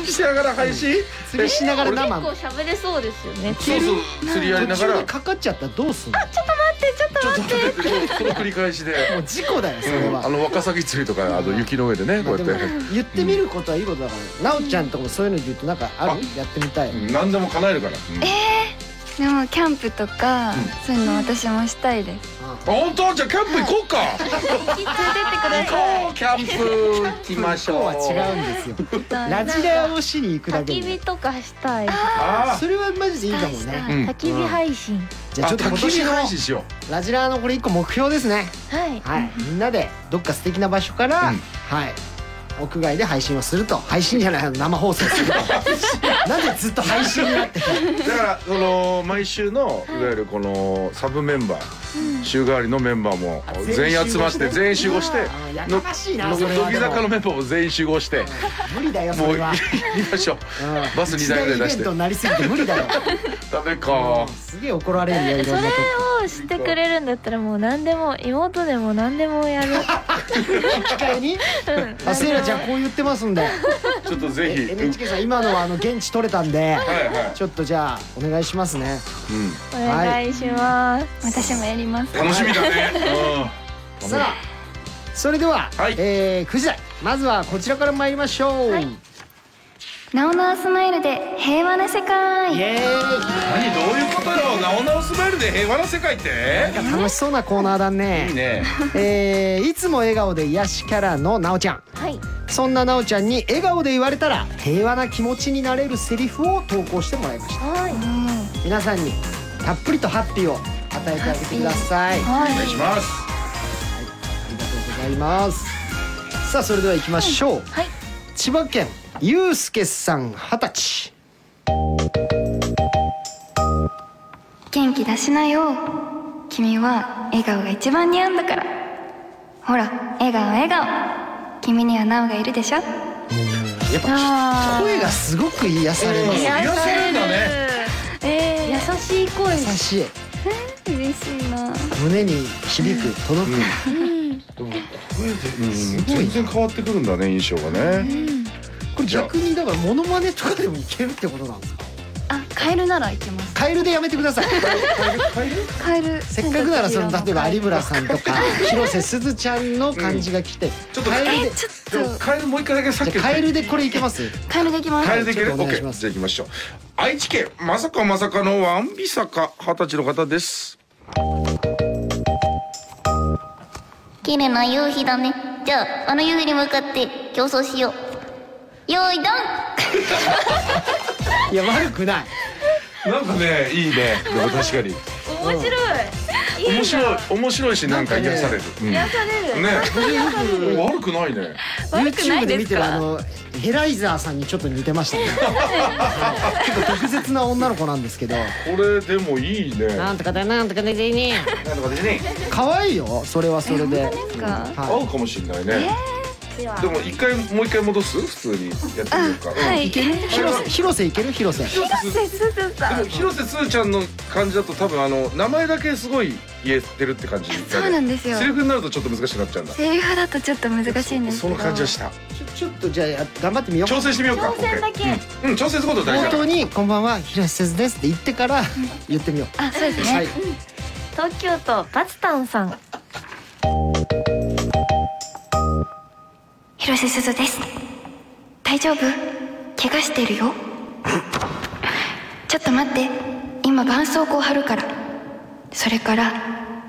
Speaker 2: しながら配信
Speaker 1: 釣りしながら
Speaker 4: 結
Speaker 1: 生
Speaker 4: 構喋れそうですよね
Speaker 2: そうそう釣りやりなが
Speaker 1: 途中
Speaker 2: ら
Speaker 1: でかかっちゃったらどうすんの
Speaker 2: ちょっと待ってその繰り返しで
Speaker 1: もう事故だよそれ
Speaker 2: うん
Speaker 1: は、
Speaker 2: あのワカサギ釣りとかあの雪の上でね
Speaker 1: ま
Speaker 2: こ
Speaker 1: あ
Speaker 2: うや
Speaker 1: で
Speaker 2: っ
Speaker 1: も
Speaker 2: て
Speaker 1: 言ってみることはいいことだからなおちゃんとかもそういうので言うとなんかあるやってみたい
Speaker 2: うん何でも叶えるからうん
Speaker 6: でもキャンプとか、そういうの私もしたいです
Speaker 2: あ本当じゃあキャンプ行こうか行こうキャンプ行きまし
Speaker 1: 今日
Speaker 2: ょ
Speaker 1: は
Speaker 2: う
Speaker 1: 違うんですよラジラをしに行くだ
Speaker 4: 焚
Speaker 1: け
Speaker 4: き火
Speaker 1: で
Speaker 4: とかしたい
Speaker 2: あ
Speaker 1: それはマジでいいかもね
Speaker 4: 焚き火配信
Speaker 1: じ
Speaker 2: あ
Speaker 1: ゃあちょっと今
Speaker 2: 焚き
Speaker 1: 年
Speaker 2: 火
Speaker 1: の
Speaker 2: 配信しよ
Speaker 1: ラジラーのこれ一個目標ですね
Speaker 4: はい
Speaker 1: はいみんなでどっか素敵な場所から、
Speaker 2: うん
Speaker 1: はい屋外で配信をすると配信じゃない生放送する となんでずっと配信になってる
Speaker 2: うだからその毎週のいわゆるこのサブメンバー週替わりのメンバーも全員集まして全員集合して
Speaker 1: あーや
Speaker 2: の
Speaker 1: かましいな
Speaker 2: の
Speaker 1: それは
Speaker 2: 乃
Speaker 1: で
Speaker 2: 木
Speaker 1: も
Speaker 2: 坂のメンバーも全員集合して
Speaker 1: 無理だよそ
Speaker 2: もう
Speaker 1: れ
Speaker 2: い
Speaker 1: は
Speaker 2: 行きましょう
Speaker 1: うん
Speaker 2: バス2台ぐらい出し
Speaker 1: 一大イベン
Speaker 2: て
Speaker 1: トになりすぎて無理だよ
Speaker 2: ダメか
Speaker 1: すげえ怒られるよい
Speaker 4: そ
Speaker 1: ろん
Speaker 4: れ
Speaker 1: な
Speaker 4: をしてくれるんだったらもう何でも妹でも何でもやる
Speaker 1: 機会にあセイラちゃんこう言ってますんで
Speaker 2: ちょっとぜひ
Speaker 1: NHK さん今のはあの現地取れたんで
Speaker 2: はいは
Speaker 1: ちょっとじゃあお願いしますね
Speaker 2: い、うん
Speaker 4: お願いします、
Speaker 6: 私もやります
Speaker 2: 楽しみだね。うん
Speaker 1: さあそれでは、
Speaker 2: はい
Speaker 1: えー9時台まずはこちらから参りましょう、イ
Speaker 6: なおなおスマイルで平和な世界
Speaker 1: エー
Speaker 2: 何どういうことよ。なおなおスマイルで平和な世界って。
Speaker 1: イ楽しそうなコーナーだ
Speaker 2: いい
Speaker 1: ね
Speaker 2: ね。
Speaker 1: えーいつも笑顔で癒しキャラのなおちゃん
Speaker 4: はい
Speaker 1: そんななおちゃんに笑顔で言われたら平和な気持ちになれるセリフを投稿してもらいました
Speaker 4: はい
Speaker 1: 皆さんにたっぷりとハッピーを与えてあげてください
Speaker 2: お願いします。
Speaker 1: ありがとうございます。さあそれでは行きましょう。
Speaker 4: はい
Speaker 1: 千葉県ゆうすけさん二十歳。
Speaker 6: 元気出しなよ君は笑顔が一番似合うんだからほら笑顔笑顔君にはなおがいるでしょ
Speaker 1: やっぱ声がすごく癒されます。
Speaker 2: 癒せるんだね。
Speaker 4: 優しい声
Speaker 1: 優しい。
Speaker 6: 嬉しいな
Speaker 1: 胸に響く届く。
Speaker 2: でも声で、うん、全然変わってくるんだね印象がね。
Speaker 1: これ逆にだからモノマネとかでもいけるってことなんですか。
Speaker 6: あカエルならいけます
Speaker 1: カエルでやめてください。
Speaker 6: カエル
Speaker 1: せっかくならその例えば有村さんとか広瀬すずちゃんの感じが来て、
Speaker 2: ちょっと
Speaker 1: カエルで。
Speaker 6: ち
Speaker 2: で
Speaker 6: ょ
Speaker 2: も
Speaker 6: っと
Speaker 2: カエルもう一回だけさっ
Speaker 1: じ
Speaker 2: き
Speaker 1: ゃあカエルでこれいけます。
Speaker 6: カエルでいきます
Speaker 2: カエルでいける。
Speaker 1: ち
Speaker 2: オ
Speaker 1: ょっ
Speaker 2: ッ
Speaker 1: とお
Speaker 2: ケ
Speaker 1: 願いしま
Speaker 2: ー。
Speaker 1: す
Speaker 2: じゃあ行きましょう。愛知県まさかまさかのワンビサカ二十歳の方です。
Speaker 8: 綺麗な夕日だね。じゃあ、あの夕日に向かって競争しよう。よーい、ドン
Speaker 1: いや悪くない。
Speaker 2: なんかねいいね。でも確かに
Speaker 4: 面白い
Speaker 2: 面白い面白いしなんか癒される。うんね。
Speaker 4: される
Speaker 2: 悪くないね。
Speaker 1: YouTube で見てるあのヘライザーさんにちょっと似てま したね結構特別な女の子なんですけど
Speaker 2: これでもいいね。
Speaker 1: なんとかだなんとかででね
Speaker 2: なんとかでね。
Speaker 1: 可愛いよそれはそれで、
Speaker 2: 合
Speaker 1: は、
Speaker 2: うかもしれないね。でも一回もう一回戻す普通にやってみようか。はい
Speaker 1: いける広瀬広瀬いける広瀬
Speaker 2: 広瀬すずさん。でも広瀬すずちゃんの感じだと多分あの名前だけすごい言えてるって感じだね。
Speaker 6: そうなんですよ
Speaker 2: セリフになるとちょっと難しくなっちゃうんだ。
Speaker 6: セリフだとちょっと難しいんです
Speaker 2: そ
Speaker 6: け
Speaker 2: の
Speaker 6: ど
Speaker 2: 感じはした。
Speaker 1: ちょちょっとじゃあ頑張ってみよう
Speaker 2: 挑戦してみようか。
Speaker 4: 挑戦だけ
Speaker 2: OK うん、うん挑戦すること大
Speaker 1: 冒
Speaker 2: 事だ。
Speaker 1: 頭に「こんばんは広瀬すずです」って言ってから言ってみよう
Speaker 6: あそうですね、
Speaker 1: はい
Speaker 4: 東京都バツタンさん
Speaker 6: 広瀬すずです大丈夫怪我してるよちょっと待って今絆創膏貼るからそれから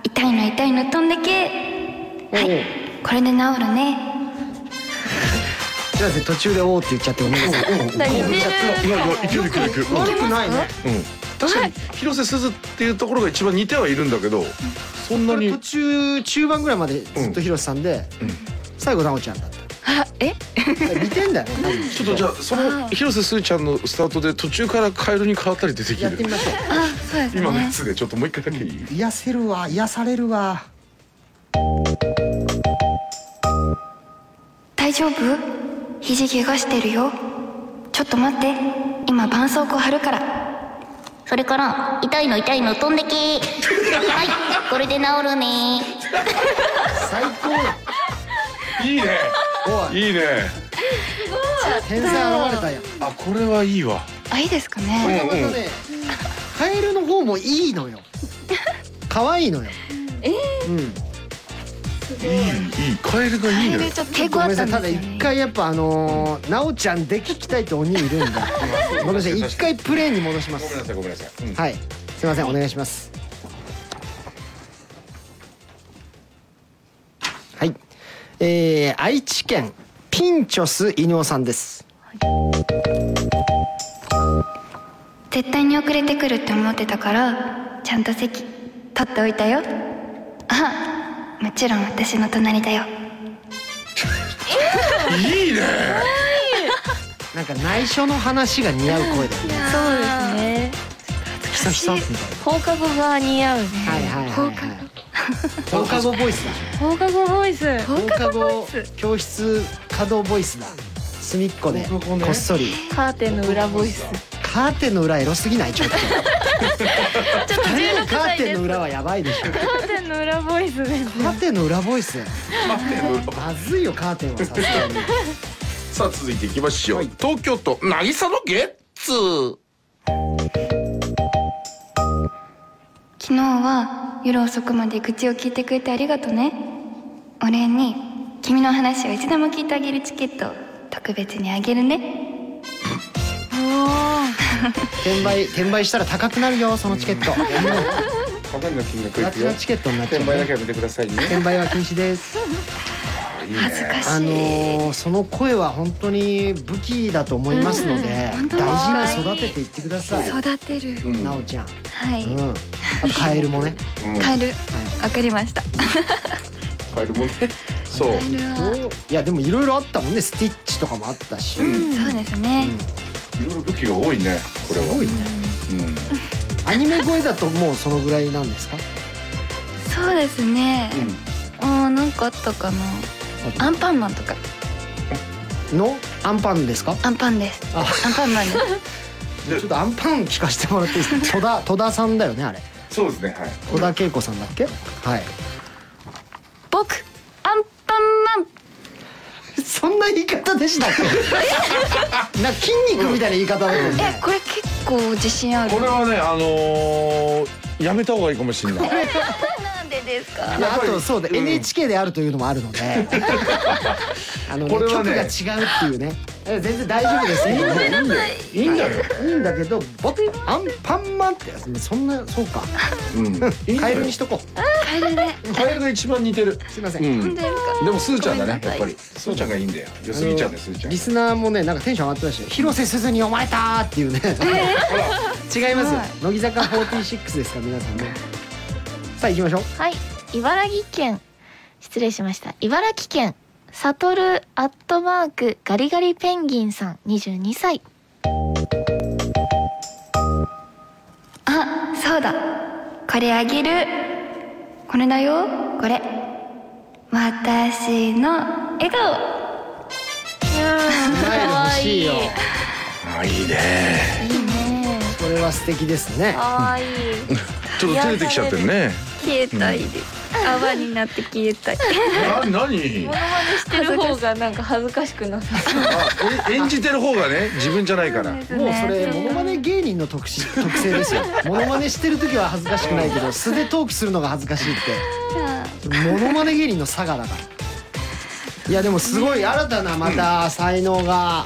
Speaker 6: 痛いの痛いの飛んでけはいこれで治るね
Speaker 1: 広瀬途中で「おー」って言っちゃってごめんなさい
Speaker 2: いやいやいけるいけるいける。
Speaker 1: 悪くないね
Speaker 2: うん確かに広瀬すずっていうところが一番似てはいるんだけどそんなに
Speaker 1: 途中中盤ぐらいまでずっと広瀬さんで、最後奈緒ちゃんだった
Speaker 5: あえ
Speaker 1: 似てんだよね多分
Speaker 2: ちょっとじゃあその広瀬すずちゃんのスタートで途中からカエルに変わったり出てき
Speaker 1: やってみ
Speaker 2: る
Speaker 1: ましょう
Speaker 5: あそうですね
Speaker 2: 今のやつでちょっともう一回だけいい
Speaker 1: 癒せるわ癒されるわ
Speaker 6: 大丈夫肘怪我してるよちょっと待って今絆創膏貼るから
Speaker 8: それから痛いの痛いの飛んでけはいこれで治るね
Speaker 1: 最高だ
Speaker 2: いいね
Speaker 1: おい
Speaker 2: いいね
Speaker 1: 天才現れたやん
Speaker 2: あこれはいいわ
Speaker 6: あいいですか
Speaker 1: こ
Speaker 6: ね
Speaker 1: れがまたねカエルの方もいいのよ可愛いのようん
Speaker 2: いいいいカエルがいいのよ
Speaker 6: ちょっと
Speaker 1: 結構
Speaker 6: 抵抗
Speaker 1: ご
Speaker 6: あ
Speaker 1: め
Speaker 6: っ
Speaker 1: んな
Speaker 6: た
Speaker 1: さ
Speaker 6: ん
Speaker 1: いた
Speaker 6: ですよ
Speaker 1: だ
Speaker 6: ね
Speaker 1: 一回やっぱあのーなおちゃんで聞きたいって鬼いるんだごめんなさい一回プレイに戻しま
Speaker 2: ごめん
Speaker 1: す
Speaker 2: なさいごめんなさい、うん
Speaker 1: はいすいませんお願いしますはいえー、愛知県ピンチョス犬尾さんです
Speaker 6: 絶対に遅れてくるって思ってたからちゃんと席取っておいたよあもちろん私の隣だよ
Speaker 2: いいね
Speaker 1: なんか内緒の話が似合う声だよね
Speaker 4: そうですね
Speaker 1: ひさひさみたいな
Speaker 4: 放課後が似合うね
Speaker 1: はいはいはいはい。放課後ボイスだ。
Speaker 4: 放課後ボイス
Speaker 1: 放課後教室稼働ボイスだ。隅っこで
Speaker 2: 放課後ね
Speaker 1: こっそり
Speaker 4: カーテンの裏ボイス
Speaker 1: カーテンの裏エロすぎないちょ っと。
Speaker 4: ちょっと
Speaker 1: 誰の
Speaker 4: 16
Speaker 1: カー
Speaker 4: 歳
Speaker 1: テン
Speaker 4: で
Speaker 1: の
Speaker 4: す
Speaker 1: 裏はやばいでしょ。
Speaker 4: カーテンの裏ボイスです
Speaker 1: カーテンの裏ボイス。まずいよカーテンはさすがに。
Speaker 2: さあ続いていきましょう、東京都渚のゲッツ
Speaker 6: 昨日は夜遅くまで愚痴を聞いてくれてありがとねお礼に君の話を一度も聞いてあげるチケットを特別にあげるね
Speaker 1: 転売転売したら高くなるよそのチケット。
Speaker 2: かなりの金額
Speaker 1: ガチのチケットになっちゃう
Speaker 2: 転売だけはやめてくださいね
Speaker 1: 転売は禁止です。
Speaker 2: いいね
Speaker 6: 難しい、
Speaker 1: あのーその声は本当に武器だと思いますので、
Speaker 6: 本当だ
Speaker 1: 大事に育てていってください。
Speaker 6: 育てる
Speaker 2: うん
Speaker 1: なおちゃん。
Speaker 6: はい、
Speaker 1: うん。あとカエル もね。
Speaker 2: うん
Speaker 6: カエルわかりました
Speaker 2: 買えるもんねそう
Speaker 6: カエルは
Speaker 1: おいやでもいろいろあったもんねスティッチとかもあったし、
Speaker 6: そうですね、
Speaker 2: いろいろ武器が多いねこれは
Speaker 1: すごいね
Speaker 2: うん
Speaker 1: アニメ声だともうそのぐらいなんですか
Speaker 6: そうですね、うあなんかあったかなアンパンマンとか
Speaker 1: のアンパンですか
Speaker 6: アンパンです
Speaker 1: あ
Speaker 6: アンパンマンです
Speaker 1: ちょっとアンパン聞かせてもらっていいです か戸田戸田さんだよねあれ
Speaker 2: そうですねはい
Speaker 1: 戸田恵子さんだっけはい
Speaker 6: 僕アンパンマン
Speaker 1: そんな言い方でしたっけ なんか筋肉みたいな言い方だよ
Speaker 6: え
Speaker 1: ね
Speaker 6: これ結構自信ある
Speaker 2: これはねあのー、やめた方がいいかもしれない
Speaker 6: なんでですか
Speaker 1: いやあとそうで、NHK であるというのもある のであの、ね
Speaker 2: これは
Speaker 1: 曲
Speaker 2: ね
Speaker 1: が違うっていうねえ全然大丈夫ですよ
Speaker 2: いいんだよ、
Speaker 1: いいんだけどボアンパンマンってやつねそんなそうか
Speaker 2: うん、
Speaker 1: カエルにしとこ
Speaker 6: カエルで
Speaker 2: カエルが一番似てる
Speaker 1: うすいません、
Speaker 2: う
Speaker 1: あ
Speaker 2: ん
Speaker 6: ですか
Speaker 2: でもスーちゃんだね
Speaker 6: ごめんなさ
Speaker 2: やっ
Speaker 6: い
Speaker 2: ぱりスーちゃんがいいんだよ良
Speaker 1: の
Speaker 2: すぎちゃんねスーちゃん
Speaker 1: リスナーもねなんかテンション上がってましたよ広瀬すずに読まれたーっていうね、違いますよ乃木坂46ですから皆さんねさあ行きましょう
Speaker 4: はい茨城県失礼しました茨城県サトルアットマークガリガリペンギンさん22歳
Speaker 6: あそうだこれあげるこれだよこれ私の笑顔
Speaker 1: カエル欲しいよ
Speaker 2: あいいね
Speaker 1: これは素敵ですね
Speaker 4: 可愛い
Speaker 2: ちょっと照れてきちゃってるね
Speaker 6: 消えたいです泡になって消えたい
Speaker 2: な 何
Speaker 4: してる方がなんか恥ずかしくなさそ
Speaker 2: あえ演じてる方がね自分じゃないから
Speaker 1: もうそれモノマネ芸人の特し特性ですよモノマネしてる時は恥ずかしくないけど素でトークするのが恥ずかしいってモノマネ芸人の差がだからいやでもすごい新たなまた才能が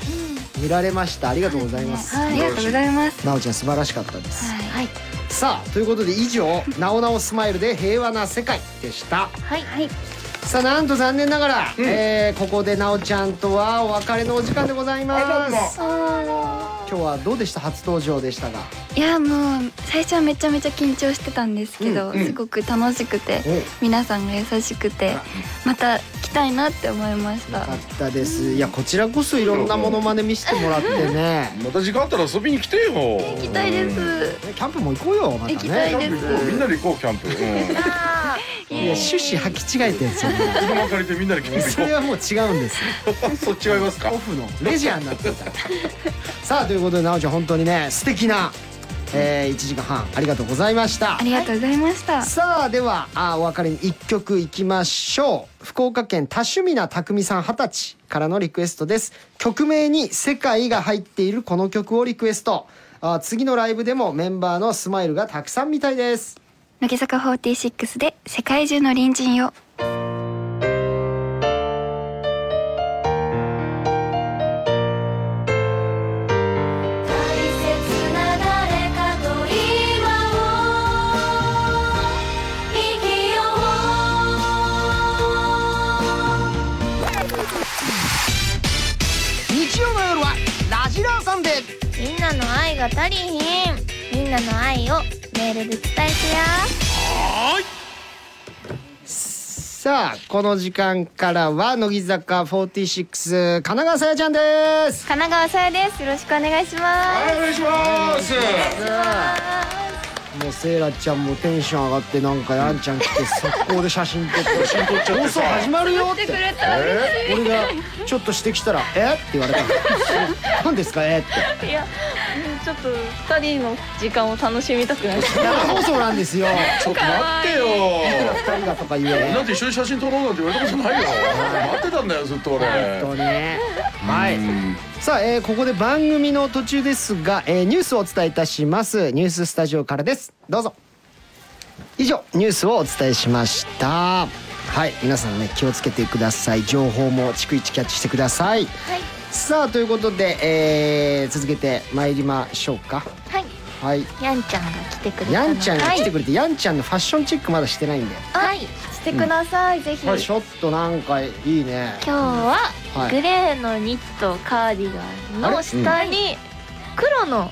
Speaker 1: 見られましたありがとうございます
Speaker 6: ありがとうございます
Speaker 1: なおちゃん素晴らしかったです
Speaker 4: うはい
Speaker 1: さあということで以上「なおなおスマイルで平和な世界」でした
Speaker 4: はいはい
Speaker 1: さあなんと残念ながら、えーここでなおちゃんとはお別れのお時間でございます今日はどうでした初登場でしたが
Speaker 6: いやもう最初はめちゃめちゃ緊張してたんですけど、
Speaker 2: うんうん
Speaker 6: すごく楽しくて皆さんが優しくてまた来たいなって思いました
Speaker 1: かったですいやこちらこそいろんなものまね見せてもらってね
Speaker 2: また時間あったら遊びに来てよ
Speaker 6: 行きたいです
Speaker 1: キャンプも行こうよまた
Speaker 6: 行
Speaker 2: キ
Speaker 6: きたい
Speaker 1: ね
Speaker 2: ャンプ
Speaker 6: で
Speaker 2: 行こうみんなで行こうキャンプ、うん、
Speaker 1: いや趣旨履き違えてんすよね
Speaker 2: 車借りてみんなでキャンプ
Speaker 1: それ
Speaker 2: 行こ
Speaker 1: はもう 違うんですよ
Speaker 2: うそっち違いますか
Speaker 1: オフのレジャーになってたさあということでなおちゃん本当にね素敵な、え1時間半ありがとうございました
Speaker 6: ありがとうございました、
Speaker 1: さあではあお別れに1曲いきましょう福岡県多趣味なたくみさん20歳からのリクエストです曲名に「世界」が入っているこの曲をリクエストあ次のライブでもメンバーのスマイルがたくさんみたいです
Speaker 6: 乃木坂46で世界中の隣人よ
Speaker 7: 大切な誰かと今を生きよ
Speaker 1: 日曜の夜は「ラジラーサンデー」
Speaker 4: みんなの愛が足りひんみんなの愛をメールで伝えてや
Speaker 1: さあこの時間からは乃木坂46神奈川さやちゃんです
Speaker 5: 神奈川さやですよろしくお願いしま
Speaker 2: はいお願いします
Speaker 1: もうセイラちゃんもテンション上がってなんかやんちゃん来て速攻で写真撮って写真撮っちゃ放送始まるよって
Speaker 2: え
Speaker 1: 俺がちょっとしてきたら「えっ?」て言われたの「何ですかえっ?」って
Speaker 3: いやちょっと二人の時間を楽しみたくなっ
Speaker 1: 生放送なんですよ
Speaker 2: ちょっと待ってよ
Speaker 1: 二人がとか言
Speaker 2: みんな
Speaker 1: え
Speaker 2: と一緒に写真撮ろうなんて言われたことないよ待ってたんだよずっと俺
Speaker 1: 本当にねはい
Speaker 2: うん
Speaker 1: さあ、えーここで番組の途中ですが、えーニュースをお伝えいたしますニューススタジオからですどうぞ以上ニュースをお伝えしましたはい皆さんね気をつけてください情報も逐一キャッチしてください、さあということで、えー続けて参りましょうか
Speaker 4: はい
Speaker 1: はい
Speaker 4: やんちゃんが来てくれたの
Speaker 1: やんちゃんが来て
Speaker 4: く
Speaker 1: くれて、やんちゃんのファッションチェックまだしてないんで、
Speaker 4: はい
Speaker 5: してください、ぜひ、
Speaker 1: ちょっとなんかいいね
Speaker 4: 今日は、
Speaker 1: はい
Speaker 4: グレーのニットカーディガンの下に黒の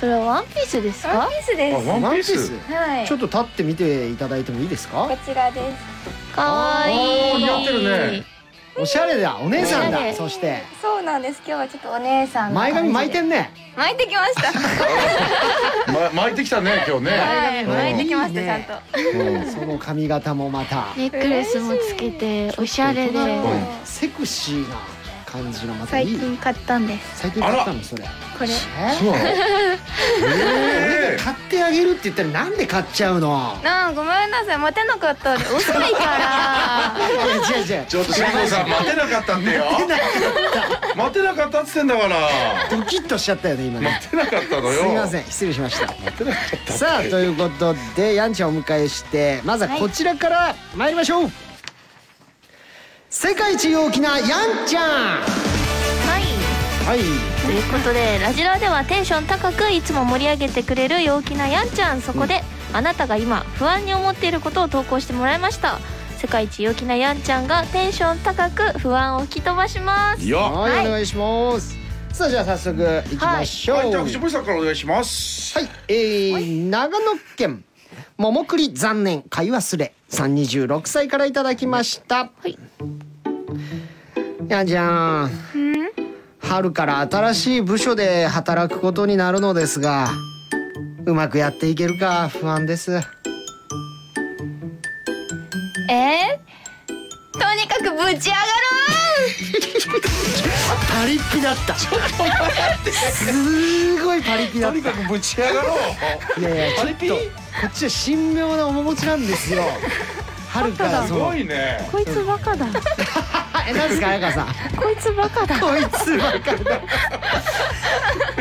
Speaker 4: それはワンピースです
Speaker 5: ワン
Speaker 4: か
Speaker 5: ピースで
Speaker 2: あ
Speaker 5: す
Speaker 2: ワンピース
Speaker 5: はい
Speaker 1: ちょっと立ってみていただいてもいいですか
Speaker 5: こちらです
Speaker 4: かわいい
Speaker 2: あー似合ってるね
Speaker 1: おしゃれだお姉さん
Speaker 4: おしゃ
Speaker 1: だ
Speaker 4: れ
Speaker 1: そして
Speaker 5: そうなんです今日はちょっとお姉さんの
Speaker 1: 前髪巻いてんね
Speaker 5: 巻いてきま した
Speaker 2: ま巻いてきたね今日ね
Speaker 5: はい
Speaker 2: うん
Speaker 5: 巻いてきました
Speaker 1: いい
Speaker 5: ちゃんと
Speaker 1: ねうんその髪型もまた
Speaker 4: ネックレスもつけておしゃれで
Speaker 1: 大人っぽいセクシーな感じのまた
Speaker 4: 最
Speaker 1: いい
Speaker 4: 近買ったんです
Speaker 1: 最近買ったのそれ
Speaker 4: これ
Speaker 1: え
Speaker 2: そうなの
Speaker 1: 俺
Speaker 2: え
Speaker 1: が買ってあげるって言ったらなんで買っちゃうの
Speaker 5: なあごめんなさい待てなかった で遅いから
Speaker 1: いや違う違う
Speaker 2: ちょっと慎吾さん待てなかったんだよ待てなかったっつってんだから
Speaker 1: ドキッとしちゃったよね今ね
Speaker 2: 待てなかったのよ
Speaker 1: すみませ
Speaker 2: ん
Speaker 1: ん失礼しましたさあということでやんちゃんをお迎えしてまずはこちらから参りましょう、世界一大きなやんちゃん
Speaker 4: はい
Speaker 1: はい
Speaker 4: ということでラジラではテンション高くいつも盛り上げてくれる陽気なやんちゃんそこで、あなたが今不安に思っていることを投稿してもらいました世界一陽気なやんちゃんがテンション高く不安を吹き飛ばします
Speaker 2: よ
Speaker 1: はい、
Speaker 4: はい
Speaker 1: お願いしますさあじゃあ早速行きましょう
Speaker 2: は
Speaker 1: はいい、
Speaker 2: じゃあ藤森さんからお願いします
Speaker 1: えー、長野県桃栗残念買い忘れさん26歳からいただきました
Speaker 4: はい
Speaker 1: やんちゃん春から新しい部署で働くことになるのですがうまくやっていけるか不安です
Speaker 5: えー、とにかくぶち上が
Speaker 1: パリピだった すごいパリピだ
Speaker 2: と
Speaker 1: っ
Speaker 2: にか
Speaker 1: た
Speaker 2: くぶち上がろう
Speaker 1: いやいやちょっとこっちは神妙な面持ちなんです よ春から
Speaker 2: す
Speaker 1: その
Speaker 2: ごいね
Speaker 4: こいつバカだ
Speaker 1: え何ですか彩香さん
Speaker 4: こいつバカだ
Speaker 1: こいつばっかりだ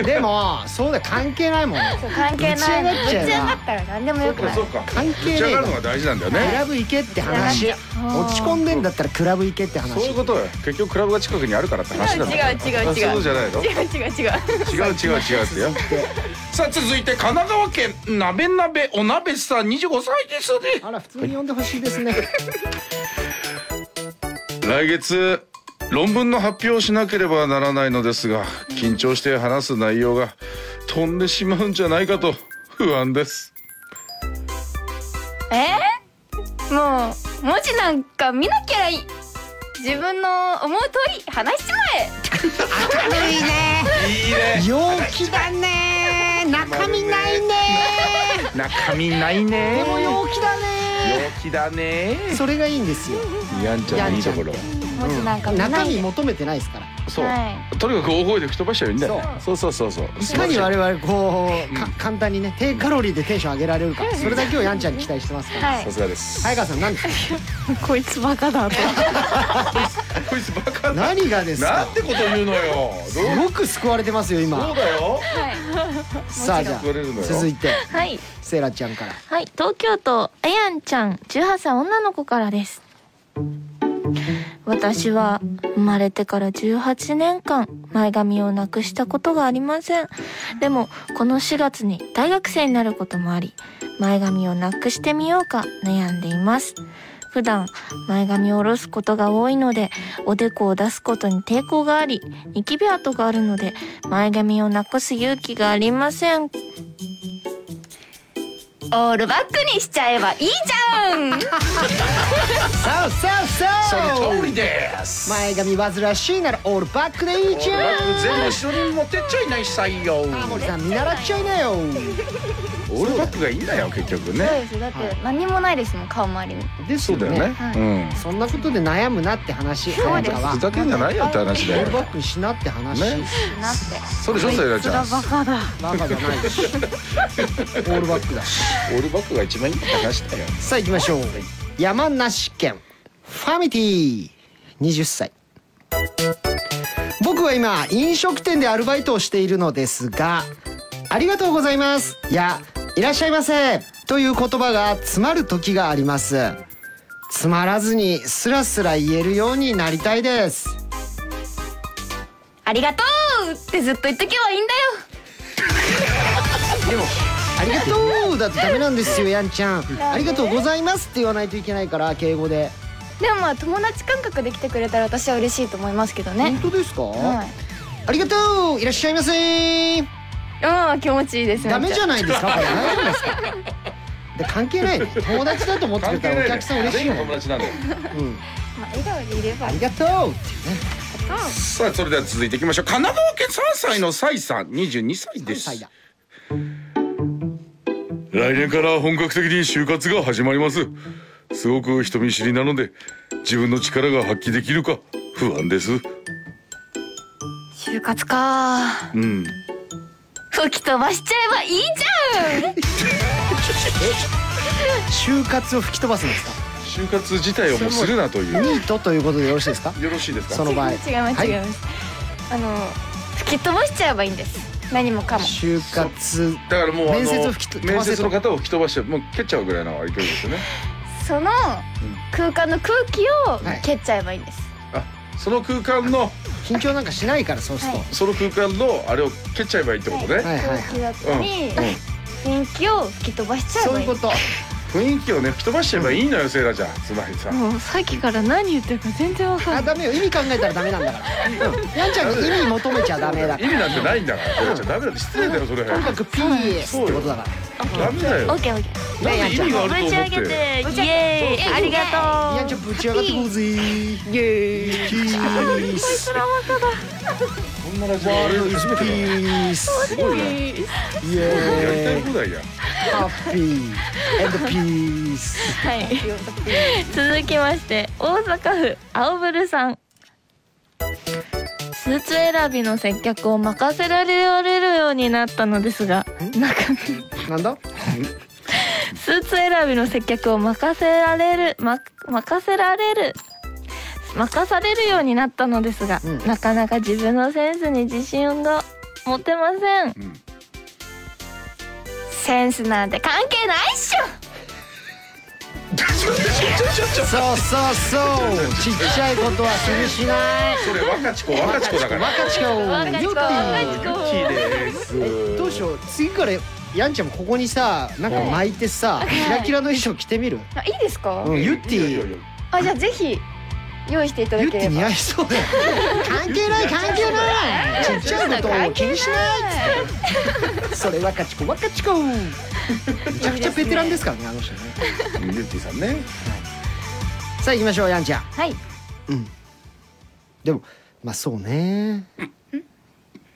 Speaker 1: でもそうだ関係ないもんね
Speaker 5: ろう関係ない
Speaker 1: ぶち上がっ
Speaker 5: ぶ
Speaker 1: ちゃうな
Speaker 5: ち上がったら何でも
Speaker 2: そ
Speaker 5: よ
Speaker 2: う
Speaker 5: くな
Speaker 2: か
Speaker 5: い
Speaker 2: そうか
Speaker 1: 関
Speaker 2: ぶ
Speaker 1: 係
Speaker 2: ち
Speaker 1: ね
Speaker 2: 上
Speaker 1: え
Speaker 2: が
Speaker 1: よ
Speaker 2: るのが大事なんだよ
Speaker 1: ク
Speaker 2: ね
Speaker 1: ラブ行けって話落ち込んでんだったらクラブ行けって
Speaker 2: そういう
Speaker 1: 話
Speaker 2: ことよ結局クラブが近くにあるからって話だ
Speaker 3: 違う違う違
Speaker 2: そ
Speaker 3: う違う
Speaker 2: ういうことじゃないの
Speaker 3: 違う違う違う
Speaker 2: 違う違う違う ってよさあ続いて神奈川県なべなべお鍋さん25歳ですね
Speaker 1: あら普通に呼んでほしいですね
Speaker 2: 来月論文の発表をしなければならないのですが緊張して話す内容が飛んでしまうんじゃないかと不安です
Speaker 5: えー、もう文字なんか見なきゃいい自分の思う通り話しちまえ
Speaker 1: 明るいね
Speaker 2: いいね
Speaker 1: 陽気だね中身ないね
Speaker 2: 中身ないね
Speaker 1: でも陽気だね
Speaker 2: 陽気だね
Speaker 1: それがいいんですよ、
Speaker 2: やんちゃんのいいところ
Speaker 5: 文字なんか
Speaker 1: うん
Speaker 5: 見ない
Speaker 1: 中
Speaker 5: で
Speaker 1: 身求めてないですから
Speaker 2: そう、
Speaker 5: は
Speaker 2: とにかく大声で吹き飛ばしちゃうんだよそうそうそうそう
Speaker 1: いかに我々こうか簡単にね低カロリーでテンション上げられるかそれだけをやんちゃんに期待してますから
Speaker 5: はい
Speaker 2: さすがです
Speaker 1: 早川さん何ですか
Speaker 3: こいつバカだと
Speaker 2: こいつバカだ
Speaker 1: 何がです
Speaker 2: な
Speaker 1: か
Speaker 2: んてこと言うのよど
Speaker 1: す
Speaker 2: う
Speaker 1: ごく救われてますよ
Speaker 2: そ
Speaker 1: 今
Speaker 2: うだよ
Speaker 1: さあじゃ
Speaker 2: 救われるの
Speaker 1: あ
Speaker 2: よ
Speaker 1: 続いて
Speaker 4: はい
Speaker 1: セイラちゃんから
Speaker 4: はい、東京都あやんちゃん18歳女の子からです私は生まれてから18年間前髪をなくしたことがありませんでもこの4月に大学生になることもあり前髪をなくしてみようか悩んでいます普段前髪を下ろすことが多いのでおでこを出すことに抵抗がありニキビ跡があるので前髪をなくす勇気がありません
Speaker 5: オールバックにしちゃえばいいじゃん
Speaker 1: さあさあさ
Speaker 2: その
Speaker 1: あ
Speaker 2: 通りです
Speaker 1: 前髪煩わしいならオールバックでいいじゃん
Speaker 2: 全部後ろに持ってっちゃいないさいよ
Speaker 1: タモリさん見習っちゃいなよ
Speaker 2: オールバックがいいんだよ結局
Speaker 5: そう
Speaker 2: ね
Speaker 5: ですだって何もないですもん顔周りに
Speaker 1: です
Speaker 2: そ
Speaker 1: よ
Speaker 2: うだよ
Speaker 1: ね
Speaker 2: ね
Speaker 5: はい
Speaker 2: うん
Speaker 1: そんなことで悩むなって話
Speaker 5: そうです
Speaker 1: 早川
Speaker 2: ふざけんじゃないよって話
Speaker 1: オ
Speaker 2: だ
Speaker 1: ー
Speaker 2: よ
Speaker 1: ルバックにしなって話
Speaker 2: ね
Speaker 5: なって
Speaker 2: そうでしょさゆらちゃんオ
Speaker 3: バカだ
Speaker 1: バカじゃないしオールバックだし
Speaker 2: ールバックが一番いいって話だよ
Speaker 1: さあ行きましょう山梨県ファミティ20歳僕は今飲食店でアルバイトをしているのですが「ありがとうございます」や「いらっしゃいませ」という言葉が詰まる時がありますつまらずにスラスラ言えるようになりたいです
Speaker 5: ありがとうってずっと言っとけばいいんだよ
Speaker 1: ありがとうだとダメな んですよやんちゃんありがとうございますって言わないといけないから敬語で
Speaker 5: でもまあ友達感覚で来てくれたら私は嬉しいと思いますけど
Speaker 1: 本
Speaker 5: ね。
Speaker 1: 当ですか、
Speaker 5: はい。
Speaker 1: ありがとういらっしゃいませ
Speaker 5: ああ気持ちいいですね。
Speaker 1: ダメじ
Speaker 5: ゃ
Speaker 1: ゃないですかこれ大丈夫ですかで関係ないね友達だと思ってくれ
Speaker 2: 関
Speaker 1: た
Speaker 2: 係
Speaker 1: らお
Speaker 2: ないね
Speaker 1: 客さん嬉しいよ
Speaker 2: 全部友
Speaker 1: ね、
Speaker 2: 達なんだよ
Speaker 1: うん、
Speaker 5: まあ笑顔でいれば
Speaker 1: あ。りがとうっていうね
Speaker 2: さあそれでは続いていきましょう神奈川県3歳のサイさん22歳で
Speaker 1: 関
Speaker 2: す
Speaker 1: 西だ
Speaker 2: 来年から本格的に就活が始まりますすごく人見知りなので自分の力が発揮できるか不安です
Speaker 5: 就活か。
Speaker 2: うん
Speaker 5: 吹き飛ばしちゃえばいいじゃん。
Speaker 1: 就活を吹き飛ばすんですか
Speaker 2: 就活自体をもうするなという
Speaker 1: ニートということでよろしいですか
Speaker 2: よろしいです
Speaker 1: そ
Speaker 2: か
Speaker 1: の場合
Speaker 5: 違います違います。あの吹き飛ばしちゃえばいいんです。何もかも。
Speaker 1: 就活
Speaker 2: だからもうあの
Speaker 1: 面接を吹き飛ばせと
Speaker 2: 面接の方を吹き飛ばしてもう蹴っちゃうぐらいの勢いですよね
Speaker 5: その空間の空気を
Speaker 1: はい
Speaker 5: 蹴っちゃえばいいんです。
Speaker 2: あその空間の
Speaker 1: 緊張なんかしないからそうすると、
Speaker 2: その空間のあれを蹴っちゃえばいいってことね、
Speaker 1: はい、はいはい
Speaker 5: 空気だったり
Speaker 2: うんうん
Speaker 5: 雰囲気を吹き飛ばしちゃえ
Speaker 1: そ
Speaker 5: ば
Speaker 1: う
Speaker 5: い
Speaker 1: いう
Speaker 5: い
Speaker 1: こ。と
Speaker 2: 雰囲気をね吹き飛ばしちゃえばいいのよセイラちゃんつまりさ
Speaker 3: もうさっきから何言ってるか全然わかんな
Speaker 1: あ
Speaker 3: い
Speaker 1: ダメよ意味考えたらダメなんだから、うん、やんちゃんに意味求めちゃダメだか
Speaker 2: 意味なんてないんだからセイラちゃんダメだって失礼だよそれ
Speaker 1: らとにかくピーエスってことだから
Speaker 2: ダメだよ
Speaker 4: オ
Speaker 2: なん
Speaker 4: ッケーオッ
Speaker 2: で
Speaker 4: ケ
Speaker 2: 意味があると
Speaker 4: ーぶち
Speaker 2: 思
Speaker 4: 上
Speaker 2: っ
Speaker 4: げ
Speaker 2: て
Speaker 4: てイエーイありがとう
Speaker 1: いやちょぶち上がってこうぜイエーイピース
Speaker 2: こんなラジオあれいじめ
Speaker 1: ピ
Speaker 2: てる
Speaker 1: ース
Speaker 2: すごいなや
Speaker 1: イエーイ
Speaker 2: りたい放題や
Speaker 1: ハッピーエンドピース
Speaker 4: はい、続きまして大阪府青ブルさんスーツ選びの接客を任せられるようになったのですがなんか
Speaker 1: なんだ
Speaker 4: スーツ選びの接客を任せられる、ま、任せられる任されるようになったのですが、
Speaker 1: うん
Speaker 4: なかなか自分のセンスに自信が持てません
Speaker 5: センスなんて関係ないっしょ。
Speaker 1: そうそうそうちっちゃいことは気にしない
Speaker 2: それ若ち子若ち子だから
Speaker 1: 若ちこ
Speaker 4: 若ちこ
Speaker 1: よっていう
Speaker 4: 若
Speaker 2: きです
Speaker 1: どうしよう次からやんちゃんもここにさなんか巻いてさキラキラの衣装着てみる
Speaker 5: あいいですか
Speaker 1: う。んユッテ
Speaker 2: いいよいいよい
Speaker 1: ィ
Speaker 2: いよ
Speaker 5: あじゃあぜひ用意していただ
Speaker 1: ゆっ
Speaker 5: けれ
Speaker 1: て
Speaker 5: ば
Speaker 1: 似合いそうだよ関係ない関係ないちっちゃいことを気にしないっつってそれはかちこわかちこめちゃくちゃベテランですからねあの人ね
Speaker 2: ゆってぃさんね
Speaker 1: さあ行きましょうやんちゃん
Speaker 5: はい
Speaker 1: でもまあそうね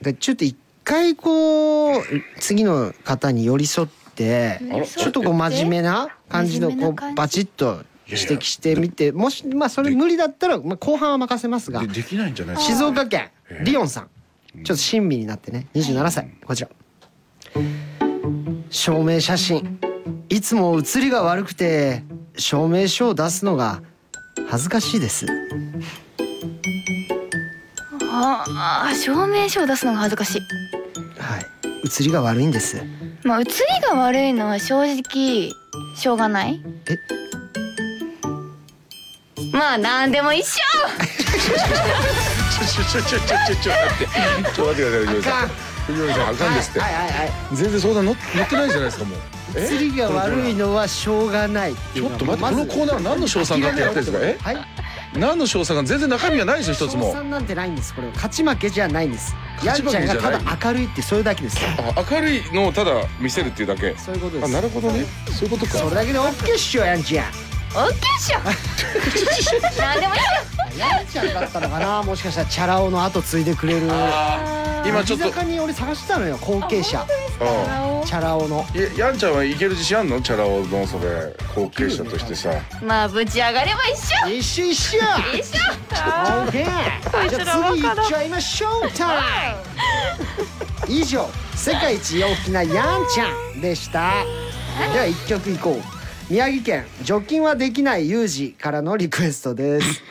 Speaker 1: でちょっと一回こう次の方に寄り添って
Speaker 2: あら
Speaker 1: ちょっとこう真面目な感じの
Speaker 5: 真面目
Speaker 1: こ
Speaker 5: な感
Speaker 1: う
Speaker 5: じ
Speaker 1: バチッと指摘してみてもしまあそれ無理だったら、まあ、後半は任せますが
Speaker 2: でできないんじゃないですか
Speaker 1: 静岡県リオンさんちょっと親身になってね27歳こちら証明写真いつも写りが悪くて証明書を出すのが恥ずかしいです
Speaker 5: ああ証明書を出すのが恥ずかしい
Speaker 1: はい写りが悪いんです
Speaker 5: まあ写りが悪いのは正直しょうがない
Speaker 1: え
Speaker 5: まあ何でも一緒
Speaker 2: ちょちょちょちょちょちょちょ待ってちょ待ってください藤森さん藤森さんあかんですって
Speaker 1: はいはいはい
Speaker 2: 全然相談乗っ乗ってないじゃないですかもうえ
Speaker 1: 写りが悪いのはしょうがないってい
Speaker 2: ち
Speaker 1: う
Speaker 2: ょ
Speaker 1: のが
Speaker 2: っと待って
Speaker 1: ま
Speaker 2: こ
Speaker 1: ず
Speaker 2: のコーナー何の賞賛だってやってるんですかえ
Speaker 1: はい
Speaker 2: 何の賞賛が全然中身がないですよ一つ
Speaker 1: 賞
Speaker 2: も
Speaker 1: 賛なんてないんですこれは勝ち負けじゃないんですやん
Speaker 2: 勝ち負
Speaker 1: ちゃん
Speaker 2: けじゃ
Speaker 1: が
Speaker 2: ない
Speaker 1: ただ明るいってそれだけです
Speaker 2: あ明るいのをただ見せるっていうだけ
Speaker 1: そういうことで
Speaker 2: あ
Speaker 1: す
Speaker 2: なるほどねそういうことか
Speaker 1: それだけで OK っしょやんちゃん
Speaker 5: オッケーっ しょ何でも一緒
Speaker 1: やんちゃんだったのかなもしかしたらチャラ男の後継いでくれる
Speaker 2: あー今ちょっと
Speaker 1: 乃木坂に俺探してたのよ後継者
Speaker 2: うん
Speaker 1: チャラ男の
Speaker 2: えやんちゃんはいける自信あんのチャラ男のそれ後継者としてさ
Speaker 5: まあぶち上がれば一緒
Speaker 1: 一緒一緒
Speaker 5: 一緒
Speaker 1: オーケーじゃあ次行っちゃいましょうタイム以上世界一陽気なやんちゃんでしたでは一曲いこう宮城県除菌はできないユージからのリクエスト です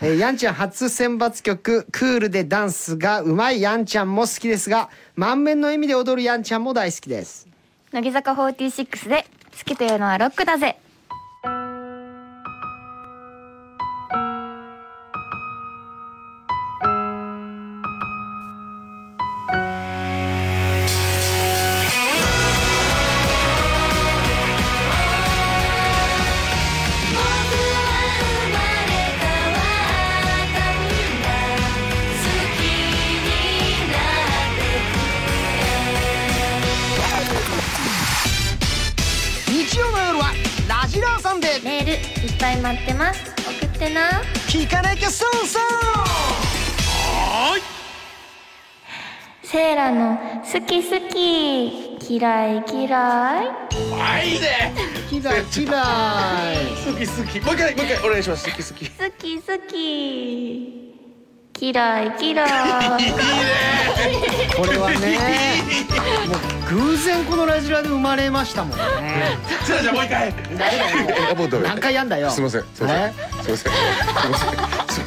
Speaker 1: えーやんちゃん初選抜曲「クールでダンスがうまいやんちゃん」も好きですが満面の笑みで踊るやんちゃんも大好きです
Speaker 6: 乃木坂46で「好きというのはロックだぜ」
Speaker 7: 僕は生まれ変わったんだ好きにな
Speaker 1: 日曜の夜は「ラジラーさん」で
Speaker 8: メールいっぱい待ってます送ってな
Speaker 1: 聞かなきゃそうそう
Speaker 8: セーラの好き好き嫌い嫌い
Speaker 1: キラキラ
Speaker 2: 好き好きもう一回もう一回お願いします好き好き
Speaker 8: 好き好き嫌い嫌い
Speaker 1: これはねもう偶然このラジラで生まれましたもんね
Speaker 2: じゃあじゃあもう一回あもうダ メ
Speaker 1: 何回やんだよ
Speaker 2: すいませんすいませんすいませんすいませんすいま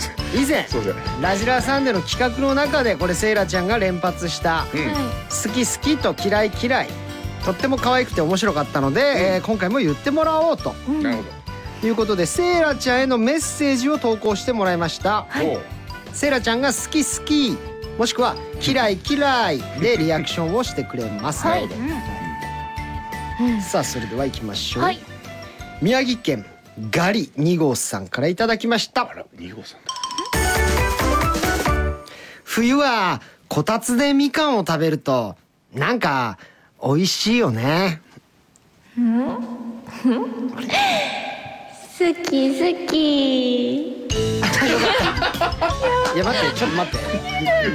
Speaker 2: せん
Speaker 1: 以前
Speaker 2: そうだよ
Speaker 1: ラジラサンデーの企画の中でこれセイラちゃんが連発した「好き好き」と「嫌い嫌い」とっても可愛くて面白かったので、えー今回も言ってもらおうと
Speaker 2: なるほ
Speaker 1: いうことでセイラちゃんへのメッセージを投稿してもらいました
Speaker 2: どもう
Speaker 1: セイラちゃんが「好き好き」もしくは「嫌い嫌い」でリアクションをしてくれます、
Speaker 2: なるほど
Speaker 1: さあそれでは行きましょう、
Speaker 4: はい
Speaker 1: 宮城県ガリ2号さんからいただきました
Speaker 2: あら二号さんだ
Speaker 1: 冬はこたつでみかんを食べるとなんか美味しいよね
Speaker 8: 好き好き
Speaker 1: いや待ってちょっと待って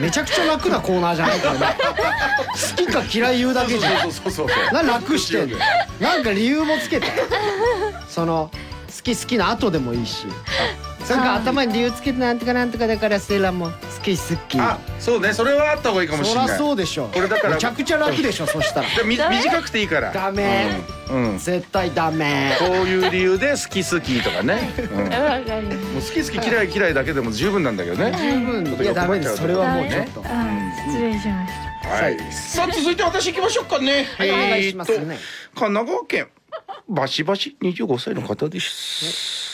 Speaker 1: めちゃくちゃ楽なコーナーじゃないからね好きか嫌い言うだけじゃん
Speaker 2: そうそうそうそう
Speaker 1: な楽してんのなんか理由もつけてその好き好きの後でもいいしなんか頭に理由つけてなんとかなんとかだからセイラも好き好き
Speaker 2: あそうねそれはあった方がいいかもし
Speaker 1: そ
Speaker 2: れな
Speaker 1: ら
Speaker 2: い
Speaker 1: そうでしょ
Speaker 2: これだから
Speaker 1: めちゃくちゃ楽でしょそしたら
Speaker 2: でみ短くていいから
Speaker 1: ダメ
Speaker 2: うんうん
Speaker 1: 絶対ダメ
Speaker 2: こういう理由で好き好きとかね、うん、もう好き好き嫌い嫌いだけでも十分なんだけどね
Speaker 1: 十分いやダメですそれはもうちょっと
Speaker 5: 失礼しまし
Speaker 2: はいさあ続いて私行きましょうかね
Speaker 1: はいお願いしますね
Speaker 2: えーっと神奈川県バシバシ25歳の方です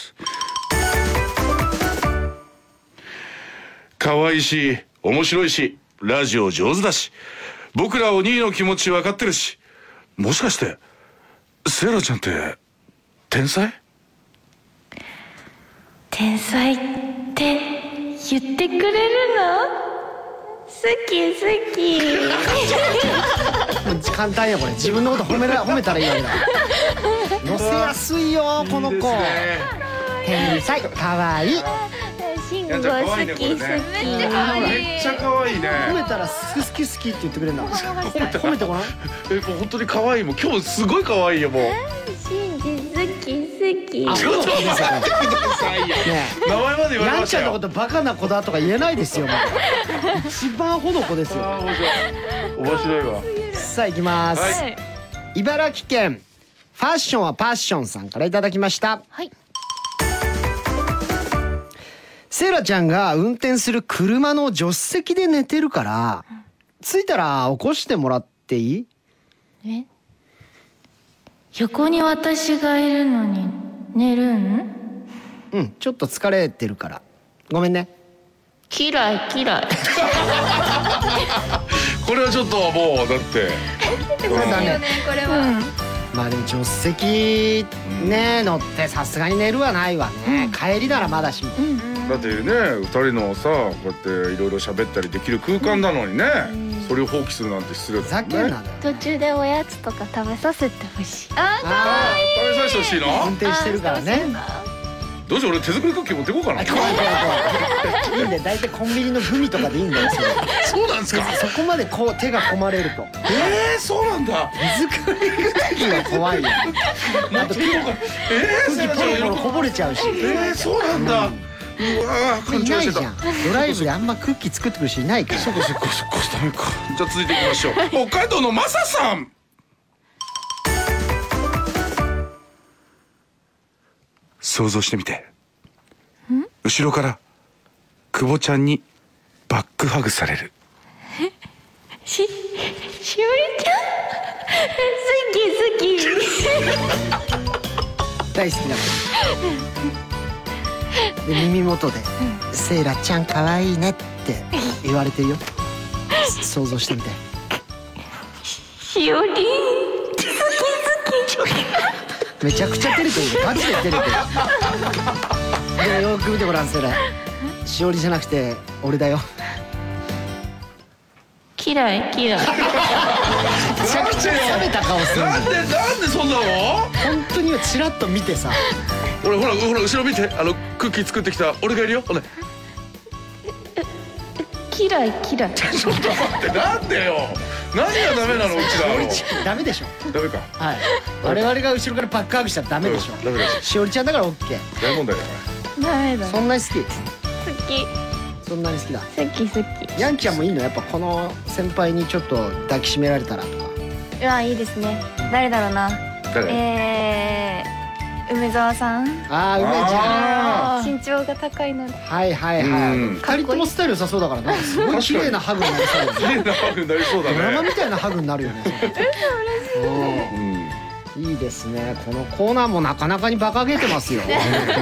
Speaker 2: 可愛いし面白いしラジオ上手だし僕らお兄の気持ち分かってるしもしかしてセイラちゃんって天才
Speaker 6: 天才
Speaker 7: って言ってくれるの好き好き
Speaker 1: 簡単やこれ自分のこと褒めら褒めたらいいわけだ乗せやすいよこの子天才かわいい
Speaker 7: 慎
Speaker 2: や
Speaker 7: 吾
Speaker 2: んちゃん可
Speaker 7: 好
Speaker 2: 愛いねこ
Speaker 7: き
Speaker 2: れ
Speaker 7: 好き
Speaker 2: ねめっちゃ可愛いね
Speaker 1: 褒めたら好き好き好きって言ってくれるんだ褒めてごらん
Speaker 2: えもう本当に可愛いもう今日すごい可愛いよもう
Speaker 7: 慎吾好き好き
Speaker 1: あ
Speaker 2: ちょっと待ってくださいよ
Speaker 1: ね
Speaker 2: 名前まで言われ
Speaker 1: やん
Speaker 2: まし
Speaker 1: ち
Speaker 2: た
Speaker 1: ゃん
Speaker 2: よ
Speaker 1: のことバカな子だとか言えないですよもう一番ほの子ですよ
Speaker 2: あー面白い面白いわ
Speaker 1: さあ行きます、
Speaker 2: はい
Speaker 1: 茨城県ファッションはパッションさんからいただきました
Speaker 4: はい
Speaker 1: セイラちゃんが運転する車の助手席で寝てるから着いたら起こしてもらっていい
Speaker 4: え横に私がいるのに寝るん
Speaker 1: うんちょっと疲れてるからごめんね
Speaker 4: 嫌い嫌い
Speaker 2: これはちょっともうだって
Speaker 1: これだね
Speaker 5: これは
Speaker 1: まあでも助手席ね乗ってさすがに寝るはないわね、帰りならまだしも、
Speaker 2: だってね二人のさこうやっていろいろ喋ったりできる空間なのにね、それを放棄するなんて失礼
Speaker 1: ふ
Speaker 2: だ
Speaker 1: ざ
Speaker 2: もん
Speaker 1: けんな
Speaker 2: ね
Speaker 1: のよ
Speaker 4: 途中でおやつとか食べさせてほしい
Speaker 1: あ
Speaker 2: 食べさせてほしいの
Speaker 1: あ運転してるからね
Speaker 2: どうしよう俺手作りクッキー持ってこうかな
Speaker 1: あ怖い怖い怖いいいんだよ大体コンビニのグミとかでいいんだよそれ
Speaker 2: そうなんですか
Speaker 1: そこまでこう手が込まれると
Speaker 2: えー、そうなんだ
Speaker 1: 手作りクッキーが怖いよあとクッキ
Speaker 2: えー、セ
Speaker 1: ー
Speaker 2: イラ
Speaker 1: ポ
Speaker 2: ちゃ
Speaker 1: ロ
Speaker 2: ん
Speaker 1: ポロ
Speaker 2: 喜
Speaker 1: こぼれちゃうし
Speaker 2: ぶえー、そうなんだ、うわー
Speaker 1: い
Speaker 2: 勘
Speaker 1: な
Speaker 2: 違い
Speaker 1: い
Speaker 2: して
Speaker 1: じゃ
Speaker 2: た
Speaker 1: んドライブであんまクッキー作ってくる人いないから
Speaker 2: そっかそっかダメかじゃあ続いていきましょう北海道のマサさん想像してみて後ろから久保ちゃんにバックハグされる
Speaker 7: ししおりちゃん好き好き
Speaker 1: 大好きだからで耳元で「セイラちゃんかわいいね」って言われてるよ想像してみて
Speaker 7: しおり
Speaker 1: めちゃくちゃ照れてるよマジで照れてるでもよく見てごらんセイラしおりじゃなくて俺だよ
Speaker 4: 嫌い嫌い
Speaker 1: めちゃくちゃ冷めた顔するんだよ
Speaker 2: なんでなんでそんなの
Speaker 1: 本当に今チラッと見てさ
Speaker 2: 俺ほらほら後ろ見てあのクッキー作ってきた俺がいるよほら
Speaker 4: 嫌い嫌い
Speaker 2: ちょっと待ってなんでよ何がダメなのうちらの
Speaker 1: ダメでしょ
Speaker 2: ダメか
Speaker 1: はい我々が後ろからバックハグしたらダメでしょ
Speaker 2: うんダメだ
Speaker 1: しおりちゃんだからオッケー
Speaker 2: 大問題だか
Speaker 5: ダメだ
Speaker 1: そんなに好きそんなに好きだ
Speaker 5: 好き好き
Speaker 1: ヤンちゃんもいいのやっぱこの先輩にちょっと抱きしめられたらとか
Speaker 6: うわいいですね誰だろうな
Speaker 2: ら誰、
Speaker 6: えー、梅沢さん
Speaker 1: ああ梅ちゃん
Speaker 2: あ
Speaker 6: 身長が高いので
Speaker 1: はいはいはい
Speaker 2: うん
Speaker 1: 二人ともスタイル良さそうだからねすごい綺麗なハグになりそうだ
Speaker 2: ー
Speaker 1: ね
Speaker 2: 綺麗なハグになりそうだ
Speaker 1: ド
Speaker 2: ね
Speaker 1: ラマみたいなハグにな るよねうんいいですねこのコーナーもなかなかにバカげてますよ 本当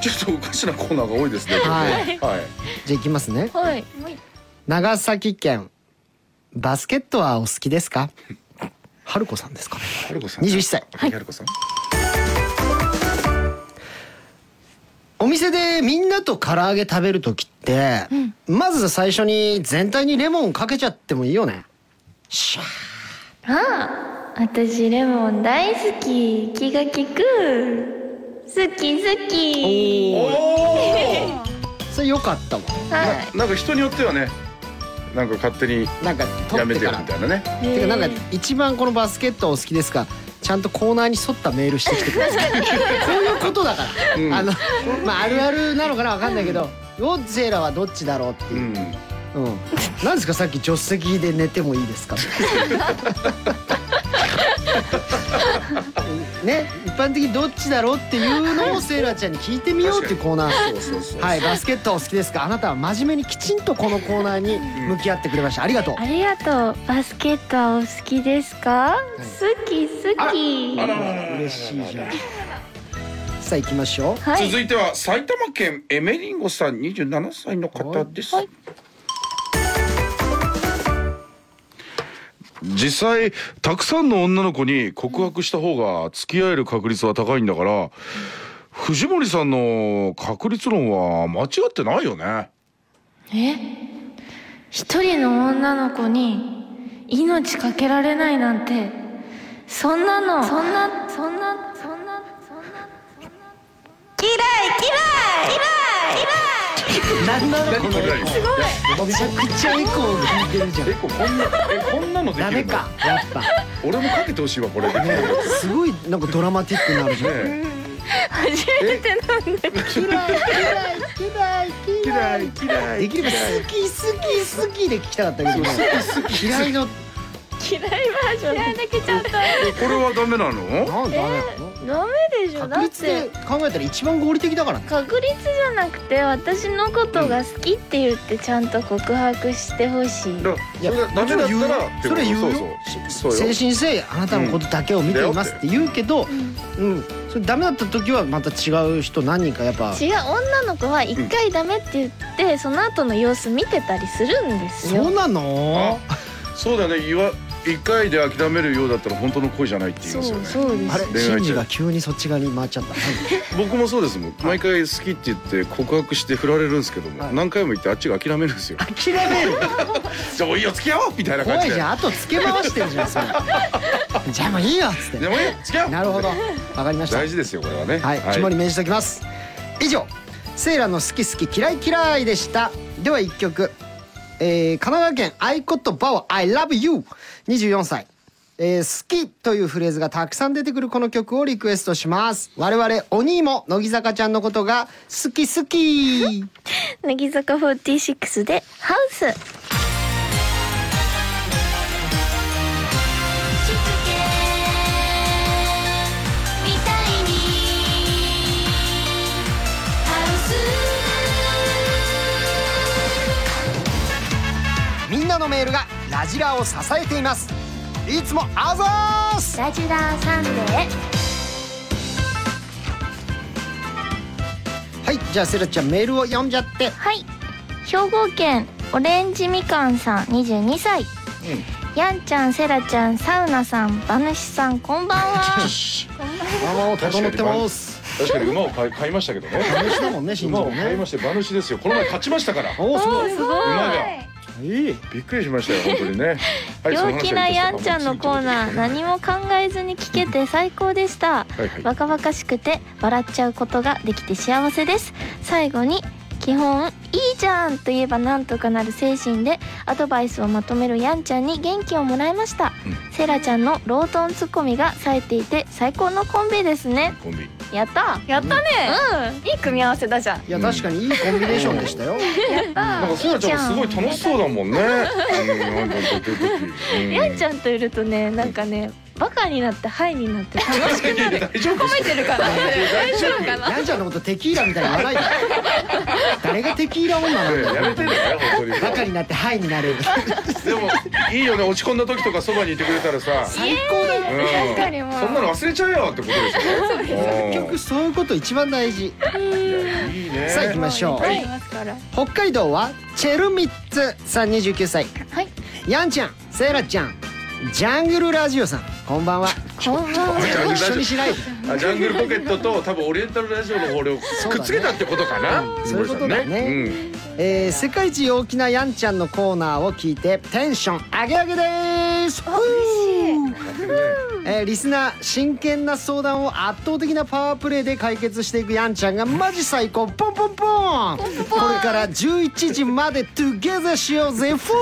Speaker 1: に
Speaker 2: ちょっとおかしなコーナーが多いですね。
Speaker 1: はい
Speaker 2: はい。
Speaker 1: じゃあいきますね
Speaker 4: はい
Speaker 1: 長崎県バスケットはお好きですか春子さんですかね
Speaker 2: はるこさん。
Speaker 1: 21歳
Speaker 2: はい。はるこさん。
Speaker 1: お店でみんなと唐揚げ食べる時って、まず最初に全体にレモンかけちゃってもいいよねシャー
Speaker 7: ああ私レモン大好き気が利く好き好き
Speaker 2: おお。
Speaker 1: それよかったわ
Speaker 7: はい
Speaker 2: なんか人によってはね、なんか勝手に
Speaker 1: なんか
Speaker 2: や
Speaker 1: 取
Speaker 2: め
Speaker 1: ってか
Speaker 2: てる
Speaker 1: ら
Speaker 2: みたいなね。
Speaker 1: てかなんか一番このバスケットお好きですかちゃんとコーナーに沿ったメールしてきてくださいこういうことだから、
Speaker 2: うん
Speaker 1: あのまああるあるなのかなわかんないけど、ヨッゼーラはどっちだろうって
Speaker 2: う
Speaker 1: いう、
Speaker 2: ん。
Speaker 1: うんなんですかさっき助手席で寝てもいいですか ね一般的にどっちだろうっていうのをセイラちゃんに聞いてみようっていうコーナー
Speaker 2: そうそうそう。
Speaker 1: はいバスケットお好きですかあなたは真面目にきちんとこのコーナーに向き合ってくれましたありがとう
Speaker 7: ありがとうバスケットはお好きですか好き好き
Speaker 1: 嬉しいじゃんさあ行きましょう
Speaker 7: はい
Speaker 2: 続いては埼玉県エメリンゴさん、27歳の方です。実際たくさんの女の子に告白した方が付き合える確率は高いんだから、藤森さんの確率論は間違ってないよね
Speaker 9: え一人の女の子に命かけられないなんてそんなのそんなそんなそんなそんな
Speaker 5: 嫌い
Speaker 1: なんなのこの
Speaker 2: これ
Speaker 1: エ
Speaker 2: 何
Speaker 1: コめちゃくちゃエコー聞いてるじゃん
Speaker 2: えここんなえこんなのできる
Speaker 1: ダ
Speaker 2: の
Speaker 1: メかやっぱ
Speaker 2: 俺もかけてほしいわこ れ
Speaker 1: ねすごいなんかドラマティックになるじゃん
Speaker 2: ね
Speaker 5: 初めてなんだけど
Speaker 2: 嫌い嫌い
Speaker 1: できれば好き好き好きで聞きたかったけどね嫌いの
Speaker 3: 嫌いバージョン
Speaker 5: 嫌いだけちゃった
Speaker 2: えこれはダメなの
Speaker 1: なんだよ
Speaker 3: ダメでしょだ
Speaker 1: 確
Speaker 3: っ
Speaker 1: 率で
Speaker 3: て
Speaker 1: 考えたら一番合理的だからね
Speaker 3: 確率じゃなくて私のことが好きって言ってちゃんと告白してほしい
Speaker 2: だ
Speaker 1: いや
Speaker 2: それがダメだったらってこと
Speaker 1: それ言うよ
Speaker 2: そうそうそう
Speaker 1: 精神
Speaker 2: よ
Speaker 1: 性あなたのことだけを見ていますって言うけどうんそれダメだった時はまた違う人何人かやっぱ
Speaker 3: 違う女の子は一回ダメって言って、その後の様子見てたりするんです
Speaker 1: そう
Speaker 3: よ
Speaker 1: なの
Speaker 2: そうだね言わ一回で諦めるようだったら本当の恋じゃないって言いますよね
Speaker 3: そうです
Speaker 1: あれ
Speaker 2: 恋愛
Speaker 1: シ
Speaker 2: 中
Speaker 1: ンジが急にそっち側に回っちゃった
Speaker 2: 僕もそうですもん毎回好きって言って告白して振られるんですけども、
Speaker 1: はい
Speaker 2: 何回も言ってあっちが諦めるんです よ
Speaker 1: 諦める
Speaker 2: じゃあもういいよ付き合おうみたいな感
Speaker 1: 怖
Speaker 2: じ
Speaker 1: い
Speaker 2: で
Speaker 1: じゃんあと付け回してるじゃんそれじゃあもういいよっつっ
Speaker 2: じゃ
Speaker 1: て
Speaker 2: あもういいよ付き合おう
Speaker 1: なるほどわかりました
Speaker 2: 大事ですよこれはね
Speaker 1: はい、肝に銘じておきます以上セイラの好き好き嫌い嫌いでしたでは一曲、えー神奈川県愛言葉を I love you 24歳、えー好きというフレーズがたくさん出てくるこの曲をリクエストします我々鬼も乃木坂ちゃんのことが好き好き
Speaker 5: 乃木坂46でハウス
Speaker 7: 「しつけみたいにハウス」
Speaker 1: みんなのメールがラジラを支えていますいつもあざーす
Speaker 4: ラジラーサンデー
Speaker 1: はいじゃあセイラちゃんメールを読んじゃって
Speaker 4: はい兵庫県オレンジみかんさん22歳、やんちゃんせらちゃんサウナさん馬主さんこん ばんは
Speaker 1: ママを整ってます
Speaker 2: 確かに馬を買い買いましたけどね
Speaker 1: 馬主だもんね新
Speaker 2: 馬
Speaker 1: 庄
Speaker 2: を買い
Speaker 1: ね
Speaker 2: まして馬主ですよこの前勝ちましたから馬
Speaker 1: おおすごい
Speaker 2: が
Speaker 1: いい
Speaker 2: びっくりしましたよ本当にね、はいその話はいい
Speaker 4: 陽
Speaker 2: です
Speaker 4: 気なやんちゃんのコーナー何も考えずに聞けて最高でした
Speaker 2: はいはい
Speaker 4: 若々しくて笑っちゃうことができて幸せです最後に基本いいじゃんと言えばなんとかなる精神でアドバイスをまとめるやんちゃんに元気をもらいました、
Speaker 2: うん
Speaker 4: セラちゃんのロートンツッコミが冴えていて最高のコンビですね
Speaker 2: コンビ
Speaker 4: やった
Speaker 5: やったねうん、いい組み合わせだ じゃん
Speaker 1: いや確かにいいコンビネーションでしたよ。
Speaker 2: なんかそらちゃんもすごい楽しそうだもんねうんなんか出てき
Speaker 5: やんち
Speaker 2: ゃん
Speaker 5: ゃんといるとねなんかねバカになってハイになって楽しくなる
Speaker 2: 大丈夫
Speaker 5: 褒めてるかな大丈夫か な
Speaker 1: ヤンちゃんのことテキーラみたいに言わないで。誰がテキーラ女なんだ
Speaker 2: や
Speaker 1: よ。
Speaker 2: めてるよ本当に
Speaker 1: バカになってハイになれる。
Speaker 2: でもいいよね落ち込んだ時とかそばにいてくれたらさ
Speaker 1: 最高だよ。
Speaker 2: うん
Speaker 5: かにもう
Speaker 2: そんなの忘れちゃうよってことですよね
Speaker 1: 結局そういうこと一番大事。
Speaker 2: うんいやいいね
Speaker 1: さあ行きましょう。
Speaker 5: はいますから
Speaker 1: 北海道はチェルミッツさん29歳。
Speaker 4: はい
Speaker 1: ヤンちゃん、セイラちゃん、ジャングルラジオさん、こんばんは。
Speaker 4: こんばんは
Speaker 2: ジャングルラジ
Speaker 1: 一
Speaker 2: オ
Speaker 1: 緒にしないで。
Speaker 2: あジャングルポケットと多分オリエンタルラジオの方をくっつけたってことかな
Speaker 1: そうだねうんそういうことだね
Speaker 2: うん
Speaker 1: えー世界一陽気なヤンちゃんのコーナーを聞いてテンション上げ上げですえーリスナー真剣な相談を圧倒的なパワープレイで解決していくやんちゃんがマジ最高ポンポンポンこれから11時までトゥゲザーしようぜフ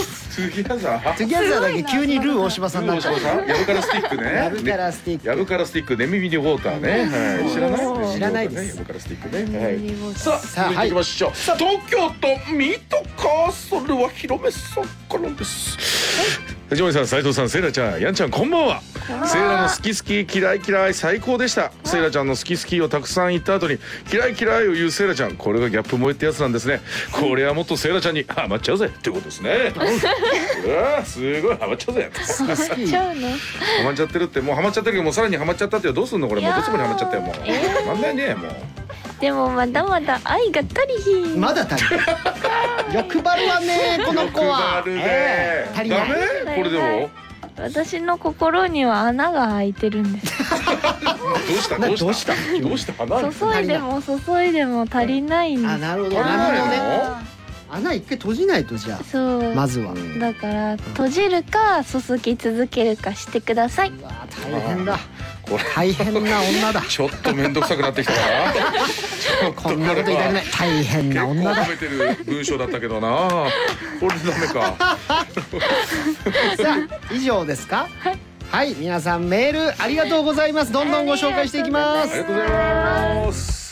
Speaker 1: ー
Speaker 2: すげえさ
Speaker 1: トゥゲザーだけ急にルー大柴さんにな
Speaker 2: 大
Speaker 1: っちゃう
Speaker 2: 島さんやぶからスティックね
Speaker 1: やぶからスティック
Speaker 2: やぶからスティックね耳にウォーターねはい知らない
Speaker 1: 知らないです
Speaker 2: やぶからスティックねはいさあ続いていきましょう
Speaker 1: さあ
Speaker 2: 東京都水戸かそれは広めさんからです藤森さん斉藤さんセイラちゃんやんちゃんこんばんはセイラの好き好き嫌い嫌い最高でしたセイラちゃんの好き好きをたくさん言った後に嫌い嫌いを言うセイラちゃんこれがギャップ萌えってやつなんですねこれはもっとセイラちゃんにハマっちゃうぜってことですねうわーすごいハマっちゃうぜ
Speaker 1: 好き
Speaker 2: ハマっちゃってるってもうハマっちゃってるけどもうさらにハマっちゃったってどうすんのこれもうどつぼにハマっちゃったよもうハマんないねもう
Speaker 5: でもまだまだ愛が足りひん
Speaker 1: まだ足りない欲張るわねこの子は
Speaker 2: 欲張るね
Speaker 1: えー足りな
Speaker 2: ダ
Speaker 1: い
Speaker 2: メこれでも
Speaker 5: 私の心には穴が開いてるんです
Speaker 2: どうした
Speaker 1: な
Speaker 2: どうした
Speaker 1: どうした
Speaker 2: どうして離れ
Speaker 3: 注いでも注いでも足りないんで
Speaker 1: あ
Speaker 3: す
Speaker 1: なるほどなるほどね
Speaker 2: た
Speaker 1: 穴一回閉じないとじゃ
Speaker 3: そう
Speaker 1: あまずは、う
Speaker 3: だから閉じるか注ぎ続けるかしてください
Speaker 1: わ大変だ
Speaker 2: これ
Speaker 1: 大変な女 だ
Speaker 2: ちょっと面倒くさくなってきたなちょっと
Speaker 1: こんなこと言いたくない大変
Speaker 2: 結
Speaker 1: な
Speaker 2: 構
Speaker 1: 女だ
Speaker 2: 褒めてる文章だったけどなこれダメか
Speaker 1: さあ以上ですかはい、皆さんメールありがとうございますどんどんご紹介していきま
Speaker 2: あり
Speaker 1: す
Speaker 2: がとうございます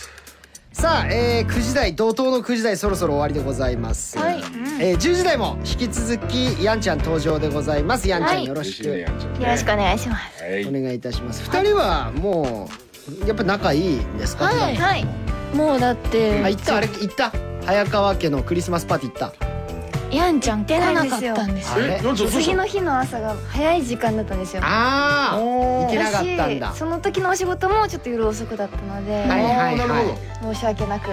Speaker 1: さあ、えー、9時台怒涛の9時台そろそろ終わりでございます、はいえー、10時台も引き続きやんちゃん登場でございますやんちゃんよろしく、
Speaker 2: 嬉ねやんちゃんね
Speaker 5: よろしくお願いします。
Speaker 2: はい
Speaker 1: お願いいたします二人はもうやっぱ仲いいんですか、
Speaker 5: はい、はい、もうだって、
Speaker 1: あ行ったあれ行った早川家のクリスマスパーティー行った
Speaker 5: やんちゃん来な
Speaker 6: ないん
Speaker 5: か
Speaker 6: で
Speaker 5: っ
Speaker 6: すよ
Speaker 5: たんですよ
Speaker 1: あれ
Speaker 2: えなんちゃんどうし
Speaker 6: 次
Speaker 2: た
Speaker 6: の日の朝が早い時間だったんですよ
Speaker 1: あー行けなかったんだ
Speaker 6: 私その時のお仕事もちょっと夜遅くだったので、
Speaker 1: はいはい
Speaker 2: あーなる
Speaker 1: はい
Speaker 2: ほど
Speaker 6: 申し訳なく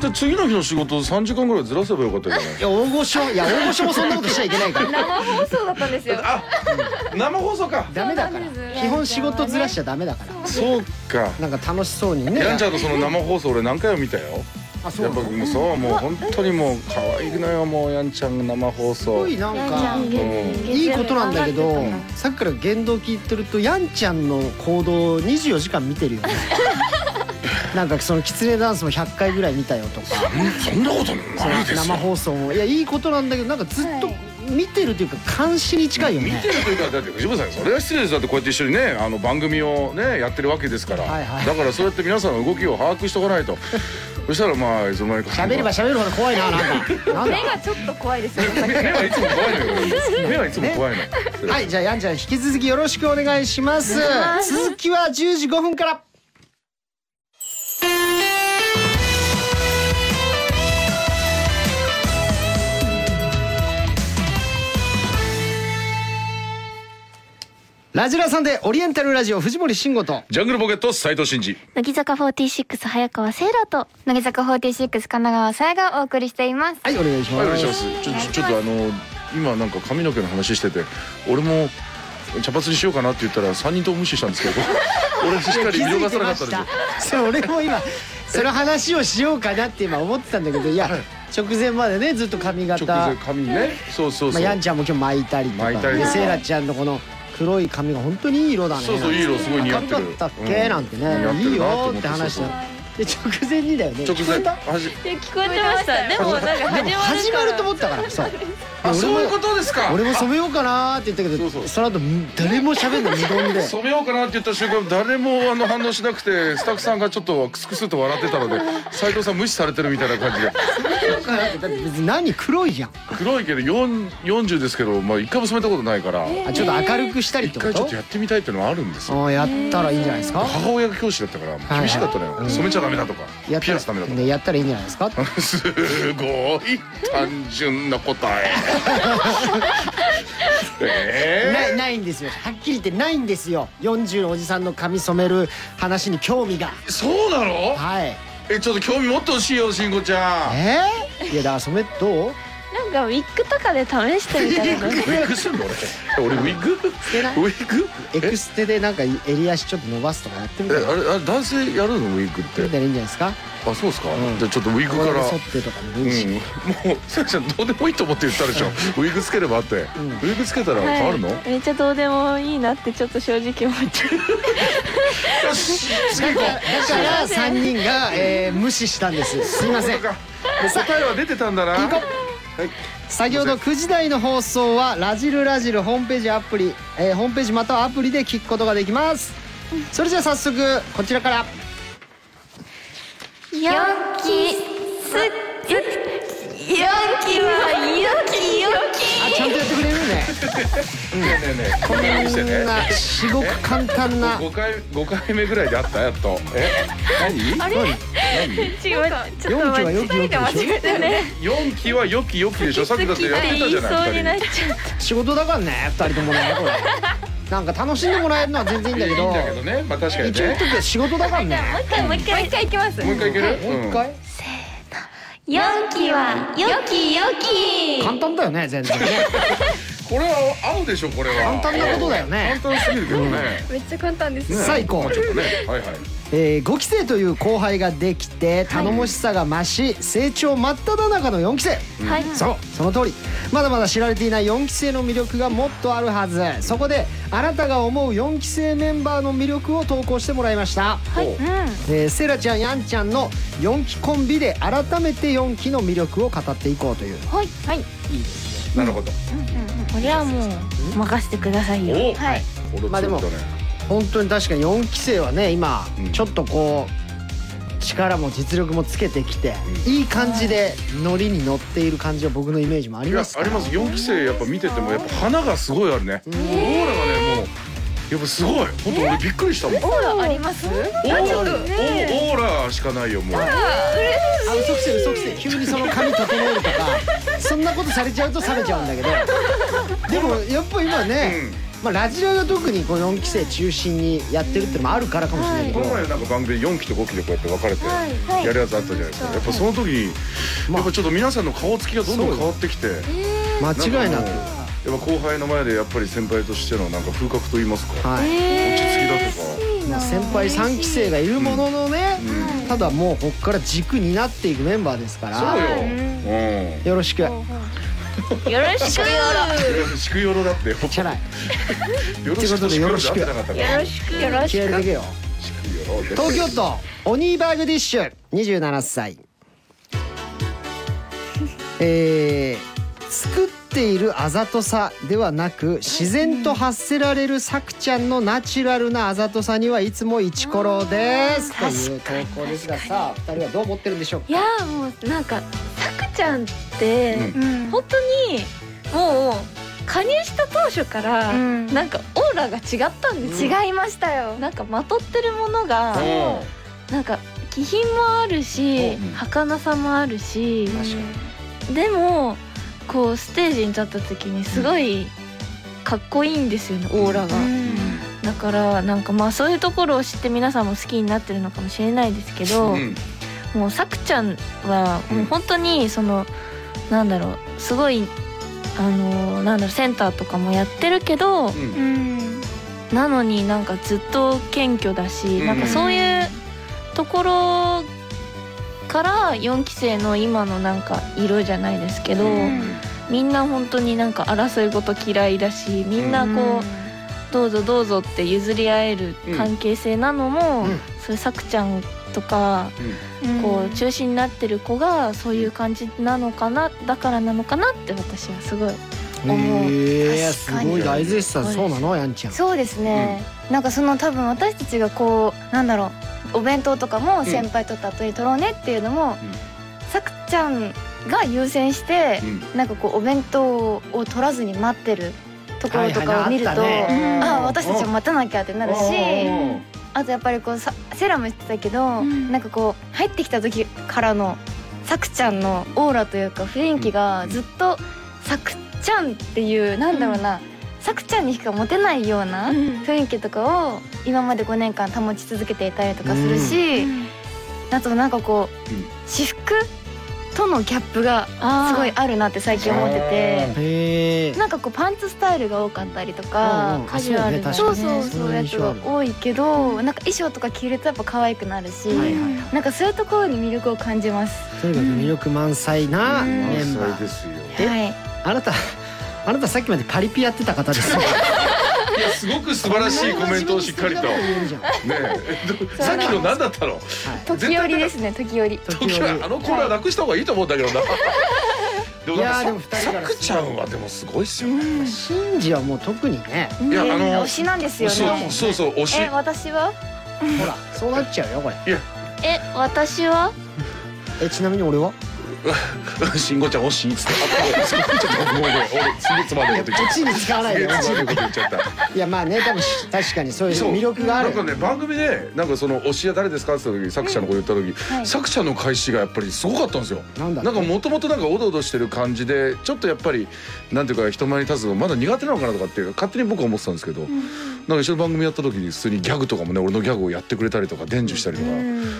Speaker 2: じゃあ次の日の仕事三時間ぐらいずらせばよかったじゃない
Speaker 1: いや大御所いや大御所もそんなことしちゃいけないから
Speaker 6: そうだったんですよ
Speaker 2: あ生放送か
Speaker 1: ダメだから基本仕事ずらしちゃダメだから
Speaker 2: そうか
Speaker 1: なんか楽しそうにね
Speaker 2: やんちゃんとその生放送俺何回も見たよ
Speaker 1: あそう
Speaker 2: やっぱもうそうもう本当にもう可愛いのよもうやんちゃんの生放
Speaker 1: すご
Speaker 2: 送
Speaker 1: いなん
Speaker 3: や
Speaker 1: か
Speaker 3: んちゃん
Speaker 2: うん
Speaker 1: いいことなんだけどさっきから言動聞いてるとやんちゃんの行動を24時間見てるよねなんかそのキツネダンスも100回ぐらい見たよとか
Speaker 2: そんなこと
Speaker 1: その
Speaker 2: ないです
Speaker 1: 生
Speaker 2: よ
Speaker 1: 放送もいやいいことなんだけどなんかずっと見てるというか監視に近いよ
Speaker 2: 見
Speaker 1: ね
Speaker 2: てるというかだって藤本さんそれは失礼ですだってこうやって一緒にねあの番組をねやってるわけですから、
Speaker 1: はいはい
Speaker 2: だからそうやって皆さんの動きを把握しておかな いとそしたらまあいつの間にか
Speaker 1: 喋れば喋るほど怖いななんかなんだ
Speaker 6: ちょっと怖いですよ
Speaker 2: 目はいつも怖い のよ目はいつも怖いの、
Speaker 1: はいじゃあやんちゃん引き続きよろしくお願いします続きは10時5分からラジラさんでオリエンタルラジオ藤森慎吾と
Speaker 2: ジャングルポケット斉藤真二
Speaker 4: 乃木坂46早川せいらと
Speaker 6: 乃木坂46神奈川さやがお送りしています
Speaker 1: はいお願いし
Speaker 2: は
Speaker 1: ま
Speaker 2: いお願い
Speaker 1: す
Speaker 2: しますちょちょちょっとあの今なんか髪の毛の話してて俺も茶髪にしようかなって言ったら3人とも無視したんですけ ど俺しっか
Speaker 1: 気
Speaker 2: り見
Speaker 1: づ
Speaker 2: 逃
Speaker 1: いて
Speaker 2: さなか
Speaker 1: ま
Speaker 2: った
Speaker 1: し
Speaker 2: ですよ
Speaker 1: たそれ俺も今その話をしようかなって今思ってたんだけどいや直前までねずっと髪型
Speaker 2: 直前髪ねそうそう
Speaker 1: ま
Speaker 2: そ
Speaker 1: あ、
Speaker 2: う、
Speaker 1: やんちゃんも今日巻いたりとか
Speaker 2: 巻いたりと
Speaker 1: で
Speaker 2: か
Speaker 1: セイラちゃんのこの黒い髪が本当にいい色だね
Speaker 2: そうそういい色すごい似合ってる
Speaker 1: 明るかったっけ、
Speaker 2: うん
Speaker 1: なんて
Speaker 2: 似合
Speaker 1: ね
Speaker 2: って
Speaker 1: いい
Speaker 2: る
Speaker 1: よ
Speaker 2: なと思っ
Speaker 1: ー
Speaker 2: て
Speaker 1: って話
Speaker 2: そう
Speaker 1: だで直前にだよね
Speaker 2: 直前端
Speaker 3: いや聞こえてましたでもなん
Speaker 1: で
Speaker 3: か
Speaker 1: も始
Speaker 3: 始ま
Speaker 1: ま
Speaker 3: る
Speaker 1: る
Speaker 3: から
Speaker 1: と思ったからそうで
Speaker 2: あ
Speaker 1: 俺も
Speaker 2: そういうことですか
Speaker 1: 俺も染めようかなーって言ったけど
Speaker 2: そ
Speaker 1: そう
Speaker 2: そう
Speaker 1: の後誰も喋んない無言で
Speaker 2: 染めようかなって言った瞬間誰もあの反応しなくてスタッフさんがちょっとクスクスと笑ってたの で斉藤さん無視されてるみたいな感じで
Speaker 1: だって別に何黒いじゃん
Speaker 2: 黒いけど4 40ですけど、まあ、一回も染めたことないから
Speaker 1: あちょっと明るくしたりっ
Speaker 2: 一
Speaker 1: てこ
Speaker 2: 回ちょ
Speaker 1: と
Speaker 2: っとやってみたいっていうのはあるんですよ
Speaker 1: あやったらいいんじゃないですか
Speaker 2: 母親が教師だったからもう厳しかったのよ、
Speaker 1: はいはい
Speaker 2: 染めちゃダメだとか
Speaker 1: やっ
Speaker 2: ピ
Speaker 1: た
Speaker 2: アスダメだ
Speaker 1: ら、
Speaker 2: と
Speaker 1: ね、
Speaker 2: か
Speaker 1: やったらいいんじゃないですか
Speaker 2: すごい単純な答 ええ
Speaker 1: ないないんですよはっきり言ってないんですよ40のおじさんの髪染める話に興味が
Speaker 2: ー、そうなの
Speaker 1: はい
Speaker 2: えちょっと興味持ってほしいよ慎吾ちゃん
Speaker 1: えー、いやだから染めどう
Speaker 3: なんかウィッグとかで試してみたらどう
Speaker 2: ウィッグすんの俺俺ウィッグウィッグ
Speaker 1: エクステでなんか襟足ちょっと伸ばすとかやってみ
Speaker 2: え
Speaker 1: たら
Speaker 2: あれ
Speaker 1: やっ
Speaker 2: あれ男性やるのウィッグ
Speaker 1: てみ
Speaker 2: ったて
Speaker 1: らいいんじゃないですか
Speaker 2: あそうですか、
Speaker 1: うん
Speaker 2: じゃあちょっとウィッグから
Speaker 1: これで剃ってとかで
Speaker 2: う
Speaker 1: も
Speaker 2: ん
Speaker 1: いいし、、
Speaker 2: もうさやちゃんどうでもいいと思って言ったでしょウィッグつければあって、
Speaker 1: ん
Speaker 2: ウィッグつけたら 変わるの、
Speaker 3: はいめっちゃどうでもいいなってちょっと正直思っちゃう
Speaker 2: よし次行こう
Speaker 1: だから3人が、えー無視したんですすいません
Speaker 2: そうかもう答えは出てたんだなはい
Speaker 1: 先ほど9時台の放送は「ラジルラジル」ホームページアプリ、えーホームページまたはアプリで聞くことができますそれじゃあ早速こちらから
Speaker 8: 四期
Speaker 1: あちゃんとやってくれるね
Speaker 2: ねえねえねえこんなにして
Speaker 1: こん
Speaker 2: ね
Speaker 1: な至極簡単な
Speaker 2: 5回五回目ぐらいであったやっとえ何あれ何
Speaker 3: 違うちょっと
Speaker 1: 4期はよきよきでしょ
Speaker 2: 四期は良き良きでしょさっきだってやっ
Speaker 3: っ
Speaker 2: て
Speaker 3: て
Speaker 2: た
Speaker 3: 言い
Speaker 2: じゃない
Speaker 3: そうになっちゃう
Speaker 1: 仕事だからね2人ともねこれなんか楽しんでもらえるのは全然いいんだけ
Speaker 2: いい
Speaker 1: ど
Speaker 2: んだけどねまあ確かに
Speaker 1: 一応言っ
Speaker 2: ね
Speaker 1: とくけど仕事だからね
Speaker 5: もう一回、もう一回行きます。
Speaker 2: もう一回いける
Speaker 1: もう一回
Speaker 8: 四期はよきよき
Speaker 1: 簡単だよね全然ね
Speaker 2: これは青でしょこれは
Speaker 1: 簡単なことだよね
Speaker 2: 簡単すぎるけどねね
Speaker 6: めっちゃ簡単です
Speaker 1: 最高
Speaker 2: もうちょっとねはいはい
Speaker 1: えー、5期生という後輩ができて頼もしさが増し、成長真っ只中の4期生、
Speaker 4: はい
Speaker 1: そうその通りまだまだ知られていない4期生の魅力がもっとあるはずそこであなたが思う4期生メンバーの魅力を投稿してもらいました、
Speaker 2: はい
Speaker 1: えーセイラちゃんやんちゃんの4期コンビで改めて4期の魅力を語っていこうという
Speaker 3: はいはい
Speaker 2: なるほど
Speaker 3: これはもう任せてくださいよ
Speaker 2: おお
Speaker 3: はい
Speaker 2: これ
Speaker 1: まあでも
Speaker 2: ちょっとね
Speaker 1: 本当に確かに4期生はね今
Speaker 2: うん
Speaker 1: ちょっとこう力も実力もつけてきていい感じでノリに乗っている感じは僕のイメージもあり
Speaker 2: いや
Speaker 1: ます
Speaker 2: あ
Speaker 1: か
Speaker 2: り
Speaker 1: ら
Speaker 2: ます4期生やっぱ見ててもやっぱ花がすごいあるねオーラがねもうやっぱすごい本当俺びっくりしたもんオーラ
Speaker 6: あります
Speaker 2: オーラしかないよもう
Speaker 1: あ嘘くせ嘘くせ急にその髪整えるとか そんなことされちゃうと冷めちゃうんだけどでもやっぱ今ね、まあ、ラジオが特にこの4期生中心にやってるってのもあるからかもしれないけ
Speaker 2: こ
Speaker 1: ど、
Speaker 2: の前なんか番組で4期と5期でこうやって分かれてやるやつあったじゃないですかやっぱその時にやっぱちょっと皆さんの顔つきがどんどん変わってきて
Speaker 1: 間違いな
Speaker 2: なん
Speaker 1: く
Speaker 2: かもうやっぱ後輩の前でやっぱり先輩としてのなんか風格と言いますか
Speaker 1: はい、
Speaker 2: 落ち着きだとか
Speaker 1: まあ先輩3期生がいるもののね、
Speaker 2: うん
Speaker 1: ただもうここから軸になっていくメンバーですから
Speaker 2: そうよ
Speaker 1: よろしく
Speaker 3: よろしくよ
Speaker 2: うん祝よろだってよ
Speaker 1: チャラい
Speaker 2: ろしくと祝よろじゃなかったから
Speaker 3: ろしくよろし
Speaker 1: 気合い入れてけよ
Speaker 2: 祝よろです
Speaker 1: 東京都オニーバーグディッシュ27歳えー、作っているあざとさではなく自然と発せられるさくちゃんのナチュラルなあざとさにはいつもイチコロですという投稿ですがさあ2人はどう思ってるんでしょう
Speaker 3: いやーもうなんかさくちゃんって、
Speaker 2: うん
Speaker 3: 本当にもう加入した当初から、
Speaker 6: うん
Speaker 3: なんかオーラが違ったんですよ、
Speaker 6: 違いましたよ
Speaker 3: なんかまとってるものが、
Speaker 2: うん
Speaker 3: なんか気品もあるし、
Speaker 2: うん
Speaker 3: 儚さもあるし、
Speaker 1: 確か
Speaker 3: でもこうステージに立った時にすごいかっこいいんですよねオーラが、だからなんかまあそういうところを知って皆さんも好きになってるのかもしれないですけど、
Speaker 2: うん
Speaker 3: もうさくちゃんは
Speaker 2: うん
Speaker 3: もう本当にその、なんだろうすごいあのなんだろうセンターとかもやってるけど、
Speaker 2: うん
Speaker 3: なのになんかずっと謙虚だし、
Speaker 2: うん
Speaker 3: なんかそういうところから4期生の今のなんか色じゃないですけど、みんな本当になんか争いごと嫌いだしみんなこう、どうぞどうぞって譲り合える関係性なの
Speaker 1: う
Speaker 3: も、
Speaker 1: ん
Speaker 3: そういうさくちゃんとか、こう中心になってる子がそういう感じなのかなだからなのかなって私はすごい
Speaker 1: に
Speaker 3: 思う
Speaker 1: へえす
Speaker 6: 確かに
Speaker 1: ごい大絶賛そうなのやんちゃん
Speaker 6: そうですね、なんかその多分私たちがこうなんだろうお弁当とかも先輩と後に取ろうねっていうのも、さくちゃんが優先して、なんかこうお弁当を取らずに待ってるところとかを見ると、
Speaker 1: はいはいあったね
Speaker 6: あ私たちも待たなきゃってなるしあとやっぱりこうさセラも言ってたけど、
Speaker 10: ん
Speaker 6: なんかこう入ってきた時からのさくちゃんのオーラというか雰囲気がずっとさくちゃんっていうなんだろうな、さくちゃんにしか持てないような雰囲気とかを今まで5年間保ち続けていたりとかするし、あとなんかこう、
Speaker 2: うん
Speaker 6: 私服とのギャップがすごいあるなって最近思ってて。
Speaker 1: へえ
Speaker 6: なんかこうパンツスタイルが多かったりと
Speaker 1: うん
Speaker 6: か
Speaker 1: うん、
Speaker 3: カジュアルだね
Speaker 6: そう
Speaker 1: 確か
Speaker 6: そ
Speaker 1: に
Speaker 6: う
Speaker 1: ね
Speaker 6: そう
Speaker 1: の
Speaker 6: や
Speaker 1: 印
Speaker 6: つ
Speaker 1: 象あ
Speaker 6: が
Speaker 1: る
Speaker 6: 多いけどなんか衣装とか着るとやっぱ可愛くなるし、
Speaker 1: はいはい
Speaker 6: なんかそういうところに魅力を感じます。
Speaker 1: とにかく魅力満載な
Speaker 6: うん
Speaker 1: メン
Speaker 2: 満
Speaker 1: バ
Speaker 2: 載で
Speaker 1: ー
Speaker 2: すよ
Speaker 1: え
Speaker 6: はい、
Speaker 1: あなたあなたさっきまでパリピやってた方 ですよ
Speaker 2: いやすごく素晴らしいコメントをしっかりと
Speaker 1: こんな真面目
Speaker 2: ね
Speaker 1: にすること言える
Speaker 2: えどさっきの何だったの
Speaker 6: 時折ですね時折。
Speaker 2: 時はあのコーナーなくした方がいいと思うんだけどなでも
Speaker 1: いやーでも
Speaker 2: なん
Speaker 1: 二人
Speaker 2: かさ
Speaker 1: から
Speaker 2: くちゃんはでもすごいっすよね
Speaker 1: じゃんシンジはもう特にね
Speaker 2: いやあ
Speaker 6: 推
Speaker 2: の
Speaker 6: しなんです
Speaker 2: そ
Speaker 6: よ
Speaker 2: う
Speaker 6: ね。
Speaker 2: そうそう推し
Speaker 6: え私は
Speaker 1: ほらそうなっちゃうよこれ
Speaker 4: え私は
Speaker 1: えちなみに俺は
Speaker 2: 慎吾ちゃん推しっつってあ慎吾ちゃんごめんごめん俺すげえつまんないこと言っ
Speaker 1: こっち
Speaker 2: ちゃっ
Speaker 1: に使わ
Speaker 2: た
Speaker 1: な
Speaker 2: す
Speaker 1: いで
Speaker 2: げえつまんないこと言っちゃった
Speaker 1: いやまあね多分し確かにそういう魅力がある
Speaker 2: なんかね番組でなんかその推しは誰ですかって言った時に作者の子言った時、
Speaker 6: い
Speaker 2: 作者の開始がやっぱりすごかったんですよ。
Speaker 1: なんだ
Speaker 2: なんかもともとなんかおどおどしてる感じでちょっとやっぱりなんていうか人前に立つのまだ苦手なのかなとかっていう勝手に僕は思ってたんですけど、なんか一緒の番組やった時に普通にギャグとかもね俺のギャグをやってくれたりとか伝授したりとか、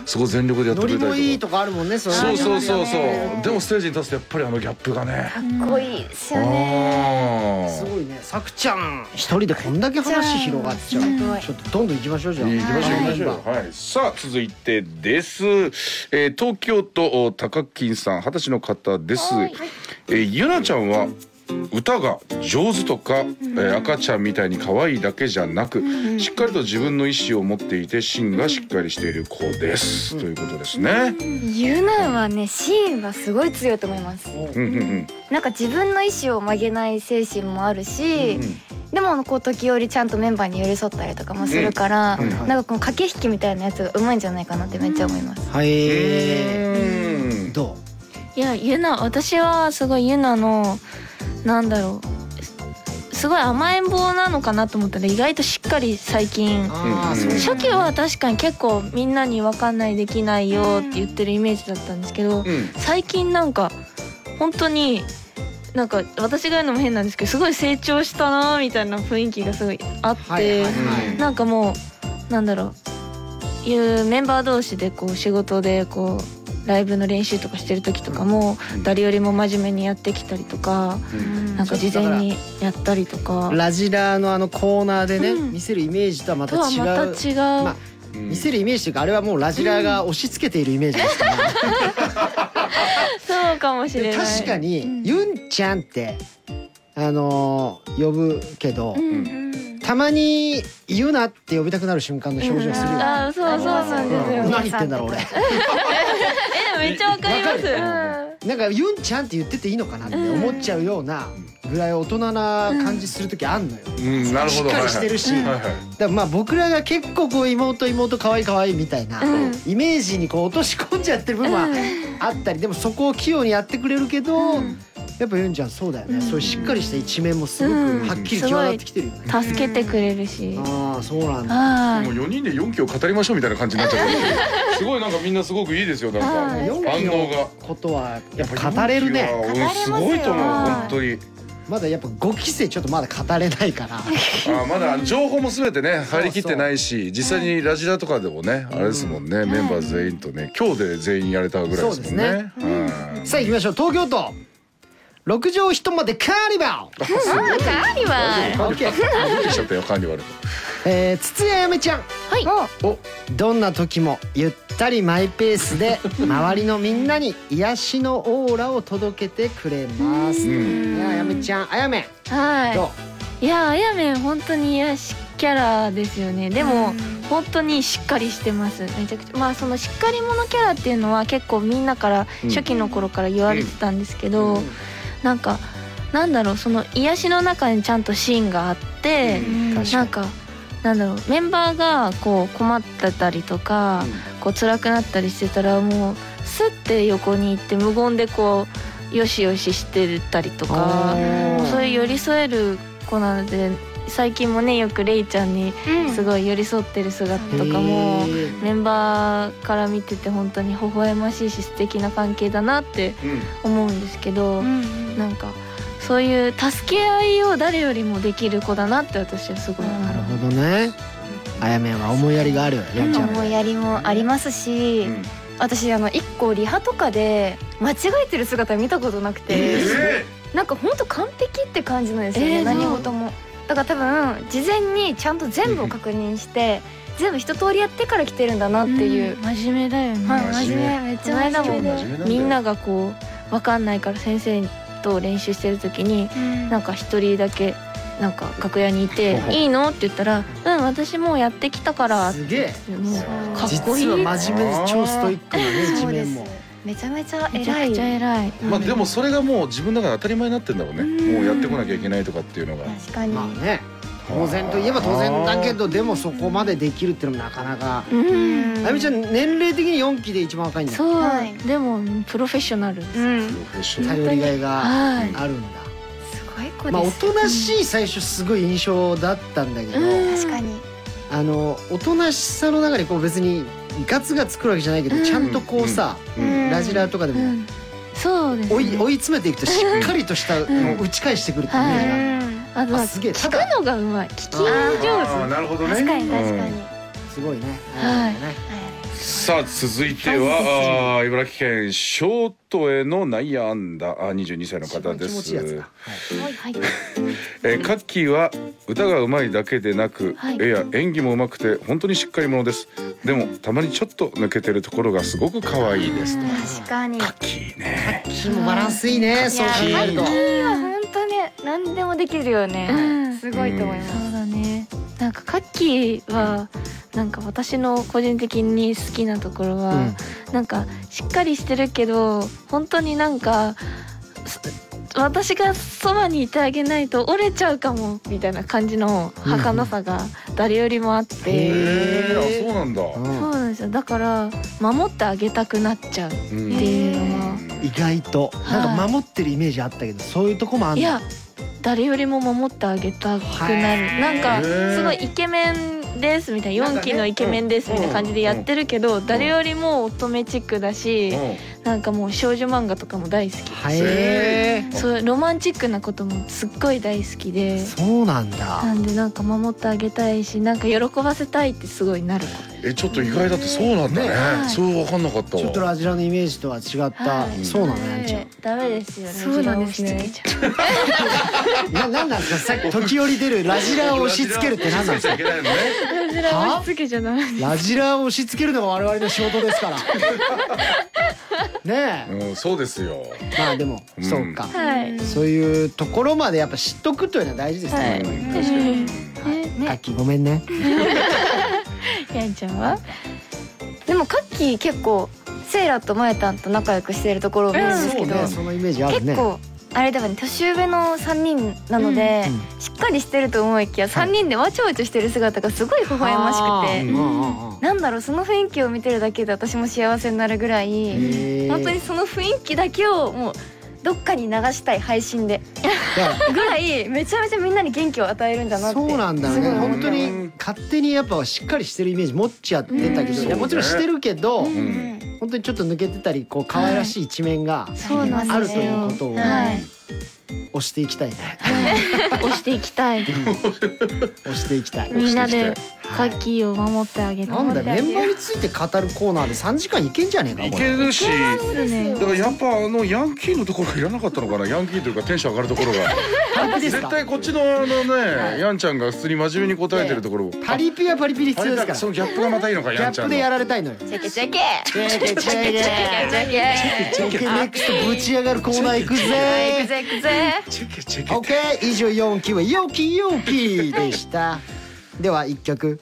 Speaker 2: そこ全力でやって
Speaker 1: ノ
Speaker 2: く
Speaker 1: リ
Speaker 2: れた
Speaker 1: もい
Speaker 2: り
Speaker 1: い
Speaker 2: とか。
Speaker 1: とかあるもんねそれ
Speaker 2: そうそう
Speaker 1: う
Speaker 2: そうそう、でもステージに立つとやっぱりあのギャップがね。
Speaker 5: っこいいですよね
Speaker 2: あ
Speaker 1: す
Speaker 2: あ。
Speaker 1: ごいねさくちゃん一人でこんだけ話広がっちゃうちょっとどんどん行きましょうじゃあ
Speaker 2: 行きましょう行きまし
Speaker 1: は
Speaker 2: ょ。
Speaker 1: いう
Speaker 2: はい。さあ続いてです。えー東京都お高金さん二十歳の方です。えーゆなちゃんは歌が上手とか、えー赤ちゃんみたいに可愛いだけじゃなく、しっかりと自分の意思を持っていて芯がしっかりしている子です、ということですね。
Speaker 5: ゆなはね芯はすごい強いと思います
Speaker 2: うんうんうん。
Speaker 5: なんか自分の意思を曲げない精神もあるし、でもこう時折ちゃんとメンバーに寄り添ったりとかもするから、
Speaker 1: うんはいはい
Speaker 5: なんかこの駆け引きみたいなやつがうまいんじゃないかなってめっちゃ思います。
Speaker 1: は
Speaker 2: う
Speaker 1: い
Speaker 2: ーん。
Speaker 1: どう
Speaker 3: いやユナ私はすごいユナのなんだろうすすごい甘えん坊なのかなと思ったら意外としっかり最近
Speaker 1: ああ
Speaker 2: うん
Speaker 1: そう
Speaker 2: うん
Speaker 3: 初期は確かに結構みんなに分かんないできないよって言ってるイメージだったんですけど
Speaker 2: うん。
Speaker 3: 最近なんか本当になんか私が言うのも変なんですけどすごい成長したなみたいな雰囲気がすごいあって、
Speaker 1: はいはい
Speaker 2: うん
Speaker 3: なんかもうなんだろういうメンバー同士でこう仕事でこうライブの練習とかしてる時とかも
Speaker 2: うん
Speaker 3: 誰よりも真面目にやってきたりとか
Speaker 2: うん
Speaker 3: なんか事前にやったりとか
Speaker 1: ラジラーのあのコーナーでね、
Speaker 3: うん
Speaker 1: 見せるイメージとはまた
Speaker 3: と
Speaker 1: 違う
Speaker 3: はまた違う、
Speaker 1: まあ見せるイメージというかあれはもうラジラーが押し付けているイメージですから、
Speaker 3: そうかもしれない
Speaker 1: 確かに、ユンちゃんってあのー呼ぶけど、たまに「ユナ」って呼びたくなる瞬間の表情するよ、ね
Speaker 3: あそうそうなんです
Speaker 1: う
Speaker 3: よ
Speaker 1: ん何言ってんだろう俺
Speaker 3: えめっちゃわかりま
Speaker 1: わかる
Speaker 3: す
Speaker 1: なんかユンちゃんって言ってていいのかなって思っちゃうようなぐらい大人な感じする時あんのよ、
Speaker 2: うん、なるほど。
Speaker 1: しっかりしてるし
Speaker 2: はいはいはいは
Speaker 1: だ
Speaker 2: い
Speaker 1: からまあ僕らが結構こう妹妹可愛い可愛いみたいなイメージにこう落とし込んじゃってる部分はあったりでもそこを器用にやってくれるけどやっぱユンちゃんそうだよねそういうしっかりした一面もすご
Speaker 3: う
Speaker 1: く
Speaker 3: ん
Speaker 1: はっきり際立ってきてるよね
Speaker 3: 助けてくれるし
Speaker 1: ああそうなんだ
Speaker 3: あ
Speaker 2: もう4人で4期を語りましょうみたいな感じになっちゃってすごいなんかみんなすごくいいですよなんか
Speaker 3: は
Speaker 2: 反
Speaker 3: い
Speaker 1: 4
Speaker 2: 応が
Speaker 1: 期のことはやっぱ語れるね
Speaker 2: 4期はうんすごいと思う本当に
Speaker 1: まだやっぱ5期生ちょっとまだ語れないから
Speaker 2: あーまだ情報も全てね入りきってないし実際にラジラとかでもねあれですもんねメンバー全員とね今日で全員やれたぐらいですもんねはい
Speaker 1: さあ行きましょう東京都六畳一間でカーニバルカーニバル OK
Speaker 2: びっくりしちゃったよ管理悪く
Speaker 1: えー、筒谷やめちゃん
Speaker 2: おお
Speaker 1: どんな時もゆったりマイペースで周りのみんなに癒しのオーラを届けてくれますいやあやめちゃんあやめ
Speaker 3: はい
Speaker 1: ど
Speaker 3: いやあやめん本当に癒しキャラですよねでも本当にしっかりしてますめちゃくちゃまあそのしっかり者キャラっていうのは結構みんなから
Speaker 2: うん
Speaker 3: 初期の頃から言われてたんですけど、
Speaker 1: うん
Speaker 3: なんかなんだろうその癒しの中にちゃんと芯があって、
Speaker 1: う確
Speaker 3: なん
Speaker 1: か
Speaker 3: かなんだろうメンバーがこう困ってたりとか、こう辛くなったりしてたらもうスッて横に行って無言でこうよしよししてたりとかそういう寄り添える子なので最近もねよくレイちゃんにすごい寄り添ってる姿とかも、メンバーから見てて本当に微笑ましいし素敵な関係だなって思うんですけど、なんかそういう助け合いを誰よりもできる子だなって私はすごい
Speaker 1: なるほどねあやめは思いやりがあるやめちゃん
Speaker 5: 思いやりもありますし、
Speaker 2: うん
Speaker 5: 私あの一個リハとかで間違えてる姿見たことなくて、
Speaker 2: え
Speaker 5: なんかほんと完璧って感じなんですよね、
Speaker 3: えー
Speaker 5: 何事もだから多分事前にちゃんと全部を確認して全部一通りやってから来てるんだなっていう、
Speaker 3: 真面目だよね、
Speaker 5: はい
Speaker 2: 真
Speaker 5: 真
Speaker 2: 面目
Speaker 5: 面目めっちゃ
Speaker 3: この間
Speaker 5: 真
Speaker 3: も
Speaker 5: 面目で
Speaker 2: 真面目なんだよ
Speaker 3: みんながこう分かんないから先生と練習してる時に、なんか一人だけなんか楽屋にいて
Speaker 2: ほほ
Speaker 3: 「いいの?」って言ったら「うん私もうやってきたから」って
Speaker 1: すげえ
Speaker 3: もうかっ
Speaker 1: 実
Speaker 3: こいい
Speaker 1: は真面目で超ストイックなね一
Speaker 5: そうで
Speaker 1: 面
Speaker 5: す
Speaker 1: も
Speaker 5: めちゃめちゃ
Speaker 3: めちゃ
Speaker 5: 偉
Speaker 3: く
Speaker 5: い
Speaker 3: ちゃ偉い
Speaker 2: ーまあでもそれがもう自分の中で当たり前になってんだろうねもうやってこなきゃいけないとかっていうのが
Speaker 5: 確かに、
Speaker 1: まあね当然といえば当然だけどでもそこまでできるっていうのもなかなか
Speaker 3: うん
Speaker 1: あやめちゃん年齢的に4期で一番若いんだ
Speaker 3: そう、
Speaker 5: はい
Speaker 3: でもプロフェッショナルです、
Speaker 2: プロフェッショナル
Speaker 1: 頼りがいが
Speaker 3: はい
Speaker 1: あるんだ
Speaker 5: すごい子
Speaker 1: まあお
Speaker 5: です、
Speaker 1: となしい最初すごい印象だったんだけど、
Speaker 5: 確かに
Speaker 1: あのおとなしさの中にこう別にガツガツくるわけじゃないけど、ちゃんとこうさ、
Speaker 2: うん
Speaker 1: ラジラーとかでも
Speaker 3: そうです
Speaker 1: 追い
Speaker 3: ね
Speaker 1: 追い詰めていくとしっかりとしたのを打ち返してくるっていうイメージがある、
Speaker 3: あの
Speaker 1: あすげえ
Speaker 3: 聞くのがうまい聞き
Speaker 2: あー
Speaker 3: 上
Speaker 2: なるほどね
Speaker 6: 確かに確か
Speaker 2: うん
Speaker 6: に。
Speaker 1: すごいね。
Speaker 3: はい
Speaker 1: ね
Speaker 2: さあ続いてはあー茨城県ショートへの内野安打あ22歳の
Speaker 1: 一
Speaker 2: 方
Speaker 1: 番
Speaker 2: で
Speaker 1: 気持ちいいやつ
Speaker 2: す
Speaker 1: だ。はい
Speaker 3: 手はいはい
Speaker 2: えーカッキーは歌がうまいだけでなく、
Speaker 3: はい
Speaker 2: 絵や演技もうまくて本当にしっかり者ですでもたまにちょっと抜けてるところがすごく可愛いです
Speaker 6: 確かに。い
Speaker 2: カッキーね
Speaker 1: キもバランスいいね。そう考えると。
Speaker 6: や本当ね何でもできるよね。すごいと思います。
Speaker 3: そうだねなんかカッキーはなんか私の個人的に好きなところは、
Speaker 1: うん
Speaker 3: なんかしっかりしてるけど本当になんかす私がそばにいてあげないと折れちゃうかもみたいな感じの儚さが誰よりもあって、
Speaker 2: へえあそうなんだ、
Speaker 3: そうなんですよだから守ってあげたくなっちゃうって
Speaker 2: うん
Speaker 3: いうのは、
Speaker 1: 意外となんか守ってるイメージあったけど、そういうとこもあん
Speaker 3: い
Speaker 1: の
Speaker 3: や誰よりも守ってあげたくな
Speaker 1: へ
Speaker 3: る
Speaker 1: ー
Speaker 3: なんかすごいイケメンですみたいな4期のイケメンですみたいな感じでやってるけど誰よりも乙女チックだしなんかもう少女漫画とかも大好き
Speaker 1: へえ。
Speaker 3: そういうロマンチックなこともすっごい大好きで
Speaker 1: そうなんだ
Speaker 3: な。んでなんか守ってあげたいしなんか喜ばせたいってすごいなる
Speaker 2: えちょっと意外だってそうなんだね
Speaker 3: ね
Speaker 2: そう分かんなかったわ
Speaker 1: ちょっとラジラのイメージとは違った。
Speaker 3: はい
Speaker 1: そうなのやんちゃん。
Speaker 3: ダメですよね
Speaker 6: そうなんですね
Speaker 3: 自我を押し付けちゃ
Speaker 1: な
Speaker 3: う
Speaker 1: なんなんですか。さっき時折出るラジラを押し付けるってなんなんですか。
Speaker 2: いけないのね
Speaker 1: は
Speaker 3: つけちゃダメ
Speaker 1: ラジラを押し付けるのが我々の仕事ですから。ね
Speaker 2: うんそうですよ
Speaker 1: え。まあでも、
Speaker 2: うん
Speaker 1: そうか。
Speaker 3: はい
Speaker 1: そういうところまでやっぱ知っとくというのは大事ですね。
Speaker 2: うん確かに
Speaker 1: カッキーごめんね。
Speaker 3: やんちゃんは
Speaker 6: でもカッキー結構セイラとマヤタンと仲良くしてるところを見るんです
Speaker 1: そ
Speaker 6: け
Speaker 1: う
Speaker 6: ど、
Speaker 1: ね、そのイメージあるね。
Speaker 6: 結構あれだよね年上の3人なので、
Speaker 1: うん
Speaker 6: しっかりしてると思いきや3人でわちゃわちゃしてる姿がすごい微笑ましくて、
Speaker 2: う
Speaker 1: うんんうんうん。
Speaker 6: なんだろうその雰囲気を見てるだけで私も幸せになるぐらい、
Speaker 1: へえ
Speaker 6: 本当にその雰囲気だけをもうどっかに流したい配信で
Speaker 1: だか
Speaker 6: ぐら いめちゃめちゃみんなに元気を与えるんだな
Speaker 1: ら
Speaker 6: って
Speaker 1: そうなんだよね
Speaker 6: すごい思
Speaker 1: 本
Speaker 6: う
Speaker 1: 当に勝手にやっぱしっかりしてるイメージ持っちゃってたけど、いやもちろんしてるけど、
Speaker 2: う
Speaker 6: うん
Speaker 2: ん
Speaker 1: 本当にちょっと抜けてたりこう可愛らしい一面が
Speaker 6: そうなんですよ
Speaker 1: あるということを
Speaker 6: はい
Speaker 1: 押していきたいね、
Speaker 3: 押していきたい
Speaker 1: 押していきたい、
Speaker 3: みんな
Speaker 2: 押
Speaker 3: で
Speaker 2: して
Speaker 3: カッキーを守ってあげて
Speaker 1: なんだよメンバーについて語るコーナーで3時間いけんじゃねえか
Speaker 2: い
Speaker 1: こ
Speaker 2: け
Speaker 1: れ
Speaker 2: るし
Speaker 3: ね
Speaker 2: だからやっぱあのヤンキーのところいらなかったのかなヤンキーというかテンション上がるところが
Speaker 1: パリピです
Speaker 2: 絶
Speaker 1: か
Speaker 2: 対こっちのあのねヤンちゃんが普通に真面目に答えてるところ
Speaker 1: パリピはパリピで必
Speaker 2: あ
Speaker 1: 要
Speaker 2: れ
Speaker 1: で
Speaker 2: だ
Speaker 1: すから
Speaker 2: そのギャップがまたいいのか
Speaker 1: ギャ
Speaker 2: ヤンち
Speaker 1: ッ
Speaker 2: ゃ
Speaker 1: プ
Speaker 2: ん
Speaker 1: でや
Speaker 2: の
Speaker 1: られたいのよ
Speaker 6: チェケチェケ
Speaker 1: チェケチェケチェ
Speaker 6: チェケチェ
Speaker 1: ケ
Speaker 6: ケ
Speaker 1: チェケネックストぶち上がるコーナー行く
Speaker 6: 行く
Speaker 1: ぜ
Speaker 6: ぜ行くぜ
Speaker 2: チェケチェケ
Speaker 1: OK 以上4期は4期4期でしたでは1曲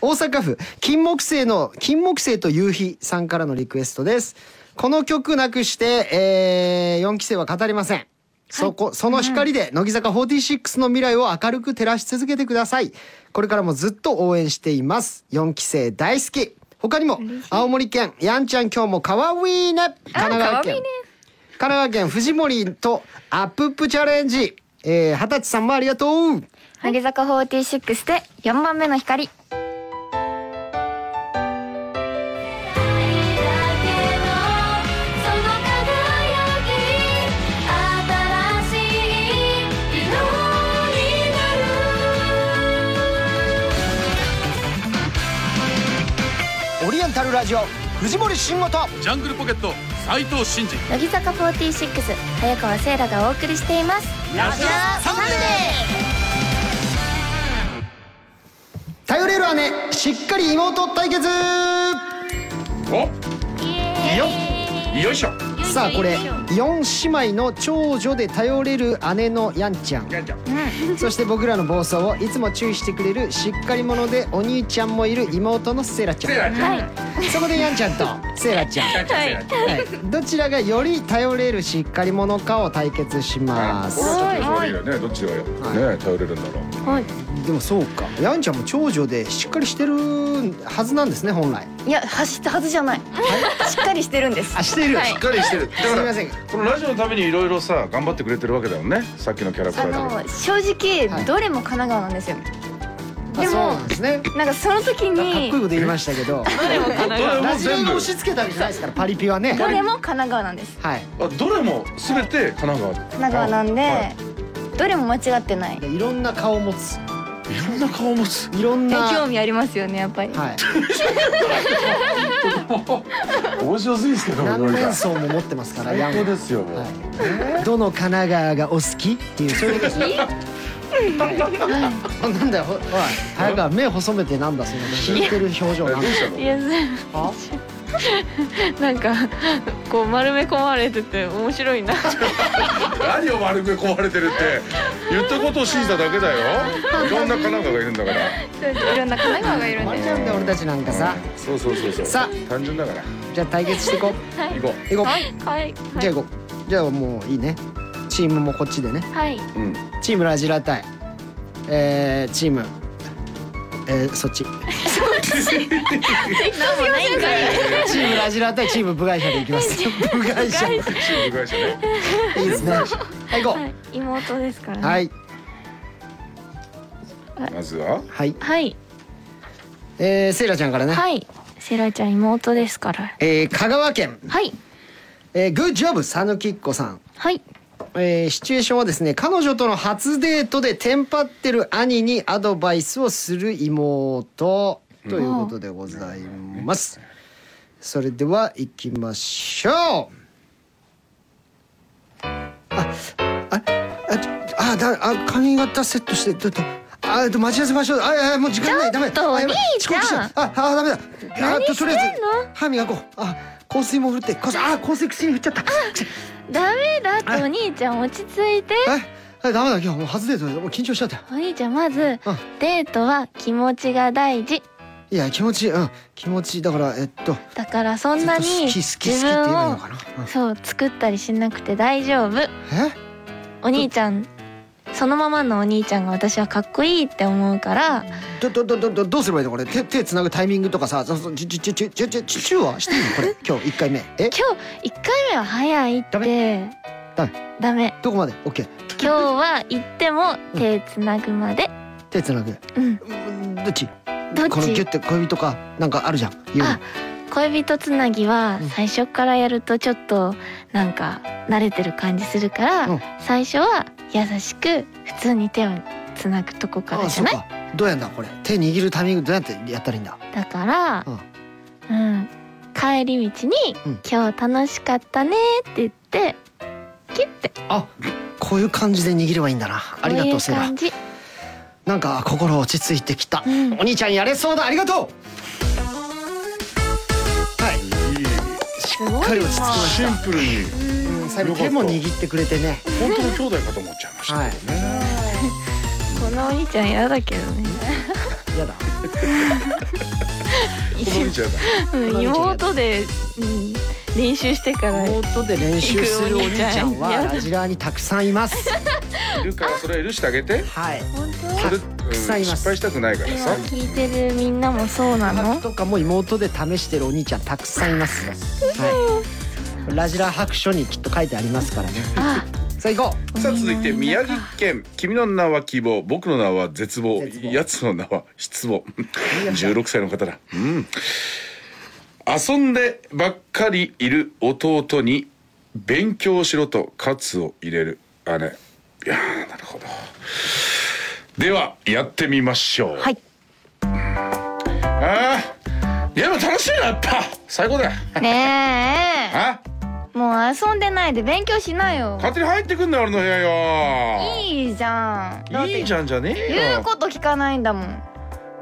Speaker 1: 大阪府金木犀の金木犀と夕日さんからのリクエストですこの曲なくして、え4期生は語りませんそこその光で乃木坂46の未来を明るく照らし続けてくださいこれからもずっと応援しています4期生大好き他にも青森県やんちゃん今日もかわいいね神奈川県神奈川県藤森とアップップチャレンジえー二十、歳さんもありがとう
Speaker 6: 乃木坂46で4番目の光
Speaker 4: 「その輝き」「暖かい新しい色になる」
Speaker 1: オリエンタルラジオ藤森慎吾と
Speaker 11: ジャングルポケット斉藤真二
Speaker 12: 乃木坂46早川せいらがお送りしています
Speaker 11: ラジ
Speaker 12: サンデ
Speaker 1: 頼れる姉しっかり妹対決
Speaker 2: よっよいしょ
Speaker 1: さあこれ4姉妹の長女で頼れる姉のやんち ゃん
Speaker 2: ヤンちゃん
Speaker 1: そして僕らの暴走をいつも注意してくれるしっかり者でお兄ちゃんもいる妹のセラち
Speaker 2: セ
Speaker 1: ゃ
Speaker 2: ラちゃん
Speaker 1: んそこでやんちゃんとセラちゃん
Speaker 2: ヤンちゃんセラちゃん
Speaker 1: はいどちらがより頼れるしっかり者かを対決します
Speaker 2: これはちょっと悪いよねどっちがよね頼れるんだろう
Speaker 1: でもそうかやんちゃんも長女でしっかりしてるはずなんですね本来
Speaker 6: いや走ったはずじゃないしっかりしてるんです
Speaker 1: あしてる、
Speaker 2: しっかりしてるだ
Speaker 1: すみ
Speaker 2: か
Speaker 1: ま
Speaker 2: ら
Speaker 1: せん
Speaker 2: このラジオのためにいろいろさ頑張ってくれてるわけだよねさっきのキャラクタ
Speaker 6: あ
Speaker 2: ーだから
Speaker 6: の正直
Speaker 1: はい
Speaker 6: どれも神奈川なんですよ
Speaker 1: まあ
Speaker 6: でも
Speaker 1: そうなんですね
Speaker 6: なんかその時
Speaker 1: かっこいいこ
Speaker 6: に
Speaker 1: と言いましたけど
Speaker 2: どれ
Speaker 1: ラ
Speaker 2: も
Speaker 1: ジオに
Speaker 2: 全部
Speaker 1: 押し付けたわけじゃないですからパリピはね
Speaker 6: どれも神奈川なんです
Speaker 1: はい
Speaker 2: あどれも全て神奈川
Speaker 6: 神奈川なんでどれも間違ってない
Speaker 1: でいろんな顔を持つ
Speaker 2: いろんな顔を持つ
Speaker 1: いろんな
Speaker 6: 興味ありますよねやっぱり
Speaker 1: はい
Speaker 2: 面白すぎですけど
Speaker 1: 何
Speaker 2: なん
Speaker 1: 面
Speaker 2: か
Speaker 1: 相も持ってますからヤン
Speaker 2: 最
Speaker 1: は
Speaker 2: 高ですよもう、
Speaker 1: はいどの神奈川がお好きっていうそういう ことですはいなんだよほおい早川目細めてなんだその引いてる表情
Speaker 2: えど
Speaker 1: なん
Speaker 2: う
Speaker 1: だ
Speaker 2: したの
Speaker 4: いや
Speaker 1: あ
Speaker 4: なんかこう丸め込まれてて面白いな
Speaker 2: 何を丸く壊れてるって言ったことを信じただけだよいろんな神奈川がいるんだから
Speaker 6: いろんな神奈川がいるん
Speaker 1: 困
Speaker 6: で
Speaker 1: っちゃうんだよ俺たちなんかさ
Speaker 2: うんそうそうそうそう
Speaker 1: さ
Speaker 2: 単純だから
Speaker 1: じゃあ対決していこ
Speaker 2: 行こ
Speaker 1: う行こ
Speaker 4: はい、
Speaker 1: うじゃあ行こうじゃあもういいねチームもこっちでね
Speaker 4: はい、
Speaker 2: ううん
Speaker 1: チームラジラ対えーチームえーそっち チームラジラ対チーム部外者でいきます 部外者い
Speaker 2: チーム会社ね
Speaker 1: いですねはい行こう
Speaker 4: 妹ですからね
Speaker 1: はい
Speaker 2: まずは
Speaker 1: はい
Speaker 4: はい
Speaker 1: えーセイラちゃんからね
Speaker 4: はいセラちゃん妹ですから
Speaker 1: えー香川県
Speaker 4: はい
Speaker 1: えーグッジョブさぬきっこさん
Speaker 4: はい
Speaker 1: えーシチュエーションはですね彼女との初デートでテンパってる兄にアドバイスをする妹ということでございます、それでは行きましょうあああちょあだあ髪型セットしてちょっとあえっと待ち合わせ場所ああもう時間ないダメ
Speaker 4: と
Speaker 1: あやばい
Speaker 4: 兄
Speaker 1: 遅刻し
Speaker 4: ち
Speaker 1: ち
Speaker 4: ゃ
Speaker 1: ゃ
Speaker 4: ん
Speaker 1: うああダメだあととりあえず
Speaker 4: してんの
Speaker 1: 歯磨こうあ香水も振って香水あ香水口に振っちゃった
Speaker 4: ダメだってお兄ちゃん落ち着いて
Speaker 1: ええダメだ今日もう初デートでもう緊張しちゃったよ
Speaker 4: お兄ちゃんまず
Speaker 1: うん
Speaker 4: デートは気持ちが大事
Speaker 1: いや気持ちいいうん気持ちいいだからえっと
Speaker 4: だからそんなに
Speaker 1: ずっと好き好き好きって
Speaker 4: 自
Speaker 1: 言えばいい
Speaker 4: 分
Speaker 1: の
Speaker 4: を
Speaker 1: かな、
Speaker 4: そう作ったりしなくて大丈夫
Speaker 1: うんえ
Speaker 4: お兄ちゃんそのままのお兄ちゃんが私はかっこいいって思うから
Speaker 1: どどどどどどうすればいいのこれ手手つなぐタイミングとかさそそちゅちゅちゅちゅちゅちゅちゅちゅはしてんのこ れ今日一回目え
Speaker 4: 今日1回目は早いって
Speaker 1: ダ
Speaker 4: ダメ
Speaker 1: ダどこまでオッケー
Speaker 4: 今日は行っても手つなぐまで
Speaker 1: 手つなぐ
Speaker 4: うん
Speaker 1: うんどっち
Speaker 4: どっ
Speaker 1: このギュ
Speaker 4: ち
Speaker 1: って恋人かなんかあるじゃん言うの
Speaker 4: あ恋人つなぎは
Speaker 1: うん
Speaker 4: 最初からやるとちょっとなんか慣れてる感じするか
Speaker 1: うん
Speaker 4: ら最初は優しく普通に手をつなぐとこからじ
Speaker 1: そ
Speaker 4: ゃ
Speaker 1: う
Speaker 4: ない
Speaker 1: かどうやんだこれ手握るタイミングどうやってやったらいいんだ
Speaker 4: だから
Speaker 1: うん
Speaker 4: うん帰り道に
Speaker 1: うん
Speaker 4: 「今日楽しかったね」って言ってキュッて
Speaker 1: こういう感じで握ればいいんだなありがと
Speaker 4: こ
Speaker 1: う
Speaker 4: い
Speaker 1: セイラ
Speaker 4: 感じ
Speaker 1: なんか心落ち着いてきた、
Speaker 4: うん
Speaker 1: お兄ちゃんやれそうだありがとうはいしっかり落ち着きま
Speaker 2: シ
Speaker 1: し
Speaker 2: ンプルに
Speaker 1: た、うん、最後手も握ってくれてね
Speaker 2: 本当の兄弟かと思っちゃいました
Speaker 1: はい
Speaker 4: このお兄ちゃん嫌だけどね
Speaker 1: やだ
Speaker 2: この兄ちゃんだ
Speaker 4: うん妹で、うん、練習してから
Speaker 1: 妹で練習するお兄ちゃんは
Speaker 4: 行くお兄ちゃんやだ
Speaker 1: ラジラーにたくさんいます
Speaker 2: いるからそれは許してあげて
Speaker 1: はい
Speaker 2: それ
Speaker 1: たくさんいます
Speaker 2: 失敗したくないからさ
Speaker 4: 聞いてるみんなもそうなの
Speaker 1: とかも妹で試してるお兄ちゃんたくさんいますはいラジラー白書にきっと書いてありますからね
Speaker 4: あ
Speaker 1: さあ行こ
Speaker 2: さあ続いて宮城県君の名は希望僕の名は絶望
Speaker 1: 絶望
Speaker 2: やつの名は失望
Speaker 1: う
Speaker 2: 16歳の方だうん遊んでばっかりいる弟に勉強しろと喝を入れる姉いやーなるほどではやってみましょう
Speaker 4: はい
Speaker 2: あーいやでも楽しいなやっぱ最高だよ
Speaker 6: ね
Speaker 2: あ
Speaker 6: えもう遊んでないで勉強しなよ
Speaker 2: 勝手に入ってくんなよ俺の部屋よ
Speaker 6: いいじゃん
Speaker 2: いいじゃんじゃねえよ
Speaker 6: 言うこと聞かないんだもん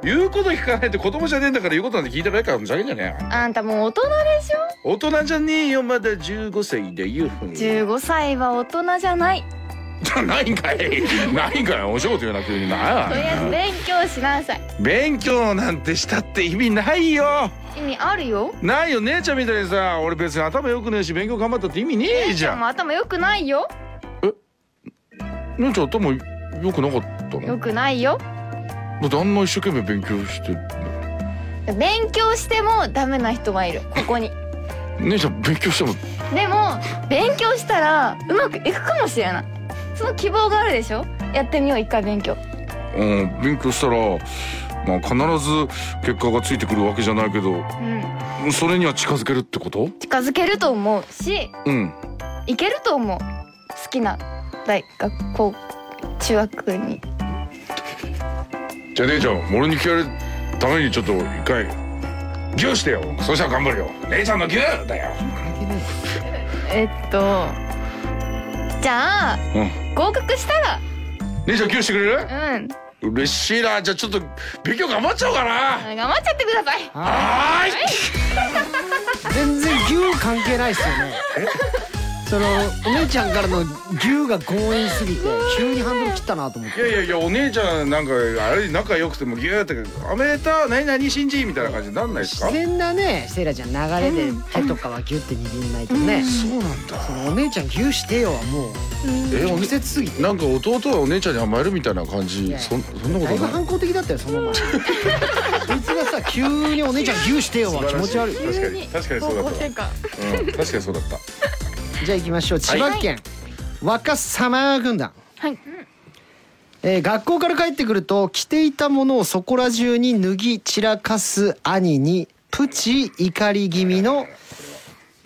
Speaker 2: 言うこと聞かないって子供じゃねえんだから言うことなんて聞いたばいいからふざけんじゃねえよ
Speaker 6: あんたもう大人でしょ
Speaker 2: 大人じゃねえよまだ15歳で言うふう
Speaker 6: 15歳は大人じゃない
Speaker 2: ないんかいないんかい面白いこと言うな急にな
Speaker 6: とりあえず勉強しなさい
Speaker 2: 勉強なんてしたって意味ないよ
Speaker 6: 意味あるよ
Speaker 2: ないよ姉ちゃんみたいにさ俺別に頭良くねえし勉強頑張ったって意味ねえじゃ
Speaker 6: も
Speaker 2: ん
Speaker 6: う頭良くないよ
Speaker 2: 姉ちゃん頭良くなかったのだ
Speaker 6: 良
Speaker 2: っ
Speaker 6: くないよ
Speaker 2: てあんな一生懸命勉強して
Speaker 6: 勉強してもダメな人がいるここに
Speaker 2: 姉ちゃん勉強しても
Speaker 6: でも勉強したらうまくいくかもしれないその希望があるでしょやってみよう一回勉強
Speaker 2: うん勉強したらまあ必ず結果がついてくるわけじゃないけど
Speaker 6: うん
Speaker 2: それには近づけるってこと
Speaker 6: 近づけると思うし
Speaker 2: うん
Speaker 6: いけると思う好きな大学校
Speaker 5: 中学に
Speaker 2: じゃあ姉ちゃん俺に聞かれるためにちょっと一回ギューしてよそしたら頑張るよ姉ちゃんのギューだよ
Speaker 5: えっとじゃあ
Speaker 2: うん
Speaker 5: 合格したら
Speaker 2: 姉ちゃんギューしてくれる
Speaker 5: うん
Speaker 2: 嬉しいなじゃあちょっと勉強頑張っちゃおうかな
Speaker 5: 頑張っちゃってください
Speaker 2: はーい
Speaker 1: 全然牛関係ないっすよねそのお姉ちゃんからの牛が強引すぎて急にハンドル切ったなと思っ
Speaker 2: い
Speaker 1: て
Speaker 2: やいやいやお姉ちゃんなんかあれ仲良くてもギューって「おめでとう何々信じ」みたいな感じになんないですか
Speaker 1: 自然なねセイラちゃん流れで手とかはギュって握んないとね、
Speaker 2: そうなんだ
Speaker 1: そのお姉ちゃん牛してよはもう
Speaker 2: えお
Speaker 1: 直
Speaker 2: ね
Speaker 1: 接すぎて
Speaker 2: なんか弟はお姉ちゃんに甘えるみたいな感じそんそんなこ
Speaker 1: だいぶ
Speaker 2: とない
Speaker 1: 反抗的だったよそ の前そいつがさ急にお姉ちゃん牛してよは気持ち悪い
Speaker 2: 確かに確かにそうだったわうん確かにそうだった
Speaker 1: じゃあ行きましょう千葉県、若様軍団
Speaker 3: はい
Speaker 1: えー学校から帰ってくると着ていたものをそこら中に脱ぎ散らかす兄にプチ怒り気味の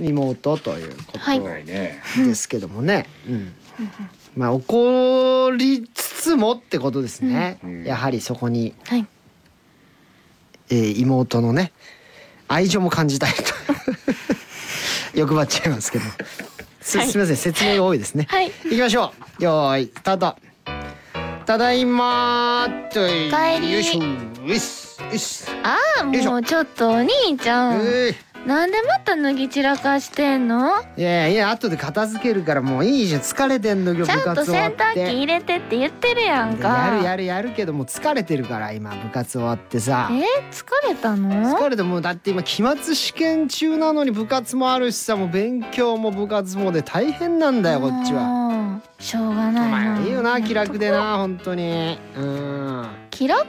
Speaker 1: 妹というこ
Speaker 3: はい
Speaker 2: ないね
Speaker 1: とですけどもね、うん、まあ怒りつつもってことですね、
Speaker 2: ん
Speaker 1: やはりそこに、
Speaker 3: はい
Speaker 1: えー妹のね愛情も感じた いと欲張っちゃいますけどすすみません説明が多いですね
Speaker 3: はい
Speaker 1: 行きましょうよーいスタートただいまーとい
Speaker 3: 帰り
Speaker 1: よいしょよしよし
Speaker 3: ああ
Speaker 1: よいし
Speaker 3: も
Speaker 1: ょ
Speaker 3: うちょっとお兄ちゃん
Speaker 1: え
Speaker 3: なんでまた脱ぎ散らかしてんの
Speaker 1: ーいやいや後で片付けるからもういいじゃん疲れてんのよ部
Speaker 3: ちゃんと
Speaker 1: 活終わ
Speaker 3: 洗
Speaker 1: って
Speaker 3: 濯機入れてって言ってるやんか
Speaker 1: やるやるやるけどもう疲れてるから今部活終わってさ
Speaker 3: え疲れたの
Speaker 1: 疲れてもうだって今期末試験中なのに部活もあるしさもう勉強も部活もで大変なんだよこっちは。
Speaker 3: はしょうが
Speaker 1: お
Speaker 3: ないな
Speaker 1: 前いいよな気楽でな本当にうん
Speaker 3: 気楽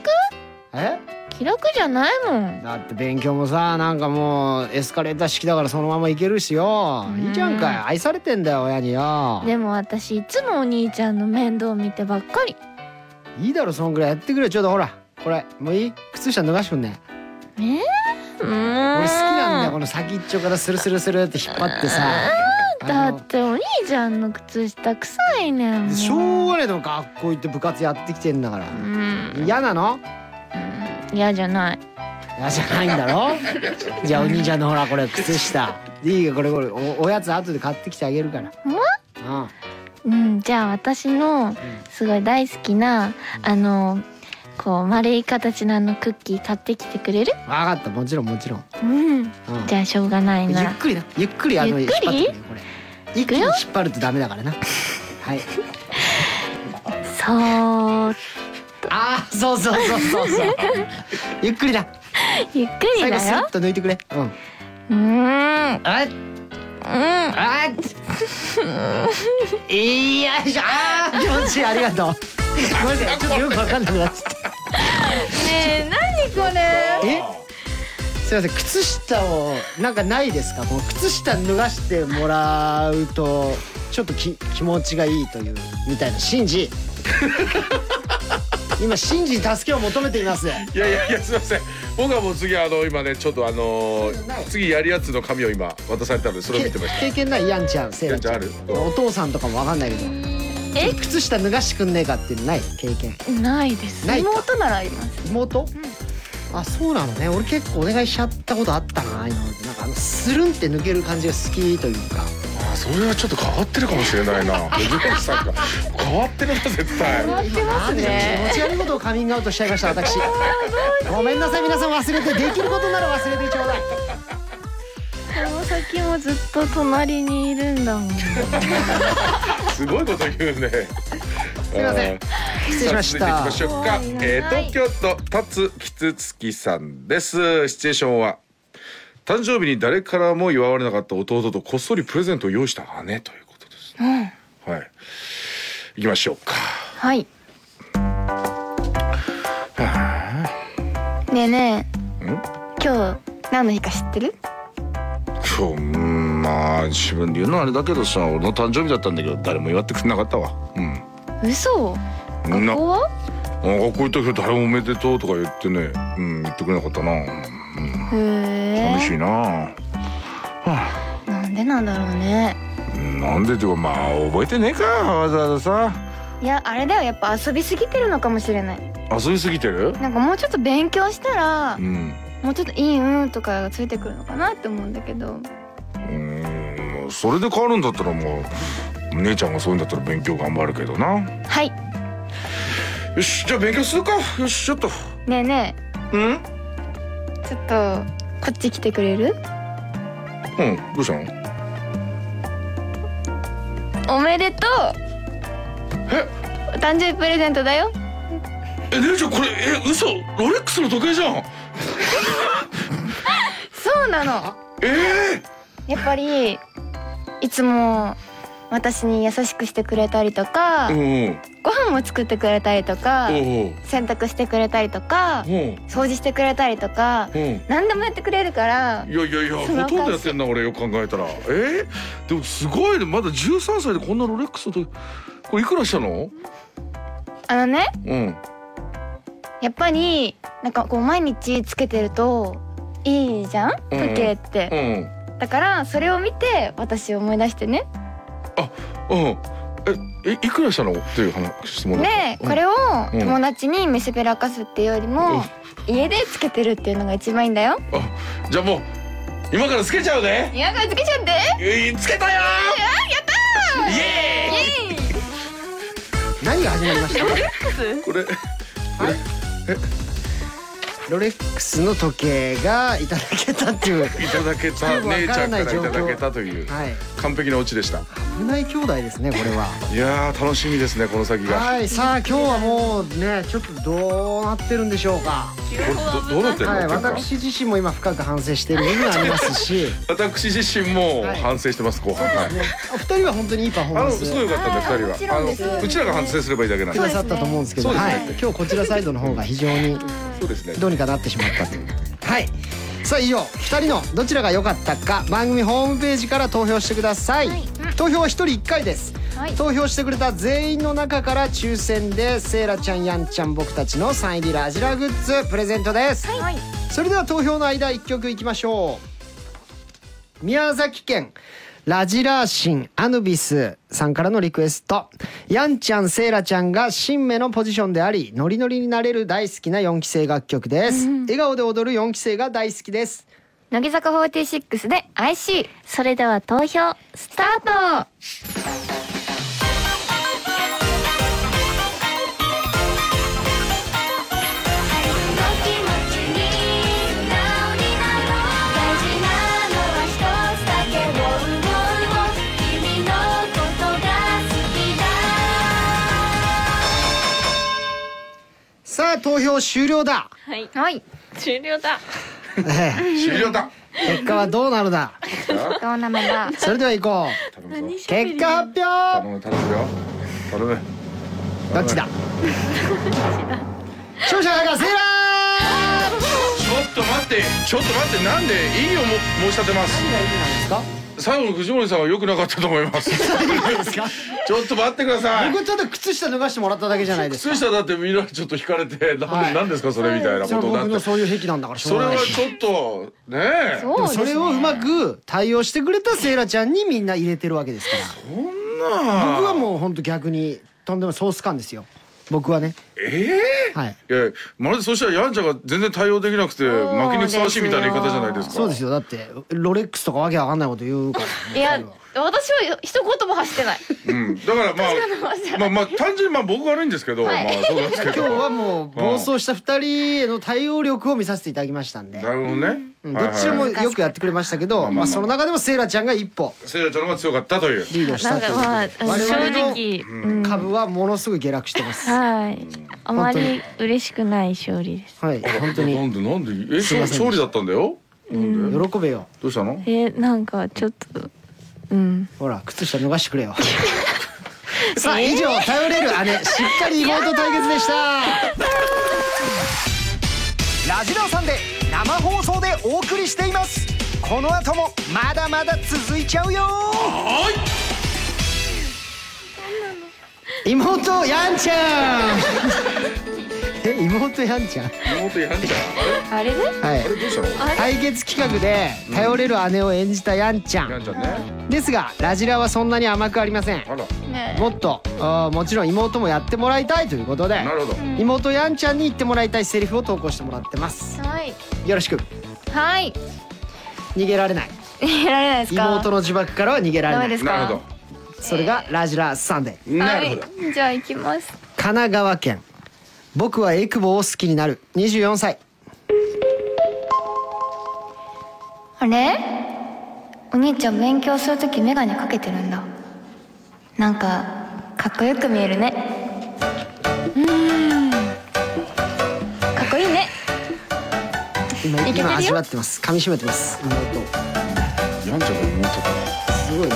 Speaker 1: え
Speaker 3: 気楽じゃないもん
Speaker 1: だって勉強もさなんかもうエスカレーター式だからそのまま行けるしよいいじゃんかい愛されてんだよ親によ
Speaker 3: でも私いつもお兄ちゃんの面倒見てばっかり
Speaker 1: いいだろそんぐらいやってくれよちょっとほらこれもういい靴下脱がしてくんね
Speaker 3: 俺好き
Speaker 1: 俺好きなんだ
Speaker 3: な
Speaker 1: よこの先っちょからスルスルスルって引っ張ってさあ
Speaker 3: だ
Speaker 1: の
Speaker 3: ってお兄ちゃんの靴下臭いねんもう
Speaker 1: しょうがないでも学校行って部活やってきてんだから
Speaker 3: うん
Speaker 1: 嫌なの
Speaker 3: 嫌じゃない
Speaker 1: 嫌じゃないんだ ろじゃあお兄ちゃんのほらこれ靴下いいよこれこれおおやつ後で買ってきてあげるからうん
Speaker 3: うんじゃあ私のすごい大好きなあのこう丸い形のあのクッキー買ってきてくれる
Speaker 1: 分かったもちろんもちろん、
Speaker 3: うん
Speaker 1: うん
Speaker 3: じゃあしょうがない
Speaker 1: ゆっ
Speaker 3: な
Speaker 1: くりなゆっくりあの
Speaker 3: ゆっくり
Speaker 1: 引っ張ってねこれ一気に引っ張るとダメだからな はい
Speaker 3: そーっ
Speaker 1: あーそうそうそうそう そうゆっくりだ
Speaker 3: とゆっくり
Speaker 1: 最後
Speaker 3: だ
Speaker 1: ス
Speaker 3: よ
Speaker 1: ッと抜いてくれうん
Speaker 3: うーん
Speaker 1: ああいやいしょあー気持ちいいありがとうごめんなさいちょっとよくわかんなくなっちゃった
Speaker 5: ねえ何これ
Speaker 1: えすいません靴下をなんかないですかこう靴下脱がしてもらうとちょっとき気持ちがいいというみたいなシンジ今シンジに助けを求めています
Speaker 2: いやいやいやすいません僕はもう次あの今ねちょっとあの
Speaker 1: そうじゃない
Speaker 2: 次やるやつの紙を今渡されたのでそれを見てました
Speaker 1: 経験ないやんちゃん せいらちゃ
Speaker 2: や
Speaker 1: ん
Speaker 2: んちゃんある
Speaker 1: お父さんとかもわかんないけどちょっと靴下脱がしてくんねえかっていうのない経験
Speaker 3: ないです
Speaker 1: ないか
Speaker 5: 妹ならあります
Speaker 1: 妹、あそうなのね俺結構お願いしちゃったことあったな今までなんかあのスルンって抜ける感じが好きというか
Speaker 2: あそれはちょっと変わってるかもしれないな 藤本さんが変わってるな絶対
Speaker 1: 今なんで気持ち悪いことをカミングアウトしちゃいました私ごめんなさい皆さん忘れてできることなら忘れてちょうだい
Speaker 3: この先もずっと隣にいるんだもん
Speaker 2: すごいこと言うね
Speaker 1: すいません
Speaker 2: あー
Speaker 1: 失礼しまし
Speaker 2: さあ
Speaker 1: た
Speaker 2: 続いていきましょうか、えー東京都辰吉月さんですシチュエーションは誕生日に誰からも祝われなかった弟とこっそりプレゼントを用意した姉ということですね、はい行きましょうか
Speaker 5: はいねえねえ
Speaker 2: ん
Speaker 5: 今日何の日か知ってる
Speaker 2: 今日うんまあ自分で言うのはあれだけどさ俺の誕生日だったんだけど誰も祝ってくれなかったわうん
Speaker 5: 嘘
Speaker 2: みんな
Speaker 5: 学校は
Speaker 2: あ学校行ったけど誰もおめでとうとか言ってねうん言ってくれなかったな、うん、
Speaker 5: へ
Speaker 2: 寂
Speaker 5: え
Speaker 2: しいな
Speaker 5: なんでなんだろうね
Speaker 2: なんでっていうかまあ覚えてねえかわざわざさ
Speaker 5: いやあれだよやっぱ遊びすぎてるのかもしれない
Speaker 2: 遊びすぎてる
Speaker 5: なんかもうちょっと勉強したら
Speaker 2: うん
Speaker 5: もうちょっといいうんとかがついてくるのかなって思うんだけど
Speaker 2: うんそれで変わるんだったらもう姉ちゃんがそういうんだったら勉強頑張るけどな
Speaker 5: はい
Speaker 2: よしじゃあ勉強するかよしちょっと
Speaker 5: ねえね
Speaker 2: うんうん
Speaker 5: えちょっとこっち来てくれる
Speaker 2: どうしたの
Speaker 5: おめでとうお誕生日プレゼントだよ
Speaker 2: え姉ちゃんこれえ嘘ロレックスの時計じゃん
Speaker 5: そうなの
Speaker 2: え
Speaker 5: やっぱりいつも私に優しくしてくれたりとか、
Speaker 2: えうん
Speaker 5: ご飯も作ってくれたりとか、
Speaker 2: おう
Speaker 5: 洗濯してくれたりとか、
Speaker 2: おう
Speaker 5: 掃除してくれたりとか、
Speaker 2: おう
Speaker 5: 何でもやってくれるから
Speaker 2: いやいやいやほ
Speaker 5: その
Speaker 2: とんどやってんな俺よく考えたらえー、でもすごいねまだ13歳でこんなロレックスの時計これいくらしたの
Speaker 5: あのね
Speaker 2: うん
Speaker 5: やっぱりなんかこう毎日つけてるといいじゃん
Speaker 2: うん
Speaker 5: 時計って、
Speaker 2: うん
Speaker 5: だからそれを見て私を思い出してね
Speaker 2: うんええいくらしたのっていう話質問だった
Speaker 5: でこれを
Speaker 2: うん
Speaker 5: 友達に見せびらかすっていうよりも、家でつけてるっていうのが一番いいんだよ
Speaker 2: じゃあもう今からつけちゃうね
Speaker 5: いやがつけちゃって
Speaker 2: えーつけたよーイエーイ
Speaker 1: 何が始まりました
Speaker 2: これ
Speaker 1: ロレックスの時計がいただけたっていう
Speaker 2: いただけ た姉ちゃんからいただけたという
Speaker 1: はい
Speaker 2: 完璧なオチでした
Speaker 1: 危ない兄弟ですねこれは。
Speaker 2: いやー楽しみですねこの先が
Speaker 1: はい、さあ今日はもうねちょっとどうなってるんでしょうか。
Speaker 2: これどどうなってるの、
Speaker 1: はい、
Speaker 2: っていうか
Speaker 1: 私自身も今深く反省している部分がありますし、
Speaker 2: 私自身も
Speaker 1: はい
Speaker 2: 反省してます後半、はい
Speaker 1: お二人は本当にいいパフォー
Speaker 2: あ
Speaker 1: マ
Speaker 2: の
Speaker 1: ン
Speaker 2: す
Speaker 1: ス
Speaker 2: ごい良かったんで二人はあのうちらが反省すればいいだけなん
Speaker 1: く
Speaker 2: で
Speaker 1: ださったと思うんですけど、
Speaker 2: そうです
Speaker 1: は
Speaker 2: ね
Speaker 1: い、今日こちらサイドの方が非常に
Speaker 2: そうですね
Speaker 1: どうにかなってしまったという。はい。さあ以上2人のどちらが良かったか番組ホームページから投票してください、投票は1人1回です、投票してくれた全員の中から抽選でセイラちゃんやんちゃん僕たちのサイン入りラジラグッズプレゼントです、それでは投票の間1曲いきましょう宮崎県ラジラーシンアヌビスさんからのリクエストやんちゃんセイラちゃんが新芽のポジションでありノリノリになれる大好きな4期生楽曲です、笑顔で踊る4期生が大好きです
Speaker 5: 乃木坂46で IC
Speaker 4: それでは投票
Speaker 5: スタート
Speaker 7: 「ムキムキになおになろう」「大事なのはひとつだけを潤う」「君のことが好きだ」
Speaker 1: さあ投票終了 だ、
Speaker 3: はい
Speaker 5: はい
Speaker 3: 終了だ
Speaker 1: ええ
Speaker 2: 終了だ
Speaker 1: 結果はどうなるだ
Speaker 5: どうなの だ
Speaker 1: それでは行こ
Speaker 2: 頼むぞ
Speaker 1: う結果発表
Speaker 2: 頼む頼むよ頼む
Speaker 1: どっちだ勝者はだからセイラー
Speaker 2: ちょっと待ってちょっと待ってなんで異議をも申し立てます
Speaker 1: ですか
Speaker 2: 最後の藤森さんは良くなかったと思います
Speaker 1: ですか
Speaker 2: ちょっと待ってください
Speaker 1: 僕ただ靴下脱がしてもらっただけじゃないですか
Speaker 2: 靴下だってみんなちょっと惹かれてなん
Speaker 1: は
Speaker 2: で
Speaker 1: い
Speaker 2: なんですかそれみたいな
Speaker 1: それ
Speaker 2: こ
Speaker 1: は
Speaker 2: と
Speaker 1: 僕
Speaker 2: にな
Speaker 1: の
Speaker 2: って
Speaker 1: そういう癖なんだからし
Speaker 2: そ
Speaker 1: ょう
Speaker 2: れ
Speaker 1: がな
Speaker 2: はい
Speaker 1: し
Speaker 2: ちょっとねえ
Speaker 1: でもそれをうまく対応してくれたセイラちゃんにみんな入れてるわけですから
Speaker 2: そんな
Speaker 1: 僕はもう本当逆にとんでもないソース感ですよ僕はね
Speaker 2: ええ
Speaker 1: はい
Speaker 2: いやまるでそしたらヤンちゃんが全然対応できなくて負けにふさわしいみたいな言い方じゃないですか
Speaker 1: そうですよだってロレックスとかわけわかんないこと言うから
Speaker 5: いや私は一言も発してない
Speaker 2: うん、だからまあまあまあ単純にまあ僕が悪いんですけど、まあそうなんですけ
Speaker 1: 今
Speaker 2: ど
Speaker 1: 日はもう暴走した二人への対応力を見させていただきましたんで、
Speaker 2: なるほどね、
Speaker 1: うんど
Speaker 2: はいはい
Speaker 1: っちもよくやってくれましたけ
Speaker 2: あ
Speaker 1: ど
Speaker 2: まあ
Speaker 1: まあその中でもセイラちゃんが一歩
Speaker 2: セイラちゃんの方が強かったという
Speaker 1: リードし
Speaker 3: な
Speaker 1: た
Speaker 3: ん
Speaker 1: とい
Speaker 3: か
Speaker 1: う
Speaker 3: ま
Speaker 1: こ
Speaker 3: あ
Speaker 1: とで
Speaker 3: 正直、うん
Speaker 1: 株はものすごい下落してます
Speaker 3: はいあまり嬉しくない勝利です
Speaker 1: はい本当に
Speaker 2: なんでなんでえ
Speaker 1: すいません
Speaker 2: 勝利だったんだよなんで
Speaker 1: 喜べよ
Speaker 2: どうしたの
Speaker 3: えなんかちょっとうん
Speaker 1: ほら靴下脱がしてくれよさあ以上頼れる姉しっかり妹対決でしたラジラーさんで生放送でお送りしていますこの後もまだまだ続いちゃうよ 妹やんちゃんれ妹やんちゃん
Speaker 2: 妹やんちゃん
Speaker 5: あれね
Speaker 1: は
Speaker 2: あれあ
Speaker 1: い
Speaker 2: れどうしたの
Speaker 1: 対決企画で頼れる姉を演じたやんちゃ
Speaker 2: やん
Speaker 1: ん
Speaker 2: ちゃんね
Speaker 1: ですがラジラはそんなに甘くありません
Speaker 2: あら
Speaker 1: もっとあーもちろん妹もやってもらいたいということで
Speaker 2: なるほど
Speaker 1: 妹やんちゃんに言ってもらいたいセリフを投稿してもらってます
Speaker 5: はい
Speaker 1: よろしく
Speaker 5: はい
Speaker 1: 逃げられない
Speaker 5: 逃げられないですか
Speaker 1: 妹の呪縛からは逃げられ
Speaker 5: ダ
Speaker 1: な
Speaker 5: メ
Speaker 1: い
Speaker 5: です
Speaker 2: な
Speaker 5: か
Speaker 2: るほ
Speaker 1: それがラジラサンデー
Speaker 2: どなるほど
Speaker 5: はいじゃあ行きます
Speaker 1: 神奈川県僕はエクボを好きになる24歳
Speaker 9: あれお兄ちゃん勉強するときメガネかけてるんだなんかかっこよく見えるねうーんかっこいいね
Speaker 1: 今
Speaker 5: てるよ
Speaker 1: 今味わってます噛み締めてます妹
Speaker 2: やんちゃんが妹か
Speaker 1: す ごいね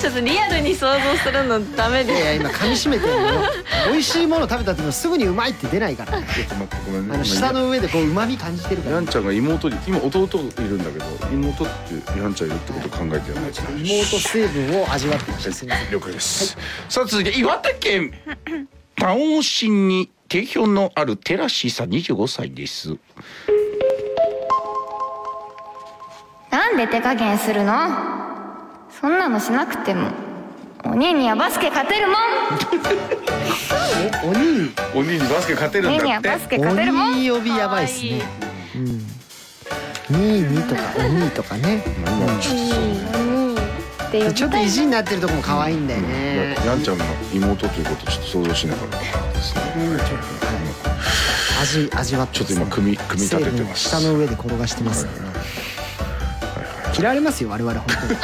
Speaker 3: ちょっとリアルに想像するのダメ
Speaker 1: いやい
Speaker 3: で
Speaker 1: や今噛み締めてるの美味しいもの食べたってもすぐにうまいって出ないからあ
Speaker 2: ちょっと待ってごめんね
Speaker 1: の舌の上でこううまみ感じてるか
Speaker 2: や
Speaker 1: ら
Speaker 2: んちゃんが妹に今弟いるんだけど妹ってやんちゃんいるってこと考えてやらないとね
Speaker 1: 妹成分を味わってましたすいません
Speaker 2: 了解です、さあ続いて岩手県田尾市に定評のあるテラシーさん25歳です
Speaker 9: なんで手加減するのそんなのしなくてもお兄にはバスケ勝てるもん
Speaker 1: お兄
Speaker 2: お兄にバスケ勝て
Speaker 9: お
Speaker 2: るん
Speaker 9: 兄に
Speaker 2: だ
Speaker 9: は
Speaker 2: っ
Speaker 9: バ
Speaker 2: て
Speaker 9: スケ勝てるもん
Speaker 1: 鬼呼びやばいっすね。うん。二二とか鬼とかね。
Speaker 5: って呼び
Speaker 1: ちょっと意地になってるとこも可愛いんだよね。
Speaker 2: やんちゃんの妹ということをちょっと想像しながらですね、
Speaker 1: 味味わってますね。
Speaker 2: ちょっと今組み組み立ててます
Speaker 1: 成分を舌の上で転がしてますね。嫌われますよ我々本 当に。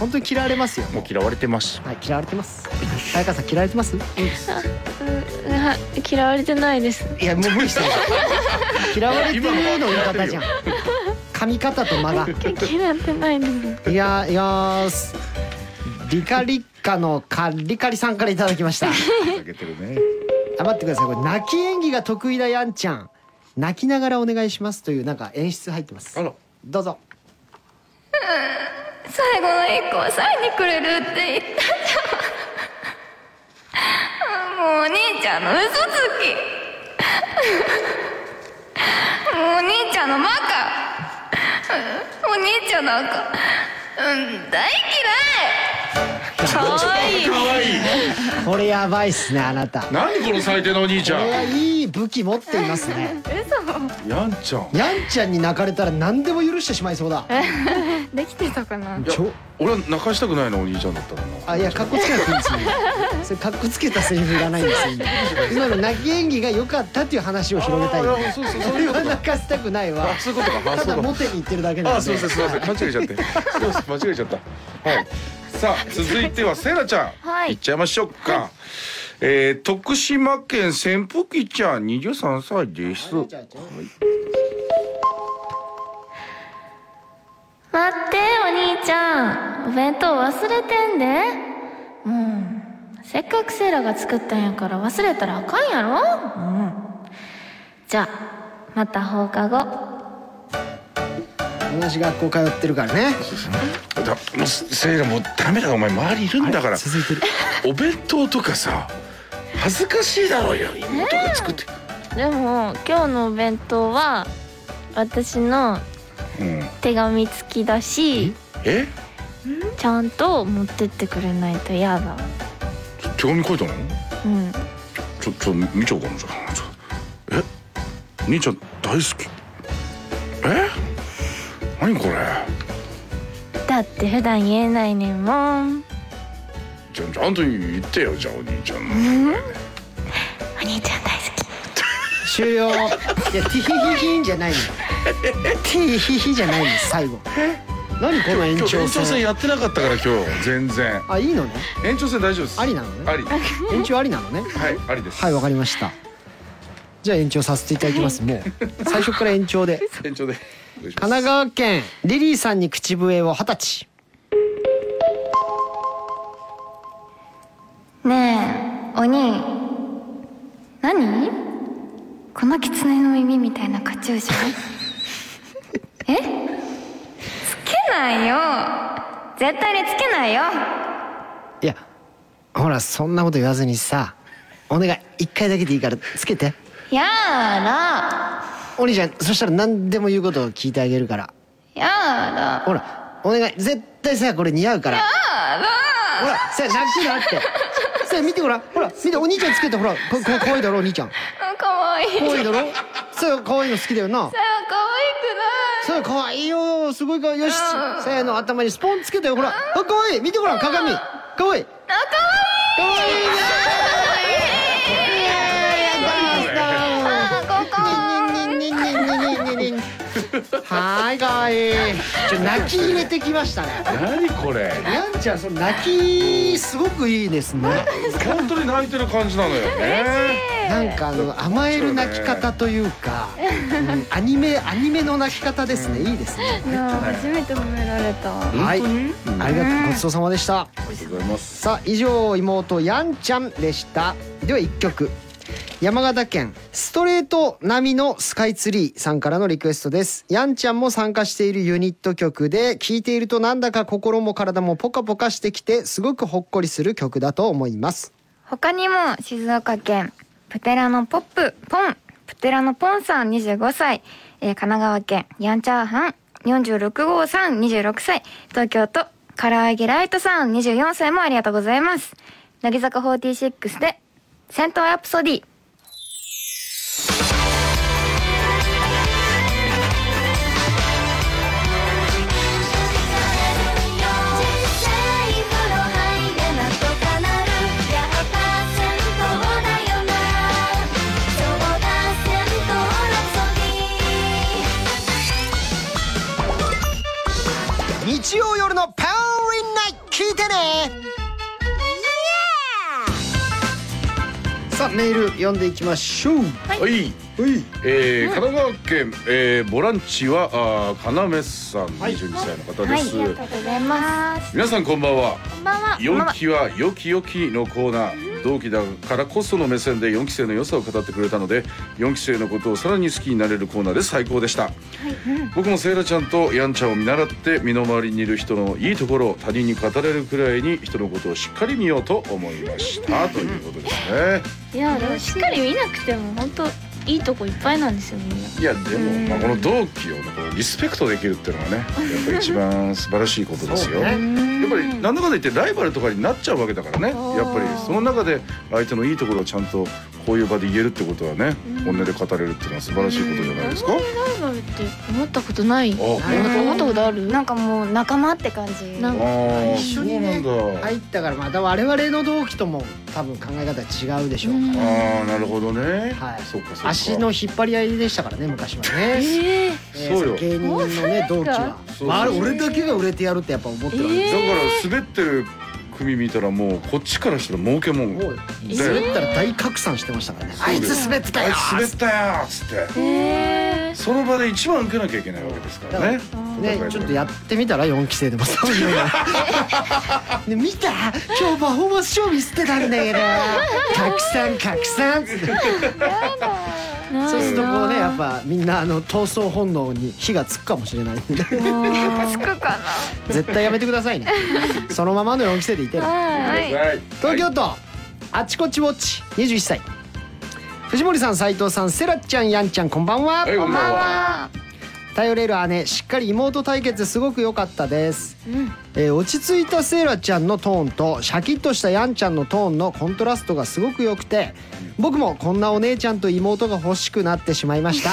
Speaker 1: 本当に嫌われますよ。
Speaker 2: もう嫌われてます
Speaker 1: はい嫌われてます。早川さん嫌われてます？
Speaker 3: は嫌われてないです
Speaker 1: いやもう無理 してる。嫌われてるの言い方じゃん。噛み方と間が。
Speaker 3: 嫌われてないです
Speaker 1: いやいやーすリカリッカのカリカリさんからいただきました。
Speaker 2: あげてるね
Speaker 1: あ待ってくださいこれ泣き演技が得意だやんちゃん泣きながらお願いしますというなんか演出入ってます
Speaker 2: あら
Speaker 1: どうぞ
Speaker 9: 最後の一個はサインにくれるって言ったじゃんもうお兄ちゃんの嘘つきもうお兄ちゃんのマカお兄ちゃんなんかうん大
Speaker 1: これやばいっすねあなたこ
Speaker 2: 何この最低のお兄ちゃん
Speaker 1: れはいい武器持っていますね
Speaker 2: やんちゃん
Speaker 1: やんちゃんに泣かれたら何でも許してしまいそうだ
Speaker 9: 嫌いできてたかない
Speaker 2: や俺は泣かしたくないなお兄ちゃんだったらな
Speaker 1: あいやかっこつけなくていいですねそれかっこつけたセリフいらないんですよ今今の泣き演技が良かったっていう話を広げたい
Speaker 2: ああそうそうそう
Speaker 1: そ
Speaker 2: い
Speaker 1: れ
Speaker 2: うこと
Speaker 1: は 泣かせたくないわ
Speaker 2: あそういうことかあ
Speaker 1: た
Speaker 2: そう
Speaker 1: だ
Speaker 2: いうこ
Speaker 1: モテに行ってるだけ
Speaker 2: と
Speaker 1: なん
Speaker 2: かあ
Speaker 1: です
Speaker 2: いませんすいません間違えちゃってそうです間違えちゃったはいさあ続いてはセイラちゃん、
Speaker 4: はい
Speaker 2: 行っちゃいましょうか、えー、徳島県扇風機ちゃん23歳です
Speaker 1: じゃあじゃあ
Speaker 4: 待ってお兄ちゃんお弁当忘れてんでもうせっかくセイラが作ったんやから忘れたらあかんやろ、うん、じゃあまた放課後
Speaker 1: 同じ学校通ってるからね
Speaker 2: だもうセイラもうダメだお前周りいるんだから
Speaker 1: 続いてる
Speaker 2: お弁当とかさ恥ずかしいだろうよ妹が作って、
Speaker 3: でも今日のお弁当は私の
Speaker 2: うん、
Speaker 3: 手紙付きだし
Speaker 2: え
Speaker 3: ちゃんと持ってってくれないとやだ
Speaker 2: ちょ手紙書いたの
Speaker 3: うん
Speaker 2: ちょちょ見ちゃおうかなじゃあちょえ兄ちゃん大好きえ何これ
Speaker 3: だって普段言えないねんもん
Speaker 2: じゃちゃんと言ってよじゃあお兄ちゃんの
Speaker 3: お兄ちゃん大好き
Speaker 1: 終了いやティヒヒヒンじゃないのティヒヒじゃないの最後何この延
Speaker 2: 今日
Speaker 1: 長
Speaker 2: 延長戦
Speaker 1: 戦
Speaker 2: やってなかったから今日全然
Speaker 1: あいいのね
Speaker 2: 延長戦大丈夫です
Speaker 1: ありなのね
Speaker 2: ありは
Speaker 1: 延長ありなのね
Speaker 2: いありです
Speaker 1: はいわかりましたじゃあ延長させていただきますもう最初から延長で
Speaker 2: 延長でお願いします
Speaker 1: 神奈川県リリーさんに口笛を二十歳
Speaker 9: ねえお兄何この狐の耳みたいなカチューシャ えつけないよ絶対につけないよ
Speaker 1: いやほらそんなこと言わずにさお願い一回だけでいいからつけて
Speaker 5: やーら
Speaker 1: お兄ちゃんそしたら何でも言うことを聞いてあげるから
Speaker 5: やーら
Speaker 1: ほらお願い絶対さこれ似合うからほらさ楽だってさ見てごらんほら見てお兄ちゃんつけてほらここ可愛いだろお兄ちゃん
Speaker 5: あかわいいさ
Speaker 1: 可愛いだろさ可愛いの好きだよな
Speaker 5: あかわ
Speaker 1: さ可愛いよすごいかわいいよしさやの頭にスポンつけてよほらあ可愛い見てごらん鏡可愛い可愛いいねニンニンニンニンニンニンニンニンニンはーい可愛いちょ泣き入れてきましたね
Speaker 2: 何これ
Speaker 1: やんちゃんその泣きすごくいいですね
Speaker 2: 本当に泣いてる感じなのよね
Speaker 1: なんかあの甘える泣き方というか、うんアニメアニメの泣き方ですね、いいですね
Speaker 5: いいな初めて褒められた
Speaker 1: はいありがとうごちそうさまでした
Speaker 2: ありがとうございます
Speaker 1: さあ以上妹やんちゃんでしたでは1曲山形県ストレート並みのスカイツリーさんからのリクエストですやんちゃんも参加しているユニット曲で聴いているとなんだか心も体もポカポカしてきてすごくほっこりする曲だと思います
Speaker 9: 他にも静岡県プテラのポップポンプテラのポンさん25歳、えー神奈川県ヤンチャーハン46号さん26歳東京都唐揚げライトさん24歳もありがとうございます乃木坂46で戦闘アップソディ
Speaker 7: 小さい風呂入れなんとかなるやっぱ戦闘だよなそうだ戦闘ラプソディ
Speaker 1: 日曜夜のパウリンナイト聞いてねさあメール読んでいきましょう
Speaker 2: はい
Speaker 1: はい
Speaker 2: えー、神奈川県、えー、ボランチはあーかなめさん22歳の方です、
Speaker 5: とうございます
Speaker 2: 皆さんこんばんは
Speaker 5: こんばんは
Speaker 2: 四期はよきよきのコーナー同期だからこその目線で四期生の良さを語ってくれたので四期生のことをさらに好きになれるコーナーで最高でした、僕もセイラちゃんとヤンちゃんを見習って身の回りにいる人のいいところを他人に語れるくらいに人のことをしっかり見ようと思いましたということですね
Speaker 3: いやでもしっかり見なくても本当いいとこいっぱいなんですよみんない
Speaker 2: やでも、まあ、この同期をねこうリスペクトできるっていうのがねやっぱり一番素晴らしいことですよ。
Speaker 1: そうね
Speaker 2: やっぱりなんだかんだ言ってライバルとかになっちゃうわけだからねやっぱりその中で相手のいいところをちゃんとこういう場で言えるってことはね本音で語れるっていうのは素晴らしいことじゃないですか。
Speaker 3: ライバルって思ったことない
Speaker 2: あ
Speaker 3: なんか思ったことある
Speaker 5: なんかもう仲間って感じ
Speaker 3: なん
Speaker 2: あ
Speaker 3: か
Speaker 2: ー
Speaker 1: 一緒
Speaker 2: そう
Speaker 1: に
Speaker 2: な
Speaker 1: ね
Speaker 2: んだ。
Speaker 1: 入ったからまた我々の同期とも多分考え方違うでしょうから、
Speaker 2: ああなるほどね。
Speaker 1: はい
Speaker 2: そうかそうか。
Speaker 1: 足の引っ張り合いでしたからね昔はね、
Speaker 3: ええ
Speaker 1: えー
Speaker 2: そうよ
Speaker 1: 芸人のね同期は
Speaker 2: そう
Speaker 1: まああれ俺だけが売れてやるってやっぱ思ってるわけで
Speaker 2: だから滑ってる組見たらもうこっちからしたら儲けもん。
Speaker 1: すもう滑ったら大拡散してましたからね、
Speaker 2: う
Speaker 1: あ
Speaker 2: よ
Speaker 1: いつ滑ってた
Speaker 2: あ
Speaker 1: よ
Speaker 2: いつ滑ったよーっつって、その場で一番受けなきゃいけないわけですからね
Speaker 1: ね
Speaker 2: 戦い、
Speaker 1: ちょっとやってみたら4期生でもそう いうのね見た今日パフォーマンスショー見せてたんだけど拡散拡散つってそうするとこう ねやっぱみんなあの闘争本能に火がつくかもしれないんで
Speaker 9: つくか
Speaker 1: 絶対やめてくださいねそのままの4期生でいてね
Speaker 2: はいはい
Speaker 1: 東京都、あちこちウォッチ21歳藤森さん斉藤さんセラちゃんやんちゃんこんばんは、
Speaker 2: はいこんばんは
Speaker 1: 頼れる姉しっかり妹対決すごく良かったです、えー落ち着いたセイラちゃんのトーンとシャキッとしたヤンちゃんのトーンのコントラストがすごく良くて僕もこんなお姉ちゃんと妹が欲しくなってしまいました、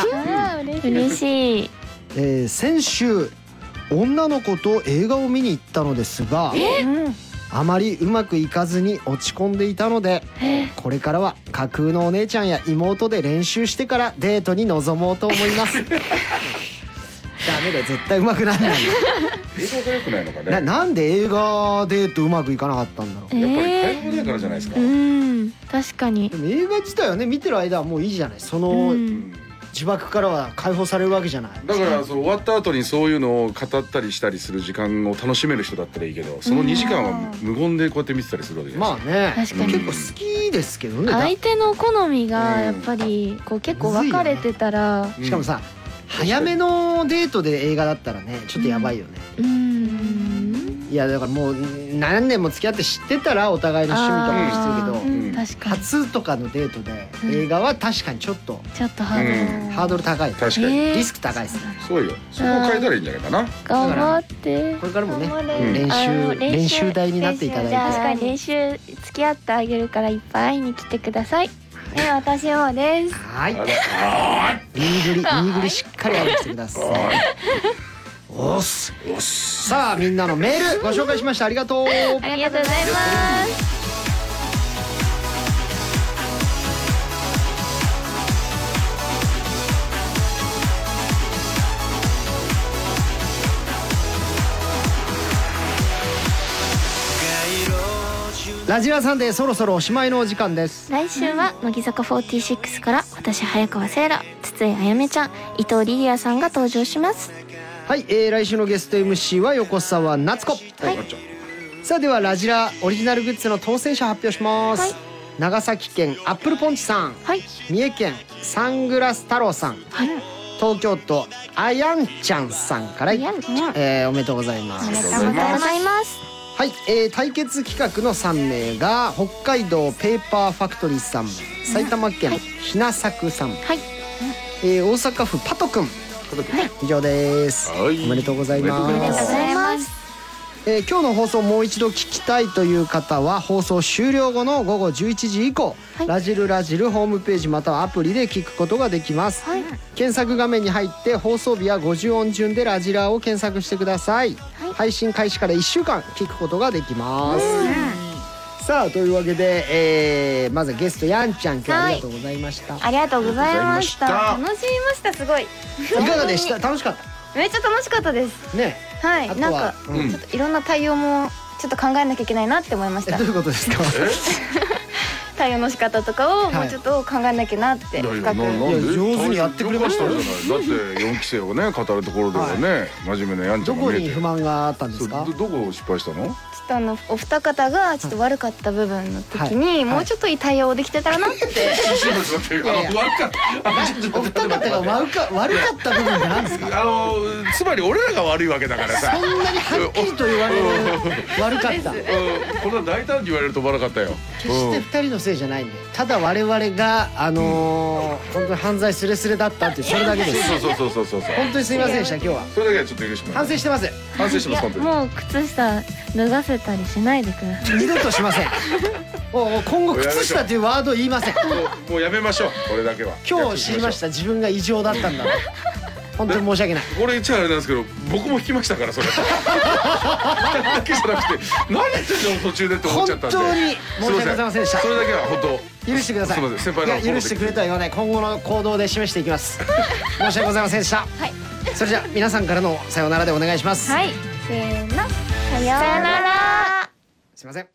Speaker 3: 嬉しい
Speaker 1: えー先週女の子と映画を見に行ったのですがあまりうまくいかずに落ち込んでいたのでこれからは架空のお姉ちゃんや妹で練習してからデートに臨もうと思いますダメだよ絶対うまくなんないよ
Speaker 2: 映像が良くないのかね
Speaker 1: ななんで映画デートうまくいかなかったんだろう
Speaker 2: やっぱりタイプないからじゃないですか、
Speaker 3: うん確かに
Speaker 1: でも映画自体はね見てる間はもういいじゃないそうの
Speaker 3: ん
Speaker 1: 呪縛からは解放されるわけじゃない
Speaker 2: だからそう終わった後にそういうのを語ったりしたりする時間を楽しめる人だったらいいけどその2時間は無言でこうやって見てたりするわけじゃない
Speaker 1: まあ
Speaker 2: です
Speaker 1: ね
Speaker 2: か、
Speaker 3: 確
Speaker 2: かに
Speaker 1: 結構好きですけどね
Speaker 3: 相手の好みがやっぱりこう結構分かれてたら
Speaker 2: うん
Speaker 1: しかもさ、早めのデートで映画だったらねちょっとやばいよね、
Speaker 3: うん
Speaker 1: いやだからもう何年も付き合って知ってたらお互いの趣味とかも知ってるけど、
Speaker 2: うん
Speaker 3: 確かに
Speaker 1: 初とかのデートで映画は確かにちょっと
Speaker 3: ちょっとハードル
Speaker 1: ハードル高い、
Speaker 2: 確かに
Speaker 3: えー
Speaker 1: リスク高いですね
Speaker 2: そうよそこを変えたらいいんじゃないかな
Speaker 3: 頑張って
Speaker 1: これからもね
Speaker 3: 頑張
Speaker 2: う
Speaker 3: れ
Speaker 2: ん
Speaker 1: 練
Speaker 3: あの
Speaker 1: 習練習台になっていた
Speaker 4: じゃ
Speaker 1: だ
Speaker 4: あ
Speaker 1: い
Speaker 3: 確
Speaker 1: て
Speaker 3: かに練習付き合ってあげるからいっぱい会いに来てください
Speaker 5: え私もです
Speaker 1: はい
Speaker 2: あらあ
Speaker 1: 右ぐり右ぐりしっかり上げてくださ いおっす
Speaker 2: ーよし
Speaker 1: さあみんなのメールご紹介しましたありがとう
Speaker 3: ありがとうございます
Speaker 1: ラジラさんでそろそろおしまいのお時間です
Speaker 4: 来週は乃木坂46から私早川せいら筒井あやめちゃん伊藤リリアさんが登場します
Speaker 1: はい、えー、来週のゲスト MC は横澤夏子
Speaker 2: あちゃん
Speaker 1: さあではラジラオリジナルグッズの当選者発表します、
Speaker 4: はい
Speaker 1: 長崎県アップルポンチさん
Speaker 4: はい
Speaker 1: 三重県サングラス太郎さん
Speaker 4: はい
Speaker 1: 東京都あやんちゃんさんから、え
Speaker 4: やんちゃん
Speaker 1: ーおめでとうございま
Speaker 4: おめですとうございます
Speaker 1: はい、えー対決企画の3名が北海道ペーパーファクトリーさん埼玉県ひなさくさん、
Speaker 4: はい
Speaker 1: えー大阪府パトくん以上ですお
Speaker 2: はい
Speaker 1: めでとうござい
Speaker 2: おめでとうござい
Speaker 1: ま
Speaker 2: ますす
Speaker 4: ありがとうございます
Speaker 1: えー今日の放送をもう一度聞きたいという方は放送終了後の午後11時以降、
Speaker 4: はい
Speaker 1: ラジルラジルホームページまたはアプリで聞くことができます、
Speaker 4: はい
Speaker 1: 検索画面に入って放送日や50音順でラジラを検索してください、
Speaker 4: い
Speaker 1: 配信開始から1週間聞くことができます、さあというわけで、えーまずはゲストやんちゃん今日はありがとうございました、
Speaker 5: ありがとうございました
Speaker 2: あり
Speaker 5: 楽しみましたすごい
Speaker 1: い、かがでした楽しかっ
Speaker 5: めっちゃ楽しかったです
Speaker 1: たね
Speaker 5: は
Speaker 1: あ
Speaker 5: い
Speaker 1: と
Speaker 5: なんか、
Speaker 1: はうん
Speaker 5: ちょっといろんな対応もちょっと考えなきゃいけないなって思いまし
Speaker 1: え
Speaker 5: た
Speaker 1: どういうこと ですか
Speaker 5: 対応の仕方とかをもうちょっと考えなきゃなっ
Speaker 2: い
Speaker 5: て
Speaker 2: やい
Speaker 5: 深
Speaker 2: や
Speaker 5: く、
Speaker 2: ななん
Speaker 1: いや
Speaker 2: で
Speaker 1: 上手にやってくれましたよ
Speaker 2: よかったじゃないだって四期生をね語るところではね、真面目なやんちゃ
Speaker 1: ど
Speaker 2: ん
Speaker 1: こ
Speaker 2: が見
Speaker 1: に
Speaker 2: えて
Speaker 1: 不満があったんです
Speaker 2: そう
Speaker 1: か
Speaker 2: どどこを失敗した の
Speaker 5: ちょっとあのお二方がちょっと悪かった部分の時に、
Speaker 1: はい
Speaker 5: もうちょっといい対応できてたらなって、
Speaker 2: ちょっと待ってあの悪かったあちょっと
Speaker 1: お
Speaker 2: 待
Speaker 1: 二
Speaker 2: って
Speaker 1: 方が悪か悪かった部分って何ですか
Speaker 2: あのつまり俺らが悪いわけだからさ
Speaker 1: そんなにはっきりと言われる悪かった
Speaker 2: うんこんな大胆に言われると思わなかったよ
Speaker 1: 決して二人のせいじゃないんでただ我々があのー本当に犯罪すれすれだったっていうそれだけです
Speaker 2: そうそうそうそうそうそう
Speaker 1: 本当にすいませんでした今日は
Speaker 2: それだけはちょっと許してもら
Speaker 1: 反
Speaker 2: う
Speaker 1: 省してます
Speaker 2: 反省してます本当に
Speaker 3: もう靴下脱がせたりしないでください
Speaker 1: 二度としませんもう今後靴下というワード言いません
Speaker 2: もうもうやめましょうこれだけは
Speaker 1: 今日知りました自分が異常だったんだ本当に申し訳ない
Speaker 2: これ言っちゃあれなんですけど僕も引きましたからそれだけじゃなくて何言ってんの途中でって思っ
Speaker 1: 本
Speaker 2: ちゃったんで
Speaker 1: 当に申し訳ございませんでした
Speaker 2: それだけは本当
Speaker 1: 許してください
Speaker 2: すみません先輩の
Speaker 1: いや許してくれとは言わない今後の行動で示していきます申し訳ございませんでした、それじゃあ皆さんからのさようならでお願いします、
Speaker 5: はい
Speaker 1: すいません